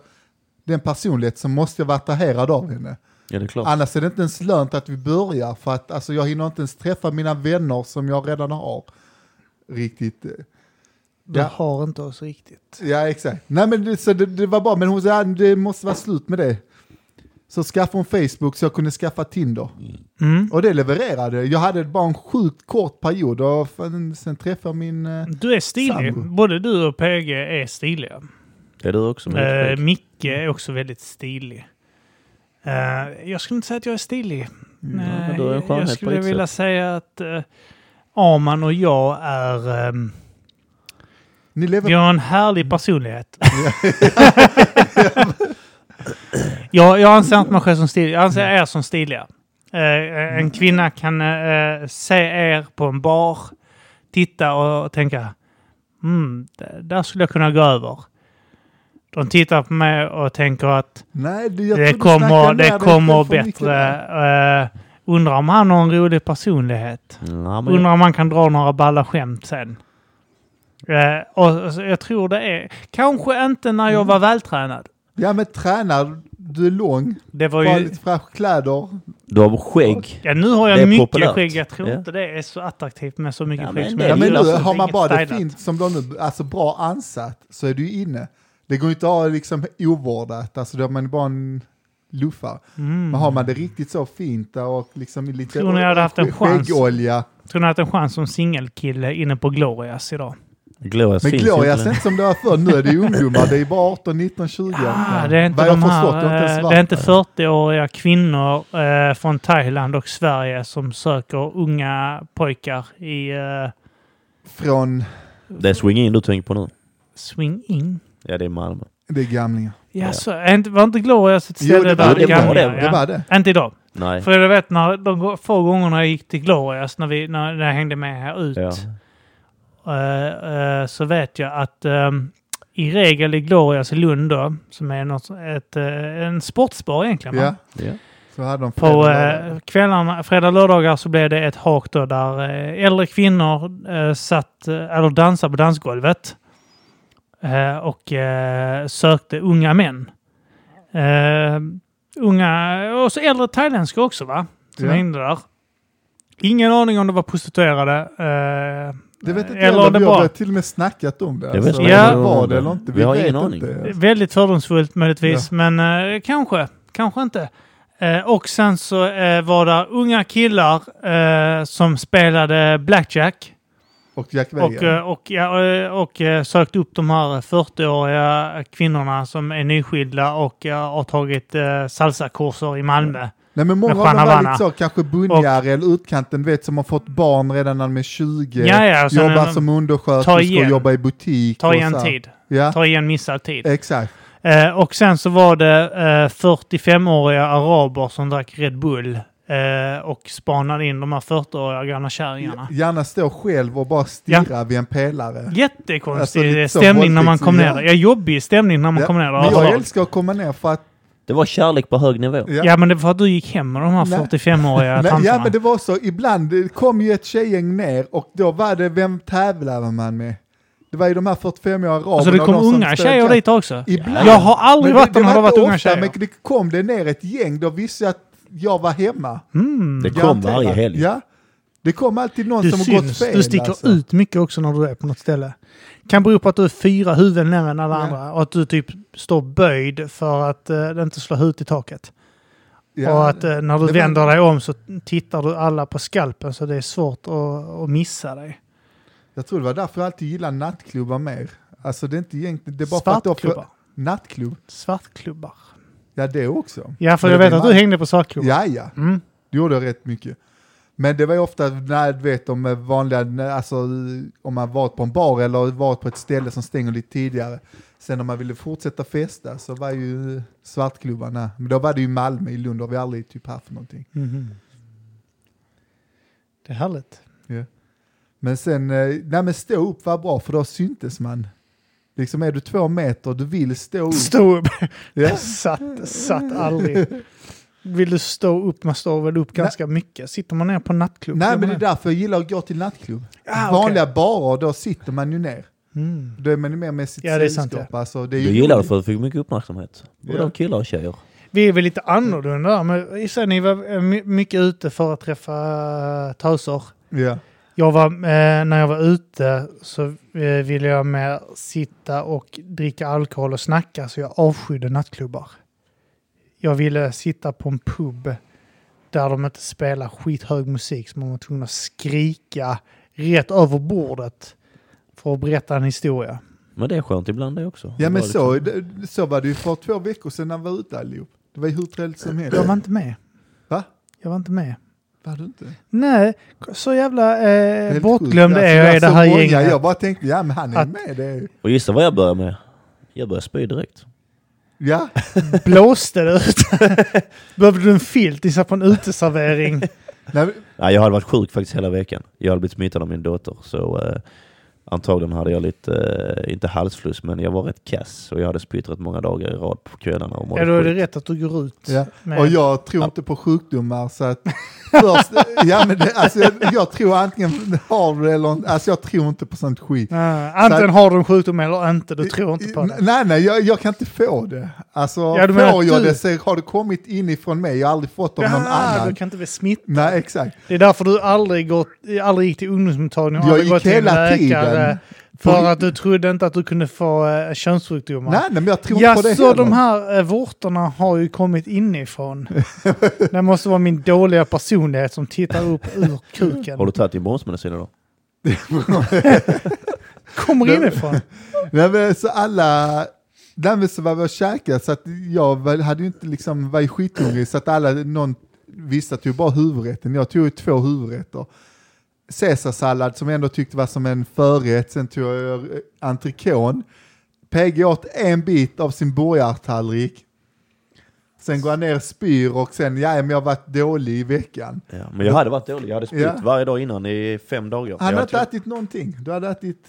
Speaker 2: den personlighet så måste jag vara attraherad av henne.
Speaker 3: Ja, det är klart.
Speaker 2: Annars är det inte ens lönt att vi börjar, för att alltså, jag hinner inte ens träffa mina vänner som jag redan har. Riktigt. eh,
Speaker 1: Du
Speaker 2: Ja.
Speaker 1: har inte oss riktigt.
Speaker 2: Ja, exakt. Nej, men det, så det, det var bra, men hon sa att det måste vara slut med det. Så skaffade hon Facebook så jag kunde skaffa Tinder.
Speaker 1: Mm.
Speaker 2: Och det levererade. Jag hade bara en sjukt kort period och fan, sen träffade jag min... eh,
Speaker 1: Du är stilig.
Speaker 2: Sambo.
Speaker 1: Både du och PG är stiliga.
Speaker 3: Det är du också men det är
Speaker 1: Eh,
Speaker 3: fake.
Speaker 1: Micke är också väldigt stilig. Eh, jag skulle inte säga att jag är stilig.
Speaker 3: Mm. Ja,
Speaker 1: Nej,
Speaker 3: men då är det en skönhet
Speaker 1: jag
Speaker 3: på
Speaker 1: skulle
Speaker 3: ditt
Speaker 1: vilja säga att eh, Arman och jag är... ehm,
Speaker 2: Ni lever...
Speaker 1: vi har en härlig personlighet.
Speaker 2: [laughs]
Speaker 1: jag, jag anser inte mig själv som stilig. Jag anser er som stiliga. Eh, eh,
Speaker 2: Mm.
Speaker 1: en kvinna kan eh, se er på en bar, titta och tänka mm, d- där skulle jag kunna gå över. De tittar på mig och tänker att
Speaker 2: Nej, du, jag tror
Speaker 1: det
Speaker 2: du snackar ner
Speaker 1: kommer, det
Speaker 2: dig
Speaker 1: kommer
Speaker 2: själv för mycket
Speaker 1: bättre.
Speaker 2: där.
Speaker 1: Eh, undrar om han har en rolig personlighet.
Speaker 3: Ja, men
Speaker 1: Undrar om han kan dra några balla skämt sen. Eh, och, och så, jag tror det är... Kanske inte när
Speaker 2: Mm.
Speaker 1: jag var vältränad.
Speaker 2: Ja, men tränar, du är lång,
Speaker 1: Det var
Speaker 2: bara
Speaker 1: ju...
Speaker 2: lite fräscha kläder.
Speaker 3: Du har skägg.
Speaker 1: Ja, nu har
Speaker 3: Det är
Speaker 1: jag mycket
Speaker 3: populärt.
Speaker 1: skägg. Jag tror
Speaker 3: Ja.
Speaker 1: inte det är så attraktivt med så mycket
Speaker 3: Ja,
Speaker 1: skägg
Speaker 3: men
Speaker 1: som
Speaker 3: det
Speaker 2: Ja,
Speaker 1: jag
Speaker 2: men
Speaker 1: gillar,
Speaker 2: nu
Speaker 1: så
Speaker 2: har man
Speaker 1: alltså inget
Speaker 2: bara det
Speaker 1: stylat.
Speaker 2: fint som de nu, alltså bra ansatt, så är du inne. Det går inte att ha liksom ovårdat, alltså då har man bara en luffa.
Speaker 1: Mm.
Speaker 2: Men har man det riktigt så fint där och liksom lite
Speaker 1: Tror ni jag hade haft en
Speaker 2: skä-
Speaker 1: chans?
Speaker 2: skäggolja.
Speaker 1: Tror ni att en chans som singelkille inne på Glorias idag?
Speaker 3: Glorias
Speaker 2: Men
Speaker 3: finns
Speaker 2: Glorias är
Speaker 3: inte.
Speaker 2: inte som det var förr, nu är det ju ungdomar, det är bara 18, 19, 20.
Speaker 1: Ah, det är inte
Speaker 2: Vad jag
Speaker 1: de
Speaker 2: förstått, jag har inte
Speaker 1: här,
Speaker 2: ens
Speaker 1: eh,
Speaker 2: varit
Speaker 1: det är inte
Speaker 2: där.
Speaker 1: 40-åriga kvinnor eh, från Thailand och Sverige som söker unga pojkar i eh,
Speaker 2: Från,
Speaker 3: Det är swing in du tänker på nu.
Speaker 1: Swing In.
Speaker 3: Ja, det är Malmö.
Speaker 2: det är gamlingar.
Speaker 1: Ja,
Speaker 3: Ja.
Speaker 1: så, är inte, var inte Glorias ett
Speaker 2: Jo,
Speaker 1: ställe
Speaker 2: det var
Speaker 1: där
Speaker 3: det.
Speaker 1: gamla-
Speaker 3: Det var det.
Speaker 1: ja.
Speaker 2: Det var det.
Speaker 1: Inte idag.
Speaker 3: Nej.
Speaker 1: För jag vet när de gå- få gångerna jag gick till Glorias när, vi, när, när jag hängde med här ut
Speaker 3: Ja.
Speaker 1: eh, eh, så vet jag att eh, i regel i Glorias i Lund då, som är något, ett, eh, en sportsbar egentligen. va?
Speaker 2: Ja,
Speaker 3: Ja.
Speaker 2: så hade de
Speaker 1: På
Speaker 2: föräldrar.
Speaker 1: eh, kvällarna, fredag och lördagar så blev det ett hak då där eh, äldre kvinnor eh, satt, eh, eller dansade på dansgolvet eh, och eh, sökte unga män. Eh, unga, och så äldre thailändska också va? Som
Speaker 2: Ja.
Speaker 1: hängde där. Ingen aning om de var prostituerade. Eh,
Speaker 2: Det vet inte
Speaker 1: Eller
Speaker 2: jag,
Speaker 1: om det
Speaker 2: vi
Speaker 1: bara-
Speaker 2: har till och med snackat om det.
Speaker 3: vet
Speaker 2: Alltså,
Speaker 1: inte. Ja.
Speaker 2: om det var det eller inte, vi,
Speaker 3: Vi har
Speaker 2: vet
Speaker 3: ingen aning.
Speaker 2: inte.
Speaker 1: Det är Väldigt fördomsfullt möjligtvis, men eh, kanske, kanske inte. Eh, och sen så eh, var det unga killar eh, som spelade blackjack
Speaker 2: Och Jack
Speaker 1: och, eh,
Speaker 2: Weger.
Speaker 1: och, ja, eh, och eh, sökte upp de här 40-åriga kvinnorna som är nyskilda och eh, har tagit eh, salsakurser i Malmö.
Speaker 2: Nej men många
Speaker 1: med
Speaker 2: av dem var
Speaker 1: Shanavana.
Speaker 2: lite så, kanske bunjare eller utkanten, du vet som har fått barn redan när de är 20.
Speaker 1: Ja, ja, och sen
Speaker 2: jobbar
Speaker 1: är de-
Speaker 2: som
Speaker 1: Ta
Speaker 2: undersköterskor,
Speaker 1: igen.
Speaker 2: jobbar i butik.
Speaker 1: Ta
Speaker 2: och
Speaker 1: igen
Speaker 2: så här.
Speaker 1: tid.
Speaker 2: Ja,
Speaker 1: Ta igen missad tid.
Speaker 2: exakt.
Speaker 1: Eh, och sen så var det eh, 45-åriga araber som drack Red Bull eh, och spanade in de här 40-åriga gamla kärringarna.
Speaker 2: Gärna stå själv och bara stirra vid en pelare. Alltså,
Speaker 1: Jättekonstig
Speaker 2: lite så
Speaker 1: stämning när man
Speaker 2: våldtäkts-
Speaker 1: kom ner.
Speaker 2: ja.
Speaker 1: Ja, jobbig stämning när man
Speaker 2: Ja,
Speaker 1: kom ner.
Speaker 2: Men jag
Speaker 1: överlag.
Speaker 2: älskar att komma ner för att...
Speaker 3: Det var kärlek på hög nivå.
Speaker 2: Ja.
Speaker 1: Ja, men det var för att du gick hem med de här
Speaker 2: Nej.
Speaker 1: 45-åriga
Speaker 2: Nej, ja
Speaker 1: tanterna.
Speaker 2: men det var så, ibland eh, kom ju ett tjejgäng ner och då var det, vem tävlade man med? Det var ju de här 45-åriga araberna.
Speaker 1: alltså det
Speaker 2: och
Speaker 1: kom
Speaker 2: de som
Speaker 1: unga
Speaker 2: spelade
Speaker 1: tjejer
Speaker 2: klass.
Speaker 1: dit också.
Speaker 2: Ibland.
Speaker 1: Jag har aldrig
Speaker 2: Men
Speaker 1: varit där när det har varit
Speaker 2: inte
Speaker 1: unga tjejer.
Speaker 2: Men det kom det ner ett gäng, då visste jag att jag var hemma.
Speaker 1: Mm.
Speaker 3: Det kom
Speaker 2: Garanterat.
Speaker 3: varje helg.
Speaker 2: Ja. Det kom alltid någon
Speaker 1: Du
Speaker 2: som har gått
Speaker 1: syns.
Speaker 2: fel.
Speaker 1: Du sticker
Speaker 2: alltså.
Speaker 1: ut mycket också när du är på något ställe. Kan bero på att du är fyra huvuden längre än alla
Speaker 2: Ja.
Speaker 1: andra och att du typ står böjd för att eh, det inte slår hut i taket.
Speaker 2: Ja.
Speaker 1: och att eh, när du
Speaker 2: det var-
Speaker 1: vänder dig om så tittar du alla på skalpen så det är svårt att, att missa dig.
Speaker 2: Jag tror det var därför jag alltid gillar nattklubbar mer. Alltså det är inte egentligen, det är bara för att då
Speaker 1: Svartklubbar.
Speaker 2: Nattklubb?
Speaker 1: Svartklubbar.
Speaker 2: Ja det också.
Speaker 1: Ja, för
Speaker 2: Men
Speaker 1: jag
Speaker 2: det
Speaker 1: vet
Speaker 2: blir
Speaker 1: att du
Speaker 2: man-
Speaker 1: hängde på svartklubbar.
Speaker 2: Ja ja,
Speaker 1: Mm.
Speaker 2: det gjorde jag rätt mycket. Men det var ju ofta när du vet om vanliga, när- alltså om man varit på en bar eller varit på ett ställe som stänger lite tidigare. Sen om man ville fortsätta festa så var ju svartklubbarna, men då var det ju Malmö, i Lund har vi aldrig typ haft någonting.
Speaker 1: Mhm. Det är härligt.
Speaker 2: Men sen, eh, nej men stå upp var bra för då syntes man. Liksom är du
Speaker 1: [laughs]
Speaker 2: två meter, du vill stå upp.
Speaker 1: Stå upp.
Speaker 2: Ja.
Speaker 1: Satt, satt aldrig. Vill du stå upp, man står väl upp ganska mycket. Sitter man ner på nattklubb?
Speaker 2: Nej,
Speaker 1: gör
Speaker 2: men det
Speaker 1: man
Speaker 2: är därför jag gillar att gå till nattklubb.
Speaker 1: Ah,
Speaker 2: Vanliga barer, då sitter man ju ner.
Speaker 1: Mm.
Speaker 2: Då är man ju mer med sitt
Speaker 1: Ja, det är sant,
Speaker 2: sällskap. Alltså, det är
Speaker 3: Du
Speaker 2: ju
Speaker 3: gillar det för att du fick mycket uppmärksamhet.
Speaker 2: Ja.
Speaker 3: Både av killar och tjejer.
Speaker 1: Vi är väl lite annorlunda där, men så ni var eh, my- mycket ute för att träffa eh, töser.
Speaker 2: Ja.
Speaker 1: Jag var, eh, när jag var ute så eh, ville jag mer sitta och dricka alkohol och snacka så jag avskydde nattklubbar. Jag ville sitta på en pub där de inte spelar skithög musik så man var tvungen att skrika rätt över bordet för att berätta en historia.
Speaker 3: Men det är skönt ibland det också.
Speaker 2: ja,
Speaker 3: Bara
Speaker 2: men
Speaker 3: liksom-
Speaker 2: så, det- så var det ju för två veckor sedan när vi var ute allihop. Det var ju hur trevligt som helst.
Speaker 1: Jag var inte med.
Speaker 2: Va?
Speaker 1: Jag var inte med.
Speaker 2: Var du inte?
Speaker 1: Nej, så jävla
Speaker 2: Det är
Speaker 1: eh,
Speaker 2: helt
Speaker 1: bortglömd
Speaker 2: sjukt.
Speaker 1: är jag i
Speaker 2: Alltså,
Speaker 1: det här
Speaker 2: så många.
Speaker 1: gänget.
Speaker 2: Jag bara tänkte, ja men han är
Speaker 1: Att-
Speaker 2: med. Det är... ju-
Speaker 3: Och gissa vad jag börjar med? Jag börjar spy direkt.
Speaker 2: Ja,
Speaker 1: Blåste
Speaker 2: [laughs]
Speaker 1: det ut? Behövde du en filt gissa på en uteservering?
Speaker 2: Nej,
Speaker 1: [laughs]
Speaker 2: men-
Speaker 3: Nej, jag hade varit sjuk faktiskt hela veckan. Jag hade blivit smittad av min dotter. Så eh, antagligen hade jag lite, eh, inte halsfluss, men jag var rätt kass. Och jag hade spytt rätt många dagar i rad på kvällarna. Och mådde
Speaker 1: Ja, då är det
Speaker 3: skit.
Speaker 1: rätt att du går ut.
Speaker 2: ja.
Speaker 1: med-
Speaker 2: Och jag tror inte på sjukdomar så att... Först,
Speaker 1: [laughs]
Speaker 2: ja, men det, alltså, jag, jag tror antingen har du det eller inte. Alltså jag tror inte på sånt skit. Eh,
Speaker 1: Nej, antingen har du en sjukdom eller inte, du tror inte på det.
Speaker 2: Nej, nej, jag, jag kan inte få det. Alltså,
Speaker 1: Ja, du menar
Speaker 2: får
Speaker 1: att
Speaker 2: jag
Speaker 1: du-
Speaker 2: det så har det kommit inifrån mig. Jag har aldrig fått det av någon
Speaker 1: Ja,
Speaker 2: annan.
Speaker 1: du kan inte bli smitt.
Speaker 2: Nej, exakt.
Speaker 1: Det är därför du aldrig, gått, aldrig gick till ungdomsmottagningen och
Speaker 2: Jag
Speaker 1: aldrig
Speaker 2: gick
Speaker 1: gått till en
Speaker 2: hela
Speaker 1: läkare.
Speaker 2: tiden.
Speaker 1: För
Speaker 2: På-
Speaker 1: att du trodde inte att du kunde få eh, könssjukdomar.
Speaker 2: Nej, nej, men jag tror inte
Speaker 1: Ja,
Speaker 2: på det
Speaker 1: så de
Speaker 2: heller.
Speaker 1: här eh, vårtorna har ju kommit inifrån. [laughs] det måste vara min dåliga personlighet som tittar upp ur kuken.
Speaker 3: Har du tagit din bromsmedicin idag?
Speaker 2: [laughs]
Speaker 1: Kommer inifrån.
Speaker 2: Nej, men så alla... Nej, men så var vi och käkade så att jag var- hade ju inte liksom, var ju skithungrig så att alla, någon, vissa tog bara huvudrätten. Jag tog ju två huvudrätter. Caesarsallad som jag ändå tyckte var som en förrätt, sen tog jag eh, entrecôte. PG åt en bit av sin borgartallrik. Sen går han ner och spyr och sen, ja men jag har varit dålig i veckan.
Speaker 3: Ja, men jag hade varit dålig. Jag hade spytt
Speaker 2: Ja.
Speaker 3: varje dag innan i fem dagar.
Speaker 2: Han
Speaker 3: jag,
Speaker 2: hade inte
Speaker 3: hade-
Speaker 2: ätit någonting, du hade ätit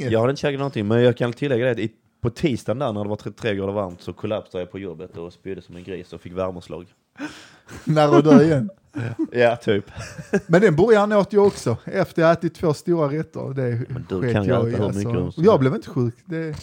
Speaker 2: inget.
Speaker 3: jag hade inte käkat någonting, men jag kan tillägga det att i- på tisdagen där när det var 33 grader varmt så kollapsade jag på jobbet och spydde som en gris och fick [laughs] värmeslag.
Speaker 2: [laughs] När och då igen.
Speaker 3: Ja, typ.
Speaker 2: Men den burgaren åt jag också, efter jag ätit två stora rätter. Det
Speaker 3: Men du
Speaker 2: sket
Speaker 3: kan ju
Speaker 2: jag
Speaker 3: äta
Speaker 2: i,
Speaker 3: hur mycket som
Speaker 2: alltså.
Speaker 3: helst.
Speaker 2: Jag blev inte sjuk. Det,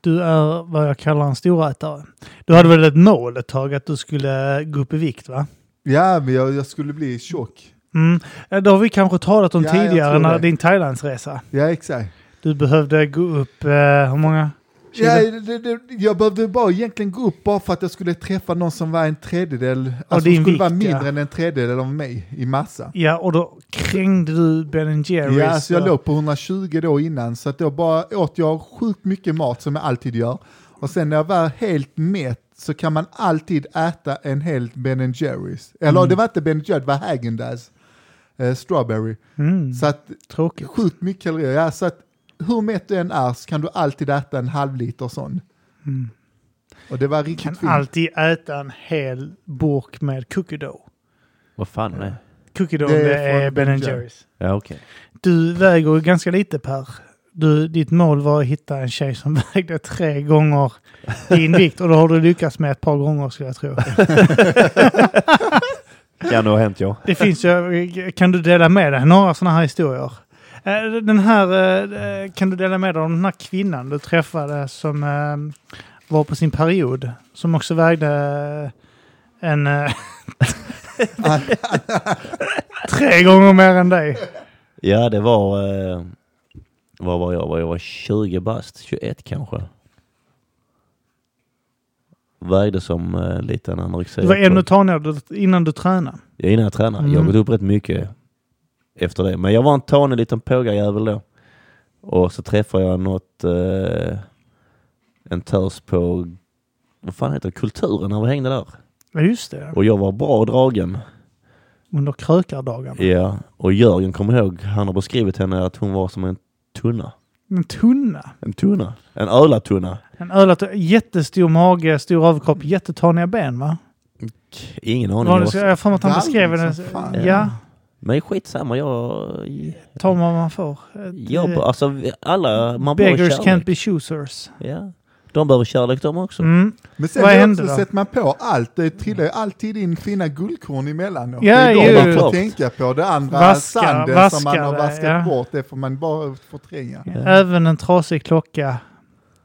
Speaker 1: Du är vad jag kallar en storätare. Du hade väl ett mål ett tag att du skulle eh, gå upp i vikt va?
Speaker 2: ja, men jag, jag skulle bli tjock.
Speaker 1: Mm. Eh, Det har vi kanske talat om
Speaker 2: Ja, jag
Speaker 1: tidigare,
Speaker 2: tror
Speaker 1: när
Speaker 2: det.
Speaker 1: din Thailandsresa.
Speaker 2: Ja, exakt.
Speaker 1: Du behövde gå upp, eh, hur många? kilo?
Speaker 2: Ja, det, det, jag behövde bara egentligen gå upp bara för att jag skulle träffa någon som var en tredjedel, alltså
Speaker 1: din
Speaker 2: skulle
Speaker 1: vikt,
Speaker 2: vara mindre
Speaker 1: ja.
Speaker 2: än en tredjedel av mig i massa.
Speaker 1: Ja, och då krängde du Ben Jerrys. eh,
Speaker 2: Ja, så jag
Speaker 1: och-
Speaker 2: låg på 120 då innan, så att jag bara åt jag sjukt mycket mat som jag alltid gör. Och sen när jag var helt mätt så kan man alltid äta en hel Ben Jerrys. Eller
Speaker 1: Mm.
Speaker 2: det var inte Ben Jerrys, det var Häagen-Dazs. Eh, strawberry.
Speaker 1: Mm,
Speaker 2: Så att
Speaker 1: tråkigt.
Speaker 2: sjukt mycket kalorier. Ja, så att hur mätt du än är så kan du alltid äta en halv liter sån.
Speaker 1: Mm.
Speaker 2: Och det var riktigt
Speaker 1: Kan
Speaker 2: fint.
Speaker 1: alltid äta en hel burk med cookie dough.
Speaker 3: Vad fan är det?
Speaker 1: Cookie dough,
Speaker 2: Det
Speaker 1: det
Speaker 2: är
Speaker 1: är,
Speaker 2: från
Speaker 1: Ben
Speaker 2: Ben
Speaker 1: Jerrys.
Speaker 3: Ja, okej.
Speaker 1: Du väger ju ganska lite Per. Du, ditt mål var att hitta en tjej som [laughs] vägde tre gånger [laughs] din vikt och det har du lyckats med ett par gånger skulle jag tro.
Speaker 3: Kan nog ha hänt ja.
Speaker 1: Det finns ju, kan du dela med dig några sådana här historier? Eh, Den här, eh, kan du dela med dig om den här kvinnan du träffade som eh, var på sin period, som också vägde en eh, [laughs] tre gånger mer än dig?
Speaker 3: Ja, det var... Eh, vad var jag? Var Jag var 20 bast, 21 kanske. Vägde som eh, liten anorexia.
Speaker 1: Det var ännu tanigare innan du tränade.
Speaker 3: Ja, innan jag tränade.
Speaker 1: Mm.
Speaker 3: Jag har gått upp rätt mycket efter det. Men jag var en tanig liten pågarjävel då. Och så träffade jag något... Eh, en tös på... Vad fan heter det? Kulturen när vi hängde där.
Speaker 1: Ja, just det.
Speaker 3: Och jag var bra dragen.
Speaker 1: Under krökardagarna.
Speaker 3: Ja. Och Jörgen kommer ihåg, han har beskrivit henne att hon var som en tunna.
Speaker 1: En tunna.
Speaker 3: En tunna? En ölatunna.
Speaker 1: En ölat, jättestor mage, stor överkropp, jättetaniga ben va?
Speaker 3: Ingen aning.
Speaker 1: Var
Speaker 3: Jag
Speaker 1: det, så- jag
Speaker 3: var...
Speaker 1: har för mig att han
Speaker 2: Vallen
Speaker 1: beskrev
Speaker 2: som
Speaker 1: den.
Speaker 2: liksom, fan.
Speaker 1: Ja,
Speaker 3: Men skitsamma, jag...
Speaker 1: tar man vad man får. Ett,
Speaker 3: jag
Speaker 1: eh,
Speaker 3: alltså, alla... Man bara
Speaker 1: Beggars
Speaker 3: kärlek.
Speaker 1: can't be choosers.
Speaker 3: Ja. De behöver kärlek de också.
Speaker 1: Mm.
Speaker 2: Men sen
Speaker 1: Vad
Speaker 2: Vad
Speaker 1: hände då?
Speaker 2: sätter man på allt. Det trillar ju alltid in fina guldkorn emellanåt.
Speaker 1: Ja,
Speaker 2: det är
Speaker 1: ju.
Speaker 2: de man får
Speaker 3: Klart.
Speaker 2: tänka på. Det andra
Speaker 1: Vaska-
Speaker 2: sanden som man har
Speaker 1: vaska det,
Speaker 2: vaskat
Speaker 1: ja.
Speaker 2: bort, det får man bara förtränga.
Speaker 1: Även en trasig klocka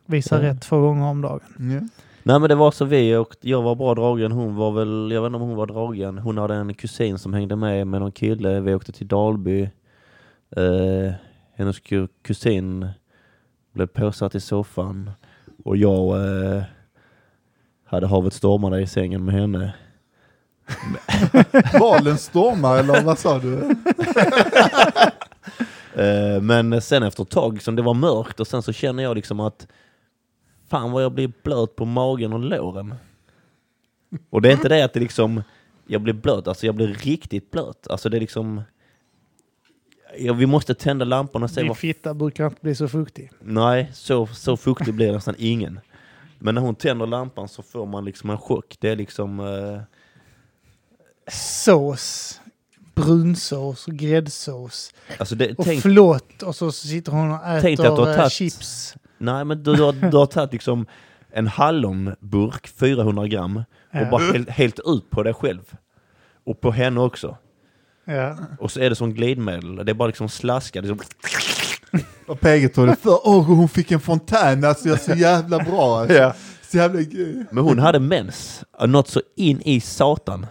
Speaker 1: visar
Speaker 3: Ja.
Speaker 1: rätt två gånger om dagen.
Speaker 2: Ja.
Speaker 3: Nej men det var så vi och jag var bra dragen, hon var väl, jag vet inte om hon var dragen. Hon hade en kusin som hängde med med någon kille, vi åkte till Dalby. Eh, hennes ku- kusin blev påsatt i soffan och jag eh, hade havet stormande i sängen med henne.
Speaker 2: Valen stormar eller vad sa du?
Speaker 3: Eh, men sen efter ett tag, liksom, det var mörkt och sen så känner jag liksom att fan vad jag blir blöt på magen och låren. Och det är inte det att det liksom, jag blir blöt, alltså jag blir riktigt blöt. Alltså det är liksom, ja, vi måste tända lamporna och se
Speaker 1: Din
Speaker 3: vad...
Speaker 1: fitta brukar inte bli så fuktig.
Speaker 3: Nej, så, så fuktig blir nästan ingen. Men när hon tänder lampan så får man liksom en chock. Det är liksom... Eh,
Speaker 1: Sås, brunsås och gräddsås.
Speaker 3: alltså det,
Speaker 1: Och
Speaker 3: tänk,
Speaker 1: flott och så sitter hon och
Speaker 3: Tänk dig att
Speaker 1: äter
Speaker 3: du har
Speaker 1: eh,
Speaker 3: tagit-
Speaker 1: chips.
Speaker 3: Nej, men du, du, har, du har tagit liksom en hallonburk, 400 gram, och
Speaker 1: Ja.
Speaker 3: bara helt, helt ut på dig själv. Och på henne också.
Speaker 1: Ja.
Speaker 3: Och så är det som glidmedel. Det är bara liksom slaskar. Liksom.
Speaker 2: Och PG tog det för, åh hon fick en fontän, alltså jag är så jävla bra. Alltså. Så jävla, eh,
Speaker 3: Men hon hade mens. Något så in i satan.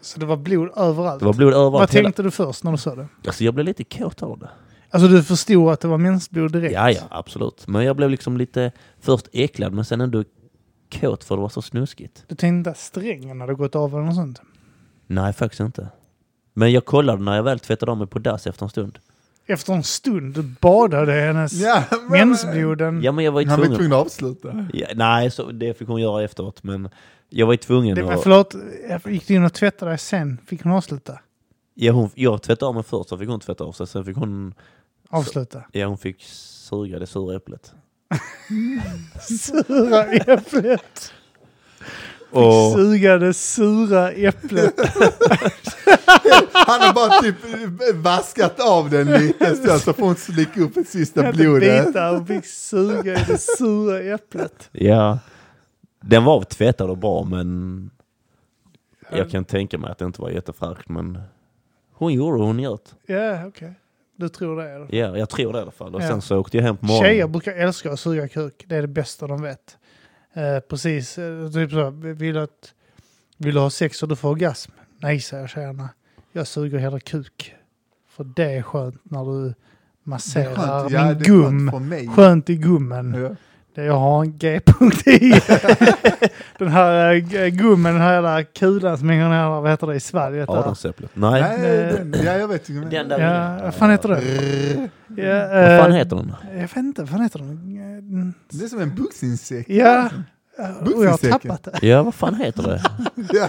Speaker 1: Så det var blod överallt.
Speaker 3: Det var blod
Speaker 1: Vad
Speaker 3: överallt. hela-
Speaker 1: tänkte du först när du såg det?
Speaker 3: Alltså jag blev lite kåt av det.
Speaker 1: Alltså du förstod att det var mensblod direkt?
Speaker 3: Ja, ja, absolut. Men jag blev liksom lite först äcklad men sen ändå kåt för det var så snuskigt.
Speaker 1: Du tänkte att strängen hade gått av eller något sånt?
Speaker 3: Nej, faktiskt inte. Men jag kollade när jag väl tvättade av mig på dass efter en stund.
Speaker 1: Efter en stund du badade i hennes
Speaker 2: ja, men,
Speaker 1: mensbloden.
Speaker 3: Ja, men jag var ju
Speaker 2: han var ju
Speaker 3: tvungen.
Speaker 2: tvungen att avsluta.
Speaker 3: Ja, nej, så det fick hon göra efteråt, men jag var ju tvungen
Speaker 1: Det, men
Speaker 3: att...
Speaker 1: förlåt, jag gick du in och tvättade dig sen? Fick hon avsluta?
Speaker 3: Ja, hon, jag tvättade av mig först, så fick hon tvätta av sig. Sen fick hon...
Speaker 1: Avsluta.
Speaker 3: Ja, hon fick suga det sura äpplet.
Speaker 1: Sura äpplet.
Speaker 3: Och,
Speaker 1: Suga det sura äpplet.
Speaker 2: Han har bara typ eh, vaskat av den lite så- så får hon slicka upp det sista blodet.
Speaker 1: Bita och fick suga i det sura äpplet.
Speaker 3: ja, den var tvättad och bra, men... Jag kan tänka mig att det inte var jättefräscht, men... Hon gjorde vad hon gjort.
Speaker 1: Ja, okej. Du tror det? Eller?
Speaker 3: Ja, jag tror det i alla fall. Och
Speaker 1: Ja.
Speaker 3: sen så åkte jag hem på
Speaker 1: Tjejer
Speaker 3: morgonen.
Speaker 1: brukar älska att suga kuk. Det är det bästa de vet. Eh, precis, eh, typ så. Vill du, att, vill du ha sex och du får orgasm? Nej, säger tjejerna. Jag suger hela kuk. För det är skönt när du
Speaker 2: Det är
Speaker 1: masserar
Speaker 2: skönt, ja,
Speaker 1: min
Speaker 2: det är
Speaker 1: gum.
Speaker 2: skönt för mig.
Speaker 1: Skönt i gummen.
Speaker 2: Ja.
Speaker 1: Det jag har en G-punkt i. [laughs] den här eh, g- gummen, den här jävla kulan som hänger ner, vad heter det, i svalget där.
Speaker 3: Adamsäpplet. Nej.
Speaker 2: Nej,
Speaker 1: Eh,
Speaker 2: den, ja jag vet inte.
Speaker 3: Den där
Speaker 1: Ja, vad fan heter det? Ja,
Speaker 3: Vad fan
Speaker 1: eh,
Speaker 3: heter den?
Speaker 1: Jag vet inte, vad fan heter den? Eh,
Speaker 2: Det är som en
Speaker 1: [laughs]
Speaker 2: buxinsekt.
Speaker 1: Ja, och jag har
Speaker 2: Buxinsäcken.
Speaker 1: tappat det.
Speaker 3: Ja, vad fan heter det?
Speaker 2: Ja.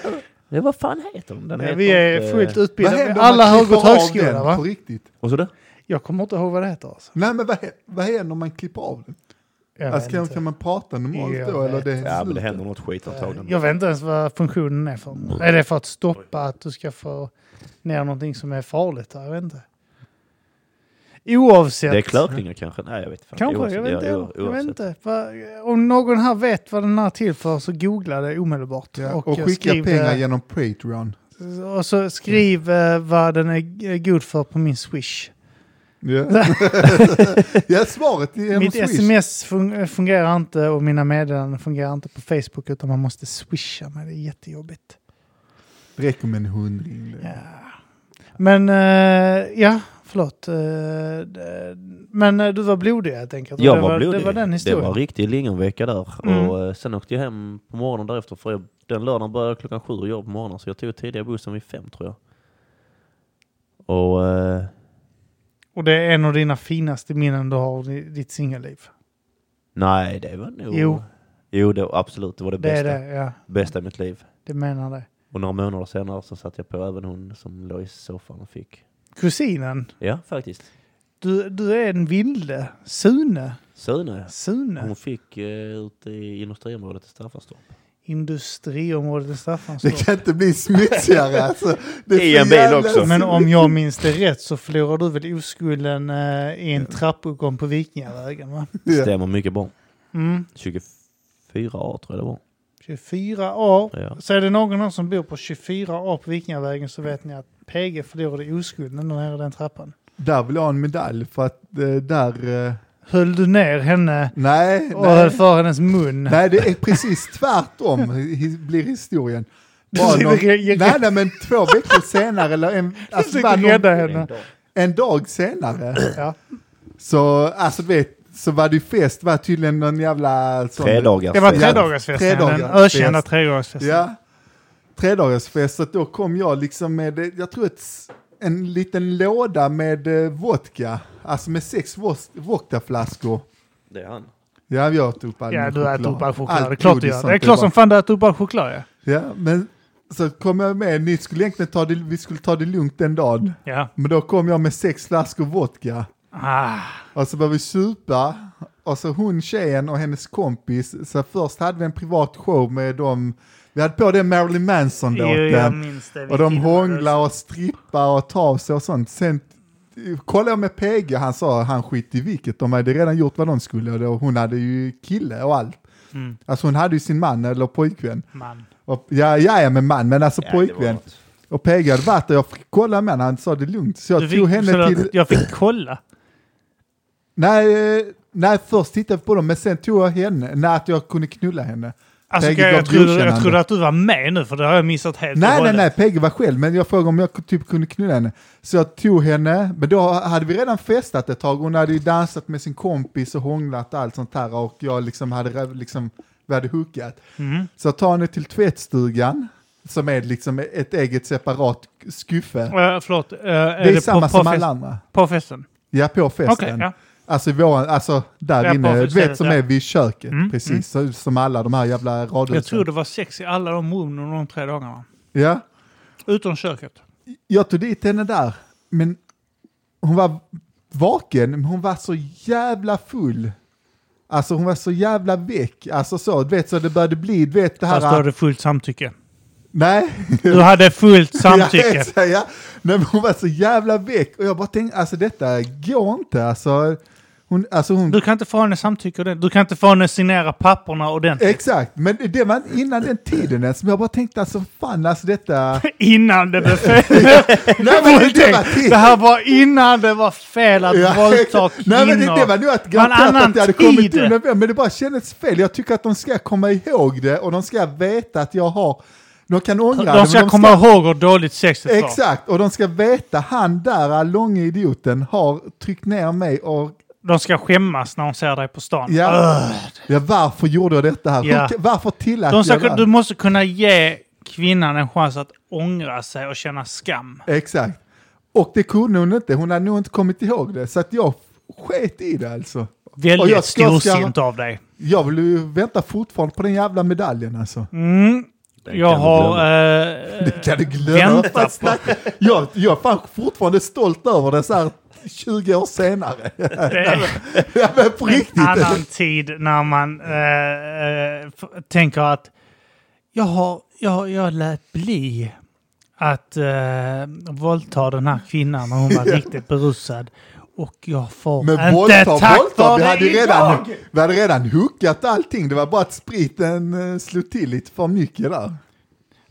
Speaker 3: Ja, vad fan heter den? den
Speaker 1: Nej,
Speaker 3: heter
Speaker 1: vi är
Speaker 3: inte-
Speaker 1: fullt
Speaker 2: Vad
Speaker 1: utbildade.
Speaker 2: händer om
Speaker 1: Alla
Speaker 2: man
Speaker 1: har
Speaker 2: klipper
Speaker 1: gått
Speaker 2: av
Speaker 1: högskola
Speaker 2: den På
Speaker 1: va?
Speaker 2: riktigt.
Speaker 3: Vad sa du?
Speaker 1: Jag kommer inte ihåg vad det heter. Alltså.
Speaker 2: Nej men vad, hä- vad händer om man klipper av den?
Speaker 1: Jag,
Speaker 2: Alltså,
Speaker 1: vet
Speaker 2: kan,
Speaker 1: inte.
Speaker 2: kan man prata normalt
Speaker 1: Jag
Speaker 2: då? Eller
Speaker 1: vet
Speaker 2: det är
Speaker 3: Ja, men det
Speaker 2: slutet?
Speaker 3: händer något skit antagligen.
Speaker 1: jag vet inte ens vad funktionen är
Speaker 2: Mm.
Speaker 1: för. Är det för att stoppa att du ska få ner någonting som är farligt? där? Jag vet inte. Oavsett.
Speaker 3: Det är klökningar kanske? Nej, jag vet inte.
Speaker 1: Kanske, jag vet inte. jag vet inte. Va- Om någon här vet vad den här är till för så googla det omedelbart.
Speaker 2: Ja, och,
Speaker 1: eh,
Speaker 2: skicka
Speaker 1: skriv
Speaker 2: pengar
Speaker 1: det.
Speaker 2: genom Patreon.
Speaker 1: Och så skriv eh, vad den är eh, god för på min swish. [laughs]
Speaker 2: Ja, [laughs] ja svaret är genom
Speaker 1: Mitt
Speaker 2: Swish.
Speaker 1: sms fun- eh, fungerar inte och mina meddelanden fungerar inte på Facebook utan man måste swisha mig. Det är jättejobbigt.
Speaker 2: Det räcker med en hundring. det.
Speaker 1: Ja. Men eh, ja, förlåt. Eh, d- men eh, du var blodig helt enkelt. Och
Speaker 3: Jag
Speaker 1: det
Speaker 3: var blodig.
Speaker 1: Det var den historien.
Speaker 3: Det var riktig lingonvecka där.
Speaker 1: Mm.
Speaker 3: Och eh, sen åkte jag hem på morgonen därefter. För jag, den lördagen började jag klockan sju och jobb på morgonen. Så jag tog tidiga bussen vid fem tror jag. Och eh,
Speaker 1: och det är en av dina finaste minnen du har i ditt singelliv.
Speaker 3: nej, det var nog...
Speaker 1: Jo.
Speaker 3: Jo, det, absolut. Det var det,
Speaker 1: Det är
Speaker 3: bästa,
Speaker 1: det, ja.
Speaker 3: bästa i mitt liv.
Speaker 1: Det menar det.
Speaker 3: Och några månader senare så satt jag på även hon som låg i soffan och fick.
Speaker 1: Kusinen,
Speaker 3: Ja, faktiskt.
Speaker 1: du, du är en vilde. Sune.
Speaker 3: Sune. Hon
Speaker 1: Sune.
Speaker 3: fick uh, ute i industriområdet i Staffanstorp.
Speaker 1: Industriområdet i Staffanstorp.
Speaker 2: Det kan inte bli smutsigare alltså. Det är
Speaker 3: I
Speaker 2: så
Speaker 3: en bil
Speaker 2: jävla-
Speaker 3: E också.
Speaker 1: Men om jag minns det rätt så förlorar du väl oskulden eh, i en trappuppgång på Vikingavägen va?
Speaker 2: Ja.
Speaker 3: Stämmer mycket bra.
Speaker 1: Mm.
Speaker 3: 20, 24A tror jag det var.
Speaker 1: 24A.
Speaker 3: Ja.
Speaker 1: Så är det någon här som bor på 24A på Vikingavägen så vet ni att PG förlorade oskulden där nere i den trappan.
Speaker 2: Där vill jag ha en medalj för att eh, där... Eh,
Speaker 1: Höll du ner henne
Speaker 2: nej,
Speaker 1: och höll
Speaker 2: nej.
Speaker 1: för hennes mun?
Speaker 2: Nej, det är precis tvärtom hi- blir historien.
Speaker 1: Du
Speaker 2: Bara
Speaker 1: sitter
Speaker 2: någon,
Speaker 1: och re-
Speaker 2: nej, nej, men två veckor senare eller en, alltså,
Speaker 1: försökte
Speaker 2: bara
Speaker 1: rädda
Speaker 2: någon,
Speaker 1: henne.
Speaker 2: en dag senare
Speaker 1: Ja.
Speaker 2: så, alltså du vet, så var det ju fest, var tydligen någon jävla... Sån,
Speaker 3: Tre dagar.
Speaker 1: Det var
Speaker 2: Ja,
Speaker 1: tredagarsfesten, den
Speaker 2: tredagarsfest.
Speaker 1: ökända tredagarsfesten.
Speaker 2: Ja. Tredagarsfest, så att då kom jag liksom med, eh, jag tror ett, s- en liten låda med eh, vodka, alltså med sex vos- vodkaflaskor.
Speaker 3: Det är han.
Speaker 2: Ja, jag tog upp all
Speaker 1: Ja,
Speaker 2: min
Speaker 1: du äter
Speaker 2: choklad.
Speaker 1: upp all choklad.
Speaker 2: Allt
Speaker 1: det är klart du
Speaker 2: godis
Speaker 1: gör.
Speaker 2: sånt,
Speaker 1: Det är
Speaker 2: var-
Speaker 1: klart som fan du äter upp all choklad ja.
Speaker 2: Ja, men så kom jag med, ni skulle egentligen ta det, vi skulle ta det lugnt den dagen.
Speaker 1: Ja.
Speaker 2: Men då kom jag med sex flaskor vodka.
Speaker 1: Ah.
Speaker 2: Och så började vi supa. Och så hon tjejen och hennes kompis, så först hade vi en privat show med dem, vi hade på den Marilyn Manson-låten.
Speaker 1: minns det.
Speaker 2: Och de hånglar och strippar och tar av sig och sånt. Sen eh, kollade jag med PG, han sa han skit i vilket, de hade redan gjort vad de skulle och då- hon hade ju kille och allt.
Speaker 1: Mm.
Speaker 2: Alltså hon hade ju sin man eller pojkvän.
Speaker 1: Man.
Speaker 2: Och, ja, ja, ja, men man, men alltså pojkvän. Och PG hade varit där, jag fick kolla med henne, han sa det är lugnt. Så jag
Speaker 1: Du
Speaker 2: tog
Speaker 1: fick,
Speaker 2: henne
Speaker 1: så
Speaker 2: till...
Speaker 1: att jag fick kolla.
Speaker 2: Nej, eh, nej, först tittade jag på dem, men sen tog jag henne, när att jag kunde knulla henne.
Speaker 1: Alltså,
Speaker 2: Peggy
Speaker 1: jag,
Speaker 2: gav
Speaker 1: jag, trodde, jag
Speaker 2: godkännande.
Speaker 1: trodde att du var med nu för det har jag missat helt och
Speaker 2: Nej, nej,
Speaker 1: hållet.
Speaker 2: nej, Peggy var själv, men jag frågade om jag typ kunde knulla henne. Så jag tog henne, men då hade vi redan festat ett tag, hon hade ju dansat med sin kompis och hånglat och allt sånt här och jag liksom hade, rev- liksom, vi hade hookat.
Speaker 1: Mm.
Speaker 2: Så jag tar henne till tvättstugan, som är liksom ett eget separat skuffe.
Speaker 1: Eh, förlåt. eh,
Speaker 2: det
Speaker 1: är
Speaker 2: är
Speaker 1: det
Speaker 2: samma
Speaker 1: på, på
Speaker 2: som
Speaker 1: fest-
Speaker 2: alla andra.
Speaker 1: På festen?
Speaker 2: Ja, på festen.
Speaker 1: Okej, ja.
Speaker 2: Alltså, våran, alltså där
Speaker 1: Ja, på
Speaker 2: inne, du
Speaker 1: stället,
Speaker 2: vet som
Speaker 1: ja.
Speaker 2: är vid köket,
Speaker 1: Mm,
Speaker 2: precis så, som alla de här jävla radhusen.
Speaker 1: Jag tror det var sex i alla de rummen under de tre dagarna.
Speaker 2: Ja,
Speaker 1: Utom köket.
Speaker 2: jag tog dit henne där, men hon var vaken, men hon var så jävla full. Alltså hon var så jävla väck, alltså så, du vet så det började bli, du vet det här...
Speaker 1: Fast du hade fullt samtycke. [laughs]
Speaker 2: Nej.
Speaker 1: Du
Speaker 2: [laughs]
Speaker 1: hade fullt
Speaker 2: Ja,
Speaker 1: samtycke.
Speaker 2: exakt, ja. Nej, men hon var så jävla väck och jag bara tänkte, alltså detta går inte, alltså. Hon, alltså hon
Speaker 1: Du kan inte få henne samtycke ordentligt. Du kan inte få henne signera papperna ordentligt.
Speaker 2: Exakt, men det var innan den tiden ens, men jag bara tänkte alltså fan alltså
Speaker 1: [laughs]
Speaker 2: detta...
Speaker 1: Innan det
Speaker 2: [laughs]
Speaker 1: blev fel.
Speaker 2: Nej men det, det var tid-
Speaker 1: det här var innan det var fel att
Speaker 2: Ja,
Speaker 1: våldta
Speaker 2: exakt. [laughs] Nej men det, det var
Speaker 1: kvinnor.
Speaker 2: nog att
Speaker 1: Det var en
Speaker 2: garanterat
Speaker 1: annan
Speaker 2: att det hade kommit
Speaker 1: tid.
Speaker 2: under men det bara kändes fel. Jag tycker att de ska komma ihåg det och de ska veta att jag har... De kan ångra det,
Speaker 1: De
Speaker 2: men
Speaker 1: ska komma ihåg hur dåligt sexet var.
Speaker 2: Exakt, och de ska veta han där, långa idioten, har tryckt ner mig och...
Speaker 1: De ska skämmas när de ser dig på stan. Alltså,
Speaker 2: Ja, ja varför gjorde jag detta här?
Speaker 1: Ja.
Speaker 2: Hur- Varför tillät
Speaker 1: De
Speaker 2: jag det?
Speaker 1: ska, du måste kunna ge kvinnan en chans att ångra sig och känna skam.
Speaker 2: Exakt. Och det kunde hon inte, hon hade nog inte kommit ihåg det. Så att jag sket i det alltså. Och
Speaker 1: Väldigt
Speaker 2: jag ska- ska-
Speaker 1: storsint av dig.
Speaker 2: Jag vill ju vänta fortfarande på den jävla medaljen alltså.
Speaker 1: Mm.
Speaker 3: Den
Speaker 1: Jag
Speaker 3: kan du
Speaker 1: har...
Speaker 3: glömma.
Speaker 1: eh,
Speaker 2: Det kan du glömma.
Speaker 1: Vänta
Speaker 2: Vad
Speaker 1: på-
Speaker 2: snackar- [laughs] Jag, jag är fan fortfarande stolt över det så här 20 år senare.
Speaker 1: det är
Speaker 2: [laughs] Ja, men på riktigt.
Speaker 1: en annan tid när man eh, eh, f- tänker att jag, har, jag, jag lät bli att eh, våldta den här kvinnan när hon
Speaker 2: [laughs]
Speaker 1: var riktigt berusad. Och jag får
Speaker 2: Men
Speaker 1: inte
Speaker 2: våldta,
Speaker 1: tack
Speaker 2: våldta.
Speaker 1: för
Speaker 2: Vi
Speaker 1: det
Speaker 2: hade, ju
Speaker 1: idag!
Speaker 2: redan, vi hade redan hookat allting. Det var bara att spriten eh, slog till lite för mycket där.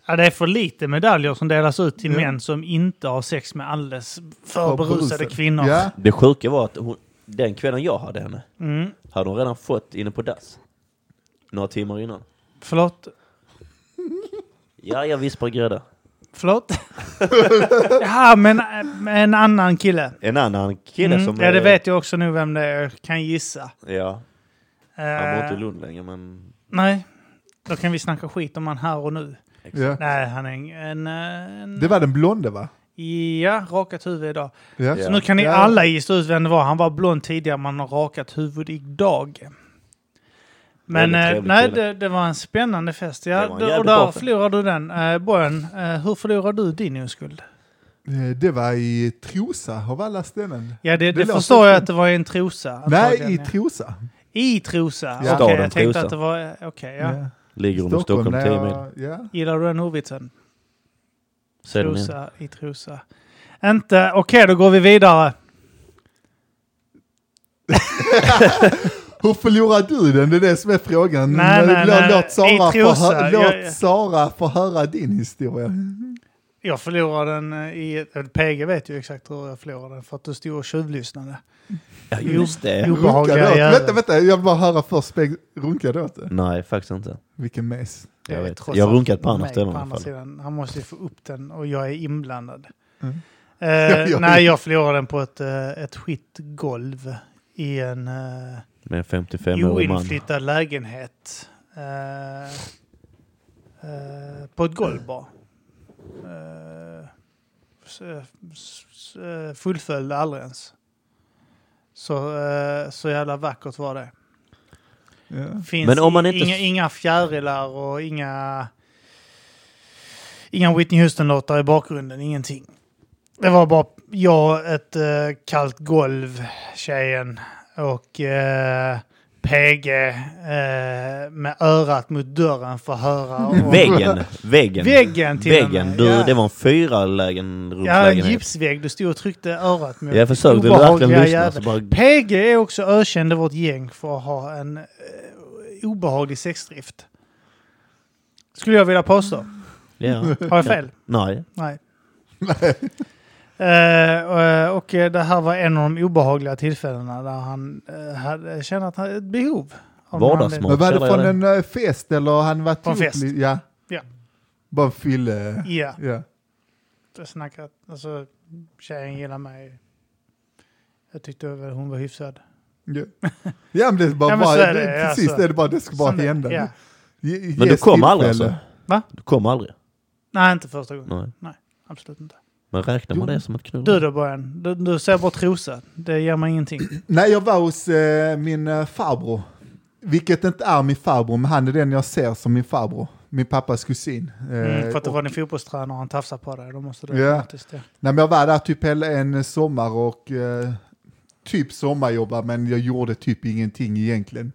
Speaker 1: Ja, det är för lite medaljer som delas ut till
Speaker 2: Ja.
Speaker 1: män som inte har sex med alldeles för
Speaker 2: För
Speaker 1: berusade
Speaker 2: berusade.
Speaker 1: kvinnor.
Speaker 2: Ja.
Speaker 3: Det sjuka var att hon, den kvällen jag hade henne,
Speaker 1: Mm.
Speaker 3: hade hon redan fått inne på dass. Några timmar innan.
Speaker 1: Förlåt?
Speaker 3: Ja, jag vispar grädde.
Speaker 1: Förlåt? [laughs] ja, men eh, en annan kille.
Speaker 3: En annan kille
Speaker 1: Mm.
Speaker 3: som...
Speaker 1: Ja, det
Speaker 3: eh,
Speaker 1: vet jag också nu vem det är. Jag kan gissa.
Speaker 3: Ja, han bor
Speaker 1: Eh,
Speaker 3: inte i Lund längre men...
Speaker 1: nej, då kan vi snacka skit om han här och nu.
Speaker 2: Ja.
Speaker 1: Nej, han är en... en, eh, en
Speaker 2: Det var den blonde va?
Speaker 1: Ja, rakat huvud idag.
Speaker 2: Ja.
Speaker 1: Så nu kan ni
Speaker 2: Ja.
Speaker 1: alla gissa ut vem det var. Han var blond tidigare, man har rakat huvud idag. Men
Speaker 3: Väldigt
Speaker 1: eh,
Speaker 3: trevlig
Speaker 1: nej,
Speaker 3: kille.
Speaker 1: det, det var en spännande fest. Ja,
Speaker 3: Det var en
Speaker 1: d- och
Speaker 3: jävligt
Speaker 1: där
Speaker 3: bra fest.
Speaker 1: förlorade du den. Eh, Bojan, eh, hur förlorade du din oskuld?
Speaker 2: Eh, Det var i Trosa av alla ställen.
Speaker 1: Ja, det, det,
Speaker 2: låter
Speaker 1: förstår jag
Speaker 2: fint.
Speaker 1: att det var i en trosa.
Speaker 2: Nej,
Speaker 1: antagligen,
Speaker 2: i
Speaker 1: ja.
Speaker 2: Trosa.
Speaker 1: I Trosa? Okej,
Speaker 3: Staden
Speaker 1: jag tänkte
Speaker 3: Trosa.
Speaker 1: att det var... eh, Okej, ja.
Speaker 2: Ja.
Speaker 3: Ligger under Stockholm
Speaker 2: där
Speaker 3: 10
Speaker 2: jag-
Speaker 3: mil.
Speaker 2: Ja.
Speaker 1: Gillar du den ordvitsen?
Speaker 3: Säg den igen.
Speaker 1: Trosa i Trosa. Inte... Okej, då går vi vidare.
Speaker 2: Hur förlorar du den? Det är det som är frågan.
Speaker 1: Nej, nej,
Speaker 2: låt,
Speaker 1: nej.
Speaker 2: Låt, Sara
Speaker 1: I
Speaker 2: få
Speaker 1: trosa.
Speaker 2: hö-
Speaker 1: Jag-
Speaker 2: låt Sara få höra din historia.
Speaker 1: Jag förlorade den eh, i... ett- PG vet ju exakt hur jag förlorade den för att du stod och tjuvlyssnade.
Speaker 3: Ja, just det.
Speaker 1: Obehagliga
Speaker 2: Runkade åt-
Speaker 1: jävel.
Speaker 2: Vänta, vänta, jag vill bara höra först. Speg- Runkade åt det?
Speaker 3: Nej, faktiskt inte.
Speaker 2: Vilken mes.
Speaker 3: Jag
Speaker 1: Det är
Speaker 3: vet.
Speaker 1: trots
Speaker 3: Jag har
Speaker 1: allt
Speaker 3: runkat på andra
Speaker 1: mig
Speaker 3: ställen i alla
Speaker 1: andra
Speaker 3: fall.
Speaker 1: sidan. Han måste ju få upp den och jag är inblandad.
Speaker 2: Mm. [laughs]
Speaker 1: Eh,
Speaker 2: Ja, ja,
Speaker 1: nej,
Speaker 2: ja.
Speaker 1: jag förlorade den på ett, eh, ett skitgolv i en eh,
Speaker 3: Med en 55-årig man.
Speaker 1: oinflyttad lägenhet. Eh, eh, på ett golv bara. Eh, s- s- eh, fullföljde aldrig ens. Så, eh, så jävla vackert var det.
Speaker 2: Ja.
Speaker 1: Finns
Speaker 3: Men om man
Speaker 1: i-
Speaker 3: inte-
Speaker 1: inga, inga fjärilar och inga, inga Whitney Houston-låtar i bakgrunden, ingenting. Det var bara jag, ett eh, kallt golv, tjejen och eh, PG eh, med örat mot dörren för att höra. om-
Speaker 3: [laughs] Väggen! Väggen!
Speaker 1: Väggen till och
Speaker 3: Väggen!
Speaker 1: med,
Speaker 3: Du,
Speaker 1: ja.
Speaker 3: Det var en fyra lägen,
Speaker 1: Ja, en
Speaker 3: rumslägenhet.
Speaker 1: gipsvägg du stod och tryckte örat mot.
Speaker 3: Jag försökte
Speaker 1: Obehagliga
Speaker 3: verkligen lyssna.
Speaker 1: jävel.
Speaker 3: Så bara,
Speaker 1: PG är också ökänd i vårt gäng för att ha en eh, obehaglig sexdrift. Skulle jag vilja påstå. [laughs]
Speaker 3: ja.
Speaker 1: Har jag fel?
Speaker 3: Nej.
Speaker 1: Nej. [laughs] Eh, och, eh, och eh, det här var en av de obehagliga tillfällena där han eh, hade, kände att han hade ett behov. av någon
Speaker 3: Vardagsmat.
Speaker 1: anledning.
Speaker 2: Men var det
Speaker 3: Känner
Speaker 2: från
Speaker 3: jag
Speaker 2: en eh, fest eller har han varit
Speaker 1: Från
Speaker 2: ihop
Speaker 1: fest.
Speaker 2: li- Ja.
Speaker 1: Ja.
Speaker 2: Bara en fylle.
Speaker 1: Ja,
Speaker 2: Ja.
Speaker 1: jag snackade, alltså tjejen gillar mig. Jag tyckte väl hon var hyfsad.
Speaker 2: Ja. ja men det är bara,
Speaker 1: Ja, men så
Speaker 2: bara
Speaker 1: är
Speaker 2: det,
Speaker 1: det,
Speaker 2: precis
Speaker 1: alltså.
Speaker 2: det, är bara, det ska bara
Speaker 1: Som det-
Speaker 2: hända.
Speaker 1: Ja.
Speaker 2: Ge- ges
Speaker 3: Men du kom aldrig
Speaker 2: tillfälle.
Speaker 3: alltså?
Speaker 1: Va?
Speaker 3: Du kom aldrig?
Speaker 1: Nej, inte första gången.
Speaker 3: Nej.
Speaker 1: Absolut inte.
Speaker 3: Men räknar man
Speaker 2: Jo.
Speaker 3: det som ett knull?
Speaker 1: Du då Bojan, du, du ser bara trosa. Det ger mig ingenting.
Speaker 2: Nej, jag var hos eh, min eh, farbror. Vilket inte är min farbror, men han är den jag ser som min farbror. Min pappas kusin. Eh,
Speaker 1: Mm, för att det
Speaker 2: och-
Speaker 1: var din fotbollstränare och han tafsade på dig. Då måste du
Speaker 2: Ja.
Speaker 1: automatiskt, ja.
Speaker 2: Nej, men jag var där typ hela en sommar och eh, typ sommarjobba men jag gjorde typ ingenting egentligen.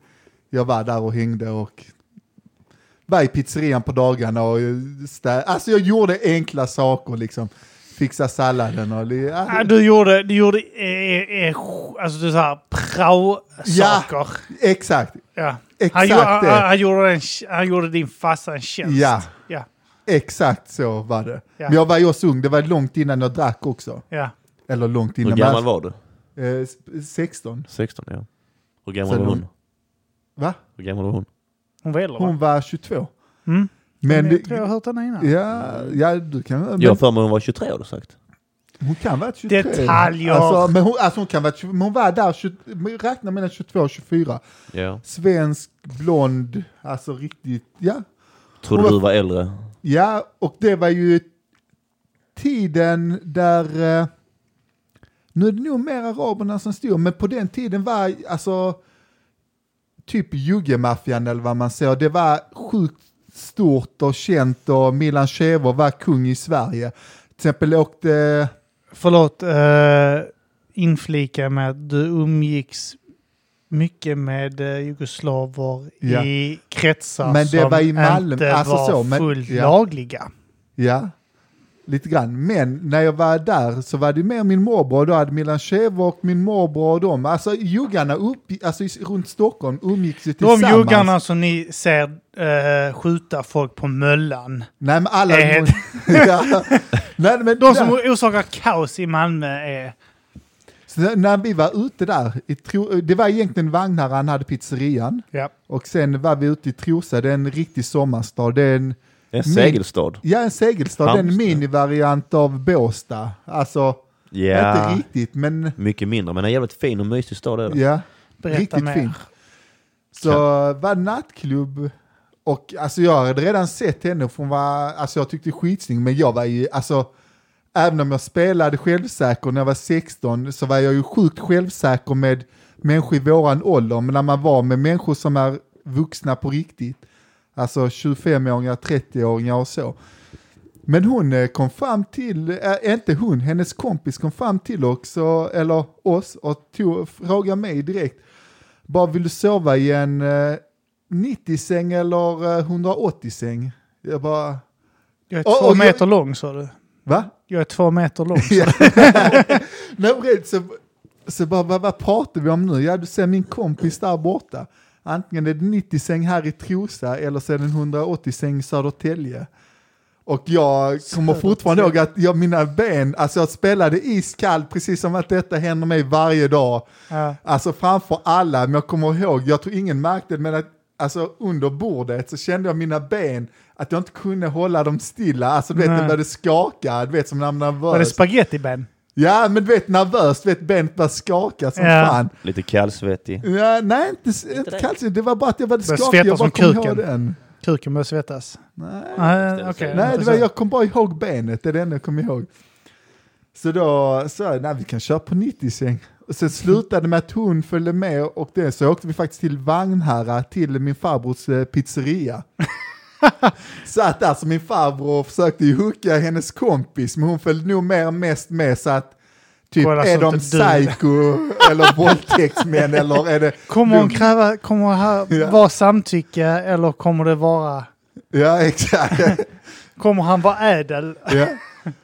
Speaker 2: Jag var där och hängde och var i pizzerian på dagarna och stä- Alltså jag gjorde enkla saker liksom. Fixa salladen och... li-
Speaker 1: Ah, Du gjorde, du gjorde eh, eh, alltså du sa prao-saker.
Speaker 2: Exakt,
Speaker 1: Ja. Han,
Speaker 2: exakt
Speaker 1: gjorde- han,
Speaker 2: det.
Speaker 1: han, gjorde en, han gjorde din farsa en tjänst.
Speaker 2: Ja.
Speaker 1: Ja,
Speaker 2: Exakt så var det.
Speaker 1: Ja.
Speaker 2: Men jag var ju också ung, det var långt innan jag drack också.
Speaker 1: ja.
Speaker 2: Eller långt
Speaker 3: Hur
Speaker 2: innan.
Speaker 3: gammal var du?
Speaker 2: man- eh, s- 16.
Speaker 3: 16, ja. Hur gammal
Speaker 2: Sen
Speaker 3: var
Speaker 2: hon-
Speaker 3: hon?
Speaker 2: Va?
Speaker 3: Hur gammal var hon?
Speaker 1: Hon var äldre va?
Speaker 2: Hon var 22.
Speaker 1: Mm.
Speaker 2: Men...
Speaker 1: jag tror jag
Speaker 2: det-
Speaker 1: har hört henne innan.
Speaker 2: Ja, ja, du kan... Men,
Speaker 3: Jag har för mig hon var 23 har du sagt.
Speaker 2: Hon kan vara 23.
Speaker 1: Detaljer.
Speaker 2: Alltså, men hon, alltså hon kan vara 20, men hon var där, 20, men räkna mellan 22 och 24.
Speaker 3: Ja.
Speaker 2: Svensk, blond, alltså riktigt, ja. Hon
Speaker 3: Trodde
Speaker 2: var-
Speaker 3: du var äldre?
Speaker 2: Ja, och det var ju tiden där, eh, nu är det nog mer araberna som styr, men på den tiden var alltså typ juggemaffian eller vad man säger, det var sjukt stort och känt och Milan Chever var kung i Sverige. Till exempel åkte
Speaker 1: Förlåt, eh, inflika med att du umgicks mycket med eh, jugoslaver
Speaker 2: Ja.
Speaker 1: i kretsar
Speaker 2: Men det
Speaker 1: som
Speaker 2: var i Malmö,
Speaker 1: inte
Speaker 2: alltså
Speaker 1: var
Speaker 2: så, men-
Speaker 1: fullt
Speaker 2: ja.
Speaker 1: lagliga.
Speaker 2: Ja, lite grann. Men när jag var där så var det mer min morbror, då hade Milan Chevo och min morbror och dem, alltså juggarna upp, alltså i- runt Stockholm umgicks ju
Speaker 1: De
Speaker 2: tillsammans.
Speaker 1: juggarna som ni ser eh, skjuta folk på möllan.
Speaker 2: Nej men alla...
Speaker 1: Eh. [laughs]
Speaker 2: ja. Nej, men
Speaker 1: De som
Speaker 2: där.
Speaker 1: orsakar kaos i Malmö är...
Speaker 2: Så när- när vi var ute där, i tro, det var egentligen Vagnhärad han hade pizzerian.
Speaker 1: Ja.
Speaker 2: Och sen var vi ute i Trosa, det är en riktig sommarstad. Det är en,
Speaker 3: En segelstad?
Speaker 2: ja, en segelstad, det är en
Speaker 3: Halmstad.
Speaker 2: minivariant av Båstad. Alltså,
Speaker 3: Ja.
Speaker 2: inte riktigt, men
Speaker 3: Mycket mindre, men en jävligt fin och mysig stad är det.
Speaker 2: ja.
Speaker 1: Berätta
Speaker 2: Riktigt
Speaker 1: mer.
Speaker 2: fin. Så var nattklubb och alltså jag hade redan sett henne, för hon var, alltså jag tyckte skitsnygg, men jag var ju, alltså även om jag spelade självsäker när jag var 16 så var jag ju sjukt självsäker med människor i våran ålder, men när man var med människor som är vuxna på riktigt, alltså 25-åringar, 30-åringar och så. Men hon eh, kom fram till, äh, inte hon, hennes kompis kom fram till också, eller oss och tog, frågade mig direkt, bara vill du sova i en eh, 90-säng eller eh, 180-säng? Jag bara,
Speaker 1: Jag är
Speaker 2: Och-
Speaker 1: två
Speaker 2: och jag-
Speaker 1: meter lång sa du.
Speaker 2: va? [laughs]
Speaker 1: Jag är två meter lång.
Speaker 2: Ja. Nej, men så, Så bara, vad, vad pratar vi om nu? Ja, du ser min kompis där borta. Antingen är det 90 säng här i Trosa eller så är det en 180 säng i Södertälje. Och jag kommer fortfarande ihåg att jag, mina ben, alltså jag spelade iskallt precis som att detta händer mig varje dag.
Speaker 1: Ja.
Speaker 2: Alltså framför alla, men jag kommer ihåg, jag tror ingen märkte det, men att, alltså under bordet så kände jag mina ben, att jag inte kunde hålla dem stilla. Alltså du vet,
Speaker 1: Nej.
Speaker 2: de började skaka, du vet som när man är
Speaker 1: Var det
Speaker 2: nervös.
Speaker 1: spagettiben?
Speaker 2: Ja, men du vet nervöst, du vet benet började skaka som
Speaker 1: Ja.
Speaker 2: fan.
Speaker 3: Lite kallsvettig.
Speaker 2: Ja, nej, inte, s- inte kallt, det var bara att jag började
Speaker 1: Började
Speaker 2: skaka, jag
Speaker 1: svettas
Speaker 2: bara
Speaker 1: som
Speaker 2: kom ihåg
Speaker 1: kuken.
Speaker 2: den.
Speaker 1: Kuken börjar svettas.
Speaker 2: Nej.
Speaker 1: Nej, okej.
Speaker 2: Nej, det var,
Speaker 1: Intressant.
Speaker 2: jag kom bara ihåg benet, det är det enda jag kommer ihåg. Så då sa jag, nej vi kan köra på 90-säng. Och sen slutade det med att hon följde med och det, så åkte vi faktiskt till Vagnhära, till min farbrors eh, pizzeria. [laughs] Satt där, så min farbror försökte ju hooka hennes kompis, men hon följde nog mer mest med så att typ,
Speaker 1: Kolla så
Speaker 2: är de
Speaker 1: inte du-
Speaker 2: psycho eller våldtäktsmän eller är [laughs] det...
Speaker 1: Kommer hon
Speaker 2: lugnt?
Speaker 1: kräva, kommer det här
Speaker 2: Ja.
Speaker 1: vara samtycke eller kommer det vara,
Speaker 2: Ja, exakt.
Speaker 1: kommer han vara ädel?
Speaker 2: Ja.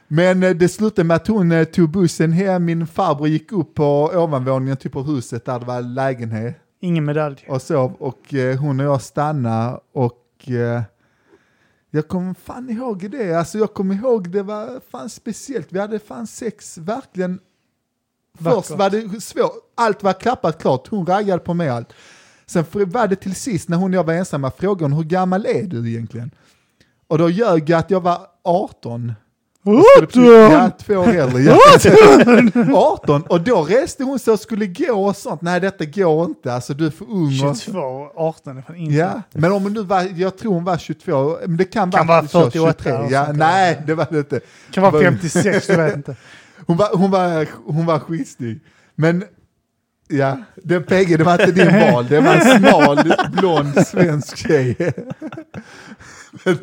Speaker 2: Men eh, det slutade med att hon eh, tog bussen hem, min farbror gick upp på ovanvåningen, typ på huset där det var lägenhet
Speaker 1: Ingen medalj.
Speaker 2: och sov och eh, hon och jag stannade och eh, jag kommer fan ihåg det, alltså jag kommer ihåg det var fan speciellt, vi hade fan sex verkligen. Först
Speaker 1: Vackert.
Speaker 2: var det svårt, allt var klappat klart, hon raggade på mig allt. Sen fr- var det till sist när hon och jag var ensamma frågade hon hur gammal är du egentligen? Och då ljög jag att jag var 18. Jag skulle precis- Ja, två år äldre. Ja. [laughs] 18! Och då reste hon sig och skulle gå och sånt. Nej, detta går inte. Alltså du är för ung. Och...
Speaker 1: 22, 18 är fan inte.
Speaker 2: Ja, men om hon nu var, jag tror hon var 22, men det kan,
Speaker 1: Kan
Speaker 2: vara
Speaker 1: vara 48 eller
Speaker 2: Ja,
Speaker 1: sånt där.
Speaker 2: nej, det var det inte.
Speaker 1: Kan vara 56, du
Speaker 2: [laughs]
Speaker 1: vet inte.
Speaker 2: Hon var, hon var, hon var skitsnygg. Men, ja, den Peggy, det var inte din
Speaker 1: [laughs]
Speaker 2: val. Det var en smal, blond, svensk tjej. [laughs] Men,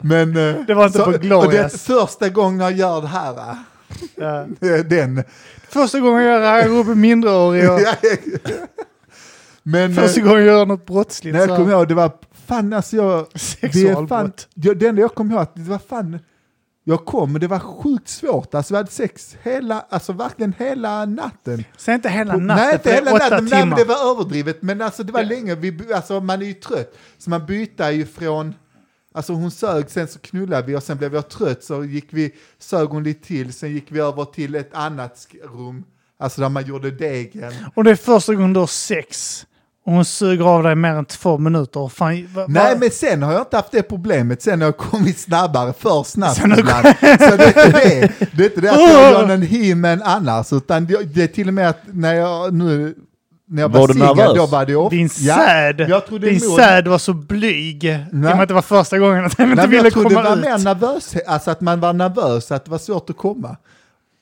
Speaker 2: men, eh,
Speaker 1: Det var inte på
Speaker 2: Och det är
Speaker 1: Glorious.
Speaker 2: första gången jag gör det här, va?
Speaker 1: Ja.
Speaker 2: Eh, den.
Speaker 1: Första gången jag raggar upp en minderårig och
Speaker 2: Ja. Men, eh,
Speaker 1: första gången jag gör något brottsligt.
Speaker 2: Nej,
Speaker 1: så
Speaker 2: jag
Speaker 1: här.
Speaker 2: kommer ihåg, det var fan alltså jag... Det, är fan,
Speaker 1: Sexualbrott.
Speaker 2: jag, det enda jag kommer ihåg, att det var fan... Jag kom och det var sjukt svårt. Alltså vi hade sex hela, alltså verkligen hela natten.
Speaker 1: Sen inte hela natten,
Speaker 2: Nej,
Speaker 1: för
Speaker 2: inte
Speaker 1: det är
Speaker 2: hela
Speaker 1: åtta
Speaker 2: natten, nej, men
Speaker 1: timmar.
Speaker 2: det var överdrivet. Men alltså det var
Speaker 1: Ja.
Speaker 2: länge, vi, by- alltså man är ju trött. Så man byter ju från, alltså hon sög, sen så knullade vi och sen blev jag trött. Så gick vi, sög hon lite till, sen gick vi över till ett annat sk- rum. Alltså där man gjorde degen.
Speaker 1: Och det är första gången du har sex och hon suger av dig mer än två minuter. Fan, va,
Speaker 2: Nej,
Speaker 1: va-
Speaker 2: men sen har jag inte haft det problemet. Sen har jag kommit snabbare, för snabbt ibland. Så det är inte det. Det är inte det att
Speaker 1: Oh!
Speaker 2: jag gör en himen annars, utan det det är till och med att när jag nu... När jag
Speaker 3: Var
Speaker 2: var,
Speaker 3: du
Speaker 2: singel,
Speaker 3: nervös?
Speaker 2: då var det ofta...
Speaker 1: Din säd,
Speaker 2: jag trodde
Speaker 1: din
Speaker 2: emot-
Speaker 1: säd var så blyg. I och med att det var första gången att den
Speaker 2: Nej,
Speaker 1: inte
Speaker 2: men
Speaker 1: ville
Speaker 2: jag trodde det
Speaker 1: komma
Speaker 2: var
Speaker 1: ut.
Speaker 2: mer nervös, alltså att man var nervös, att det var svårt att komma.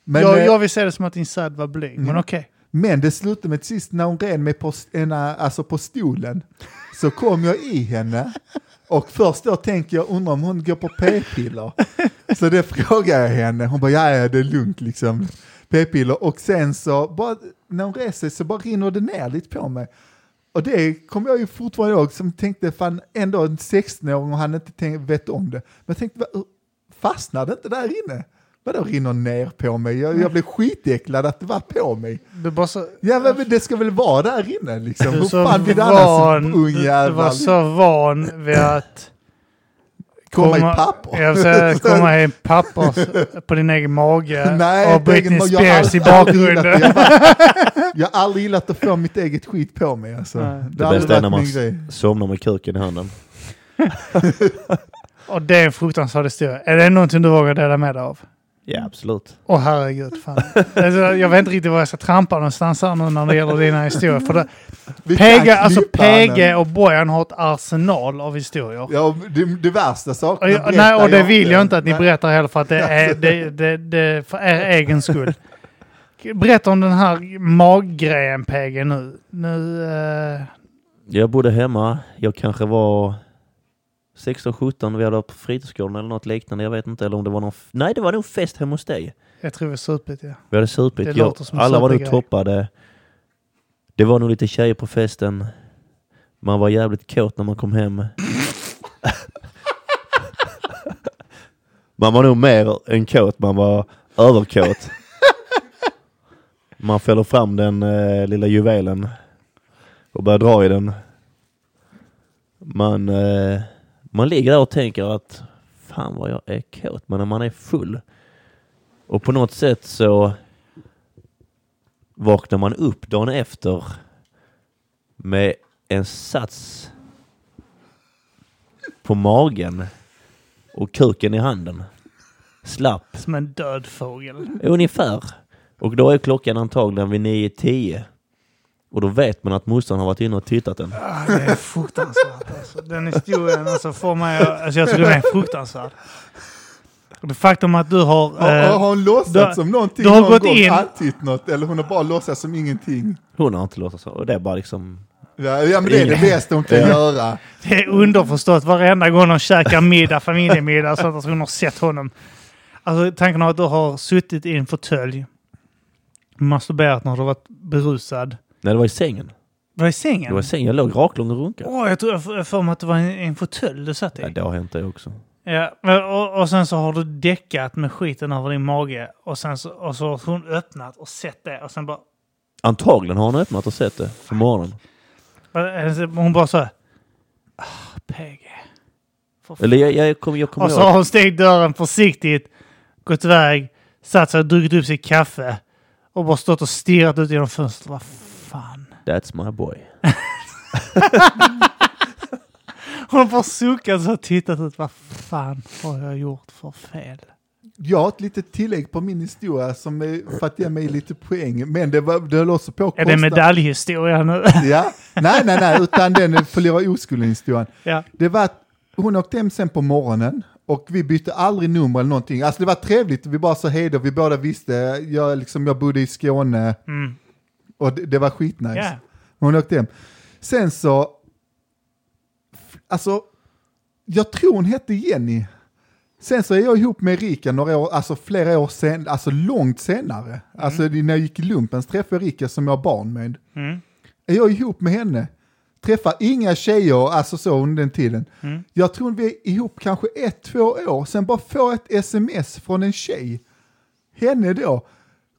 Speaker 2: Men,
Speaker 1: jag,
Speaker 2: eh, Mm.
Speaker 1: jag vill se det som att din säd var blyg, men okej.
Speaker 2: men det slutade med till sist när hon red mig på, s- en, eh, alltså på stolen, så kom jag i henne. Och först då tänker jag, undrar om hon går på p-piller. Så det frågar jag henne, hon bara, ja ja, det är lugnt liksom. P-piller och sen så, bara, när hon reser sig så bara rinner det ner lite på mig. Och det kommer jag ju fortfarande ihåg som tänkte, fan ändå en 16-åring och han inte tänk, vet om det. Men jag tänkte, "Vad- fastnade inte där inne? Vadå rinner ner på mig? Jag, jag blev skitäcklad att det var på mig.
Speaker 1: Du bara så...
Speaker 2: Ja men men det ska väl vara där inne liksom.
Speaker 1: Du
Speaker 2: Hur
Speaker 1: är så
Speaker 2: fan blir det annars
Speaker 1: van,
Speaker 2: en ung
Speaker 1: du, du var
Speaker 2: jävel?
Speaker 1: så van vid att
Speaker 2: Komma i papper.
Speaker 1: Jag
Speaker 2: [laughs]
Speaker 1: vill säga, komma i papper s- på din egen mage
Speaker 2: Nej,
Speaker 1: och Britney
Speaker 2: jag har
Speaker 1: Spears i
Speaker 2: aldrig- aldrig gillat det.
Speaker 1: bakgrunden.
Speaker 2: Jag, bara- jag har aldrig gillat att få mitt eget skit på mig alltså.
Speaker 1: Nej.
Speaker 2: Det har
Speaker 3: bästa
Speaker 2: aldrig
Speaker 3: är
Speaker 2: varit
Speaker 3: när man-
Speaker 2: min grej.
Speaker 3: Somnar med kuken i handen.
Speaker 1: Och det är en fruktansvärd historia. Är det någonting du vågar dela med dig av?
Speaker 3: Ja, absolut.
Speaker 1: Åh herregud, fan. Alltså, jag vet inte riktigt var jag ska trampa någonstans här nu när det gäller dina historier. För det,
Speaker 2: Vi kan
Speaker 1: PG, alltså
Speaker 2: klippa
Speaker 1: PG
Speaker 2: den.
Speaker 1: och Bojan har ett arsenal av historier.
Speaker 2: Ja, det, det värsta
Speaker 1: Och,
Speaker 2: saken
Speaker 1: jag, nej, och det vill jag inte att ni berättar heller för att det är
Speaker 2: alltså.
Speaker 1: det, det, det, för er egen skull. Berätta om den här maggrejen PG nu. nu eh,
Speaker 3: Jag bodde hemma. Jag kanske var 16, 17. Vi hade varit på fritidsgården eller något liknande. Jag vet inte. Eller om det var någon... f- Nej, det var nog fest hemma hos dig.
Speaker 1: jag tror vi har supit ja.
Speaker 3: Vi hade supit.
Speaker 1: Det
Speaker 3: Jag-
Speaker 1: låter som en
Speaker 3: alla var nog
Speaker 1: supergrej.
Speaker 3: toppade. Det var nog lite tjejer på festen. Man var jävligt kåt när man kom hem. man var nog mer än kåt, man var överkåt.
Speaker 4: Man fäller fram den eh, lilla juvelen och börjar dra i den.
Speaker 3: Man, eh, man ligger där och tänker att fan vad jag är kåt, men när man är full och på något sätt så vaknar man upp dagen efter med en sats på magen och kuken i handen. Slapp.
Speaker 1: Som en död fågel.
Speaker 3: Ungefär. Och då är klockan antagligen vid 9-10. Och då vet man att morsan har varit inne och tittat den.
Speaker 1: Ah, det är fruktansvärt alltså. Den historien alltså får mig... Alltså jag tycker den är fruktansvärd. Och Det faktum att du har...
Speaker 2: Har,
Speaker 1: eh,
Speaker 2: har hon låtsats
Speaker 1: du-
Speaker 2: som någonting
Speaker 1: du har
Speaker 2: någon
Speaker 1: gått
Speaker 2: gång?
Speaker 1: in-
Speaker 2: Antytt något? Eller hon har bara låtsats som ingenting?
Speaker 3: Hon har inte låtsats så. Och det är bara liksom...
Speaker 2: Ja, ja men det är det bästa hon kan göra.
Speaker 1: Det är underförstått varenda gång de käkar middag, familjemiddag, sånt att hon har sett honom. Alltså tanken av att du har suttit i en fåtölj, masturberat när du har varit berusad.
Speaker 3: Nej, det var i sängen.
Speaker 1: Var i
Speaker 3: Det
Speaker 1: sängen?
Speaker 3: var i sängen. Jag låg raklång och runkade.
Speaker 1: Åh, jag tror jag får- jag får mig att det var en, en fåtölj du satt
Speaker 3: Ja,
Speaker 1: i.
Speaker 3: det har hänt det också.
Speaker 1: Ja, men- och, och sen så har du däckat med skiten över din mage och sen så, och så har hon öppnat och sett det och sen bara...
Speaker 3: Antagligen har hon öppnat och sett det på morgonen.
Speaker 1: Hon bara så här... Ah, PG. För
Speaker 3: Eller jag, jag kommer jag kom
Speaker 1: Och så
Speaker 3: ihåg.
Speaker 1: har hon stängt dörren försiktigt, gått iväg, satt sig och druckit upp sitt kaffe och bara stått och stirrat ut genom fönstret. Vad fan?
Speaker 3: That's my boy.
Speaker 1: Hon har bara suckat så och tittat ut. Vad fan har jag gjort för fel?
Speaker 2: Jag har ett litet tillägg på min historia som är, för att ge mig lite poäng. Men det, var, det höll också på att
Speaker 1: Är det
Speaker 2: kosta-
Speaker 1: medaljhistoria nu? [laughs]
Speaker 2: Ja. Nej, nej, nej, utan den förlorar oskulden historien.
Speaker 1: ja.
Speaker 2: Det var att hon åkte hem sen på morgonen och vi bytte aldrig nummer eller någonting. Alltså det var trevligt, vi bara sa hej då, vi båda visste, jag, liksom, jag bodde i Skåne
Speaker 1: Mm.
Speaker 2: och det, det var skitnice.
Speaker 1: ja.
Speaker 2: Hon åkte hem. Sen så, alltså, jag tror hon hette Jenny. Sen så är jag ihop med Erika några år, alltså flera år sen, alltså långt senare. Alltså när jag gick i lumpen så träffade jag Erika som jag har barn med.
Speaker 1: Mm.
Speaker 2: Är jag ihop med henne? Träffar inga tjejer, alltså så under den tiden.
Speaker 1: Mm.
Speaker 2: Jag tror vi är ihop kanske ett, två år, sen bara får jag ett sms från en tjej. Henne då,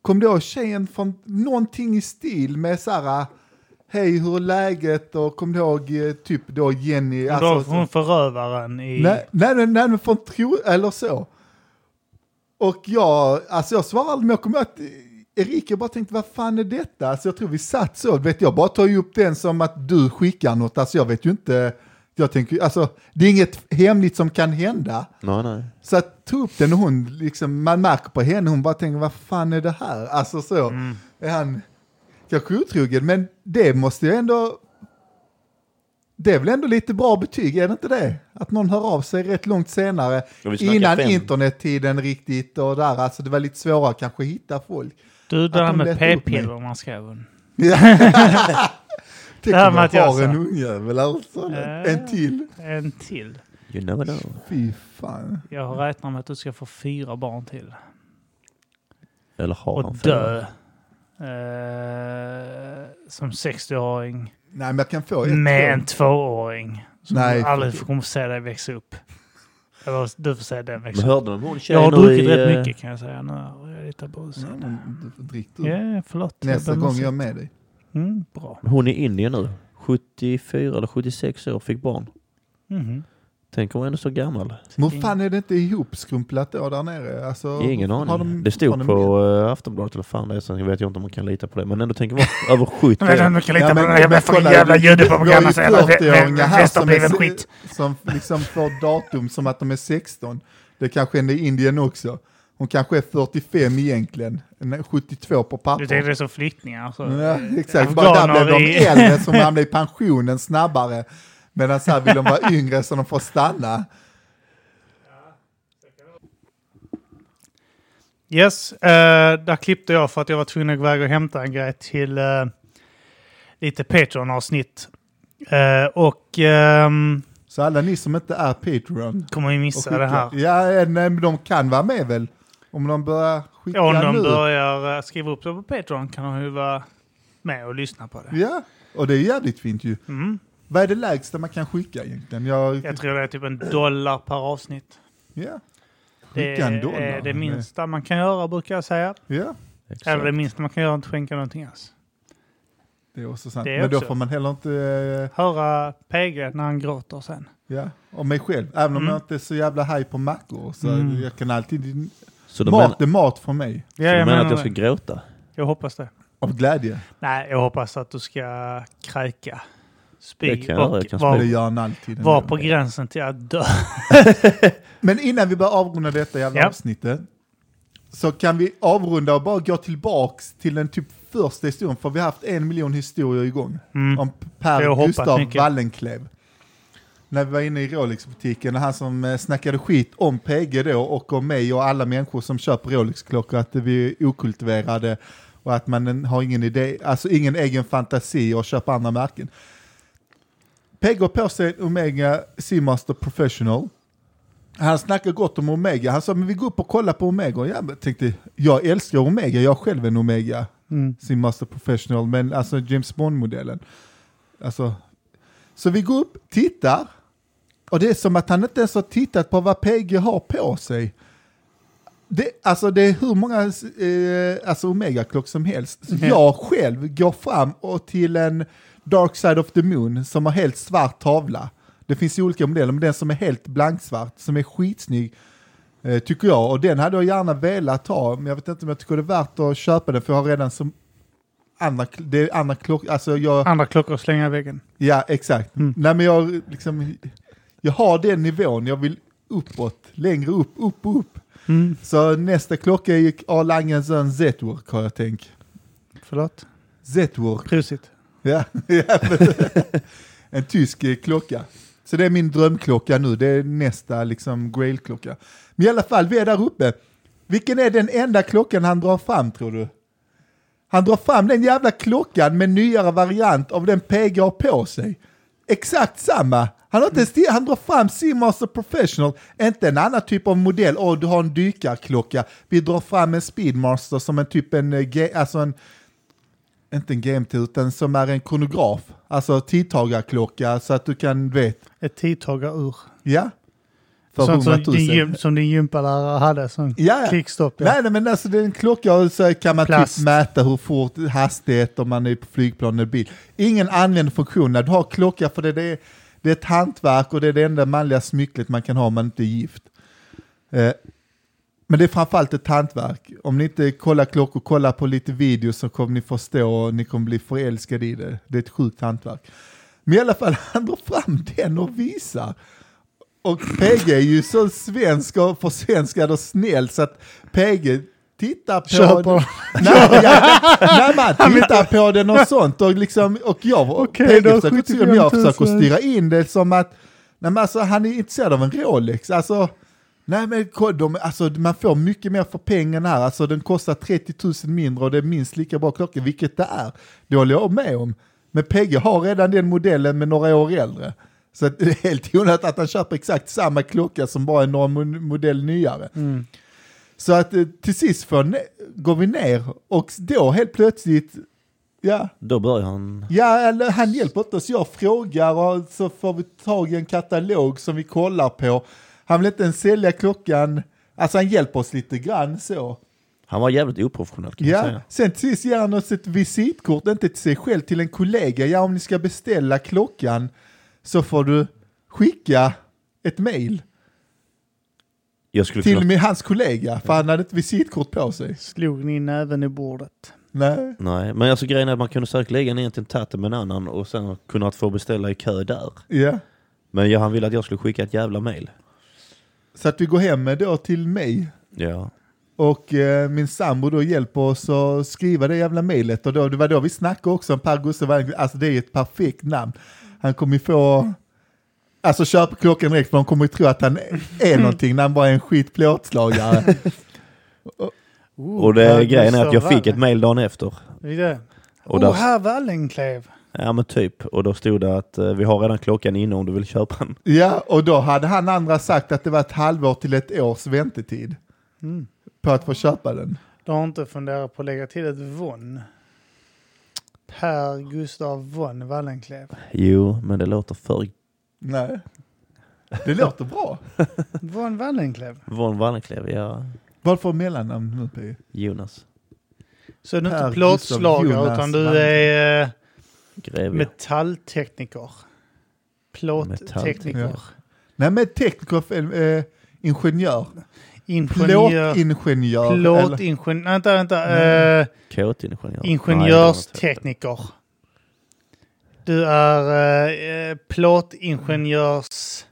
Speaker 2: kom då tjejen från någonting i stil med så här, hej hur är läget och kom du ihåg eh, typ då Jenny,
Speaker 1: Hon
Speaker 2: alltså,
Speaker 1: drar hon förövaren i...
Speaker 2: Nej, nej, nej, nej, men från tro, eller så. Och jag, alltså jag svarade aldrig, men jag kommer ihåg att Erika bara tänkte, vad fan är detta? Alltså jag tror vi satt så, du vet jag bara tar ju upp den som att du skickar något, alltså jag vet ju inte, jag tänker, alltså det är inget hemligt som kan hända.
Speaker 3: Nej, nej.
Speaker 2: Så att ta upp den och hon, liksom, man märker på henne, hon bara tänker, vad fan är det här? Alltså så, är han kanske otrogen, men det måste ju ändå, det är väl ändå lite bra betyg, är det inte det? Att någon hör av sig rätt långt senare,
Speaker 3: Och vi snackar
Speaker 2: innan
Speaker 3: fem.
Speaker 2: internettiden riktigt och där, alltså det var lite svårare kanske att hitta folk.
Speaker 1: Du, det här
Speaker 2: de
Speaker 1: med
Speaker 2: letar upp
Speaker 1: p-piller man skrev. hon.
Speaker 2: Tänk
Speaker 1: här
Speaker 2: om
Speaker 1: med att
Speaker 2: jag
Speaker 1: jag
Speaker 2: har
Speaker 1: sa.
Speaker 2: en ungjävel, alltså,
Speaker 1: Ja.
Speaker 2: en till.
Speaker 1: En till.
Speaker 3: You never know.
Speaker 2: Fy fan.
Speaker 1: Jag räknar med att du ska få fyra barn till.
Speaker 3: Eller har
Speaker 1: Och
Speaker 3: han fel?
Speaker 1: dö. Eh, som 60-åring.
Speaker 2: Nej men jag kan få ett.
Speaker 1: Med
Speaker 2: till.
Speaker 1: en tvååring. Som
Speaker 2: Nej,
Speaker 1: du aldrig
Speaker 2: för-
Speaker 1: kommer få se dig växa upp. Eller du får se den
Speaker 3: Men
Speaker 1: växa upp.
Speaker 3: hörde du om hon
Speaker 1: liksom. Jag har
Speaker 3: tjejen nu
Speaker 1: druckit
Speaker 3: i,
Speaker 1: rätt
Speaker 3: eh,
Speaker 1: mycket kan jag säga nu. Jag är lite
Speaker 2: Ja,
Speaker 1: berusad.
Speaker 2: men Drick du.
Speaker 1: Ja, förlåt. Jag
Speaker 2: Nästa
Speaker 1: ber om
Speaker 2: gång
Speaker 1: ursäkt.
Speaker 2: jag är med dig.
Speaker 1: Mm, bra.
Speaker 3: eh, Hon är i Indien nu. 74 eller 76 år, fick barn.
Speaker 1: Mhm.
Speaker 3: Tänk om hon ändå så gammal.
Speaker 2: Men hur fan är det inte ihopskrumplat då där nere? Alltså,
Speaker 3: Ingen
Speaker 2: har
Speaker 3: aning.
Speaker 2: de
Speaker 3: Det stod
Speaker 2: fortfarande med?
Speaker 3: på eh, Aftonbladet eller fan det är, sen vet jag inte om man kan lita på det. Men ändå tänker man över
Speaker 1: [laughs]
Speaker 3: 70
Speaker 1: Jag vet inte om
Speaker 3: år.
Speaker 1: jag kan lita
Speaker 2: Ja,
Speaker 1: på
Speaker 2: men-
Speaker 1: den här jävla
Speaker 2: men
Speaker 1: fucking
Speaker 2: kolla,
Speaker 1: jävla
Speaker 2: vi- vi har ju
Speaker 1: judeprogrammet. så jävla vä-
Speaker 2: 40-åringar
Speaker 1: vä-
Speaker 2: här som,
Speaker 1: Västerbliven
Speaker 2: är,
Speaker 1: skit.
Speaker 2: som liksom får datum som att de är 16. Det kanske är i Indien också. Hon kanske är 45 egentligen, En 72 på
Speaker 1: Du
Speaker 2: papper.
Speaker 1: tänkte det är som flyktingar alltså.
Speaker 2: Ja, exakt, bara där blev de
Speaker 1: Afghaner i-
Speaker 2: äldre som hamnade i pensionen snabbare. Medan här vill de vara yngre så de får stanna.
Speaker 1: Yes, eh, där klippte jag för att jag var tvungen att gå iväg och hämta en grej till eh, lite Patreon-avsnitt. Eh, och ehm,
Speaker 2: Så alla ni som inte är Patreon.
Speaker 1: kommer ju
Speaker 2: och
Speaker 1: missa
Speaker 2: skickar-
Speaker 1: det här.
Speaker 2: Ja, eh, nej, men de kan vara med väl? Om de börjar skicka
Speaker 1: Ja, om de
Speaker 2: nu.
Speaker 1: börjar eh, skriva upp sig på Patreon kan de ju vara med och lyssna på det.
Speaker 2: Ja, och det är jävligt fint ju.
Speaker 1: Mm.
Speaker 2: Vad är det lägsta man kan skicka egentligen? Jag,
Speaker 1: Jag tror det är typ en dollar per avsnitt.
Speaker 2: ja,
Speaker 1: Det
Speaker 2: Skicka en
Speaker 1: är
Speaker 2: dollar?
Speaker 1: det minsta man kan göra brukar jag säga.
Speaker 2: ja.
Speaker 1: Det är väl det minsta man kan göra, inte skänka någonting alls.
Speaker 2: Det är också sant.
Speaker 1: Det är
Speaker 2: Men då
Speaker 1: också.
Speaker 2: får man heller inte... eh,
Speaker 1: Höra PG när han gråter sen.
Speaker 2: Ja, om mig själv. Även om
Speaker 1: Mm.
Speaker 2: jag inte är så jävla haj på mackor. Så
Speaker 1: Mm.
Speaker 2: jag kan alltid...
Speaker 3: Så de menar,
Speaker 2: Mat är mat för mig.
Speaker 1: Ja,
Speaker 3: så de
Speaker 1: jag
Speaker 3: menar
Speaker 1: menar
Speaker 3: att jag ska
Speaker 1: det.
Speaker 3: gråta?
Speaker 1: Jag hoppas det.
Speaker 2: Av glädje.
Speaker 1: Nej, jag hoppas att du ska kräka,
Speaker 3: Det
Speaker 1: spy
Speaker 3: kan jag göra, jag
Speaker 1: och
Speaker 3: kan
Speaker 2: Det
Speaker 1: vara
Speaker 2: gör han alltid.
Speaker 1: var
Speaker 2: ändå.
Speaker 1: på gränsen till att dö.
Speaker 2: Men innan vi börjar avrunda detta jävla
Speaker 1: Ja.
Speaker 2: avsnittet. Så kan vi avrunda och bara gå tillbaks till den typ första historien. För vi har haft en miljon historier igång.
Speaker 1: Mm.
Speaker 2: Om Per
Speaker 1: Jag hoppas
Speaker 2: Gustav
Speaker 1: mycket.
Speaker 2: Wallenklev. När vi var inne i Rolex-butiken, och han som eh, snackade skit om PG då och om mig och alla människor som köper Rolex-klockor, att vi är okultiverade och att man en- har ingen idé, alltså ingen egen fantasi och köper andra märken. PG har på sig en Omega Seamaster Professional. Han snackar gott om Omega, han sa men vi går upp och kollar på Omega. Och Jag tänkte, jag älskar Omega, jag är själv en Omega
Speaker 1: Mm.
Speaker 2: Seamaster Professional, men alltså James Bond-modellen. Alltså, så vi går upp, tittar, och det är som att han inte ens har tittat på vad PG har på sig. Det, alltså det är hur många eh, alltså Omega-klock som helst. Så
Speaker 1: Mhm.
Speaker 2: Jag själv går fram och till en Dark Side of the Moon som har helt svart tavla. Det finns ju olika modeller, men den som är helt blanksvart, som är skitsnygg, eh, tycker jag. Och den hade jag gärna velat ha, men jag vet inte om jag tycker det är värt att köpa den, för jag har redan som andra, kl- det är andra klockor, alltså jag...
Speaker 1: [laughs] Andra klockor att slänga i väggen.
Speaker 2: Ja, exakt.
Speaker 1: Mm.
Speaker 2: Nej, men jag, liksom, jag har den nivån, jag vill uppåt, längre upp, upp, upp.
Speaker 1: Mm.
Speaker 2: Så nästa klocka är A. Langens en Z-work har jag tänkt.
Speaker 1: Förlåt?
Speaker 2: Z-work,
Speaker 1: Prosit.
Speaker 2: ja. [laughs] ja, men- en tysk eh, klocka. Så det är min drömklocka nu, det är nästa liksom grailklocka. Men i alla fall, vi är där uppe. Vilken är den enda klockan han drar fram tror du? Han drar fram den jävla klockan med nyare variant av den PG har på sig. Exakt samma. Han, har inte ens, han drar fram Seamaster Professional, inte en annan typ av modell. Åh, du har en dykarklocka. Vi drar fram en Speedmaster som en typ en, eh, ge- alltså en, inte en GMT, utan som är en kronograf. Alltså tidtagarklocka så att du kan, du vet,
Speaker 1: Ett tidtagarur.
Speaker 2: ja. För
Speaker 1: Sånt som
Speaker 2: 100 000.
Speaker 1: din, gym, som din gympalärare hade. Som
Speaker 2: Ja, ja.
Speaker 1: klickstopp. Ja.
Speaker 2: Nej, nej, men alltså det är en klocka och så kan man
Speaker 1: Plast.
Speaker 2: typ mäta hur fort hastighet om man är på flygplan eller bil. Ingen använd funktion när du har klocka för det, det, är, det är ett hantverk och det är det enda manliga smycket man kan ha om man inte är gift. Eh, men det är framförallt ett hantverk. Om ni inte kollar klockor, kolla på lite videos så kommer ni förstå och ni kommer bli förälskade i det. Det är ett sjukt hantverk. Men i alla fall, [laughs] han drar fram den och visar. Och PG är ju så svensk och försvenskad och snäll så att PG tittar på...
Speaker 1: Köper.
Speaker 2: Nej, ja, nej, man tittar på den och sånt och liksom, och jag,
Speaker 1: Okej,
Speaker 2: PG
Speaker 1: då,
Speaker 2: försöker,
Speaker 1: 75
Speaker 2: till och med
Speaker 1: 000.
Speaker 2: jag försöker styra in det som att, nej men alltså han är intresserad av en Rolex, alltså Nej men kolla, de, alltså, man får mycket mer för pengarna här, alltså den kostar 30 000 mindre och det är minst lika bra klocka, vilket det är. Det håller jag med om. Men Peggy har redan den modellen med några år äldre. Så att det är helt [laughs] onödigt att han köper exakt samma klocka som bara är någon mo- modell nyare. Så att eh, till sist får, ne- går vi ner och då helt plötsligt, ja,
Speaker 3: Då börjar han...
Speaker 2: Ja, eller han hjälper inte oss. Jag frågar och så får vi tag i en katalog som vi kollar på. Han vill inte ens sälja klockan. Alltså han hjälper oss lite grann så.
Speaker 3: Han var jävligt oprofessionell kan man
Speaker 2: Ja,
Speaker 3: säga.
Speaker 2: sen till sist ger han oss ett visitkort, inte till sig själv, till en kollega. Ja, om ni ska beställa klockan så får du skicka ett mail
Speaker 3: Jag skulle
Speaker 2: till
Speaker 3: kunna...
Speaker 2: med hans kollega, för han hade ett visitkort på sig.
Speaker 1: Slog ni näven i bordet?
Speaker 2: Nej.
Speaker 3: Nej, men alltså grejen är att man kunde säkert lägga en egentligen tatt med en annan och sen kunnat få beställa i kö där.
Speaker 2: Ja.
Speaker 3: Men ja, han ville att jag skulle skicka ett jävla mail.
Speaker 2: Så att vi går hem då till mig
Speaker 3: Ja.
Speaker 2: Och eh, min sambo då hjälper oss att skriva det jävla mejlet. Och då, det var då vi snackade också om Per Gustav Wallengren. Alltså det är ett perfekt namn. Han kommer ju få... Alltså köp klockan direkt för de kommer ju tro att han är någonting när han bara är en skitplåtslagare.
Speaker 1: Per
Speaker 3: Och det, grejen är att jag
Speaker 1: Gustav
Speaker 3: fick ett mail dagen efter.
Speaker 1: Det är det.
Speaker 3: Och
Speaker 1: oh,
Speaker 3: där-
Speaker 1: herr Wallenklev.
Speaker 3: Ja men typ. Och då stod det att eh, vi har redan klockan inne om du vill köpa den.
Speaker 2: ja, och då hade han andra sagt att det var ett halvår till ett års väntetid
Speaker 1: Mm.
Speaker 2: på att få köpa den.
Speaker 1: Du har inte funderat på att lägga till ett von? Per Gustav von Wallenklev.
Speaker 3: [laughs] Jo, men det låter för...
Speaker 2: Nej. Det låter bra.
Speaker 1: Von Wallenklev?
Speaker 3: Von Wallenklev, ja.
Speaker 2: Vad får mellannamn nu, P?
Speaker 3: Jonas.
Speaker 1: Så du är inte
Speaker 2: Per
Speaker 1: plåtslagare
Speaker 2: Gustav
Speaker 1: utan
Speaker 2: Jonas
Speaker 1: du är eh,
Speaker 3: Greve.
Speaker 1: metalltekniker. Plåttekniker.
Speaker 3: Metalltekniker.
Speaker 2: Nej men tekniker, eh, ingenjör,
Speaker 1: Ingenjör.
Speaker 2: plåtingenjör. eller-
Speaker 1: Plåtingenjör. Vänta, vänta. eh,
Speaker 3: Kåtingenjör.
Speaker 1: Ingenjörstekniker. Du är eh, plåtingenjörs...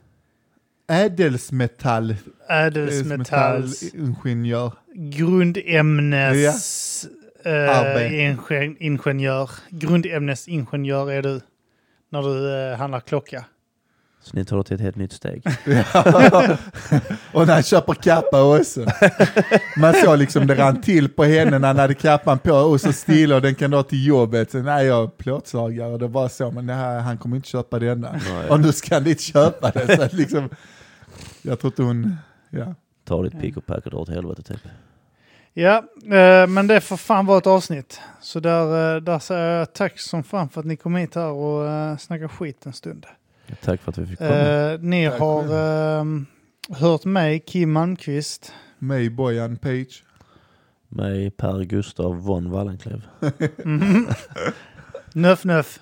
Speaker 2: Ädelsmetall,
Speaker 1: Ädelsmetalls...
Speaker 2: ädelsmetallingenjör.
Speaker 1: grundämnes
Speaker 2: Arbete.
Speaker 1: eh, ingen, ingenjör. Grundämnesingenjör är du när du eh, handlar klocka.
Speaker 3: Så ni tar det till ett helt
Speaker 1: [laughs]
Speaker 3: nytt steg.
Speaker 2: [laughs] Och när han köper kappa också. Man såg liksom det rann till på henne när han hade kappan på och så stilla och den kan dra till jobbet. Så, nej, jag är plåtslagare och det var så, men det här, han kommer inte köpa denna. Och nu ska han inte köpa den. Så att liksom, jag tror inte hon, ja.
Speaker 3: Ta ditt pick och pack och dra åt helvete typ.
Speaker 1: Ja, eh, men det får fan vara ett avsnitt. Så där, eh, där säger jag tack som fan för att ni kom hit här och eh, snackade skit en stund.
Speaker 3: Tack för att vi fick komma.
Speaker 1: Eh, ni
Speaker 2: Tack
Speaker 1: har eh, hört mig, Kim Malmqvist.
Speaker 2: Mig, Bojan, Page.
Speaker 3: Med Per [laughs] Gustav von Wallenklev.
Speaker 1: Mhm. nöff nöff.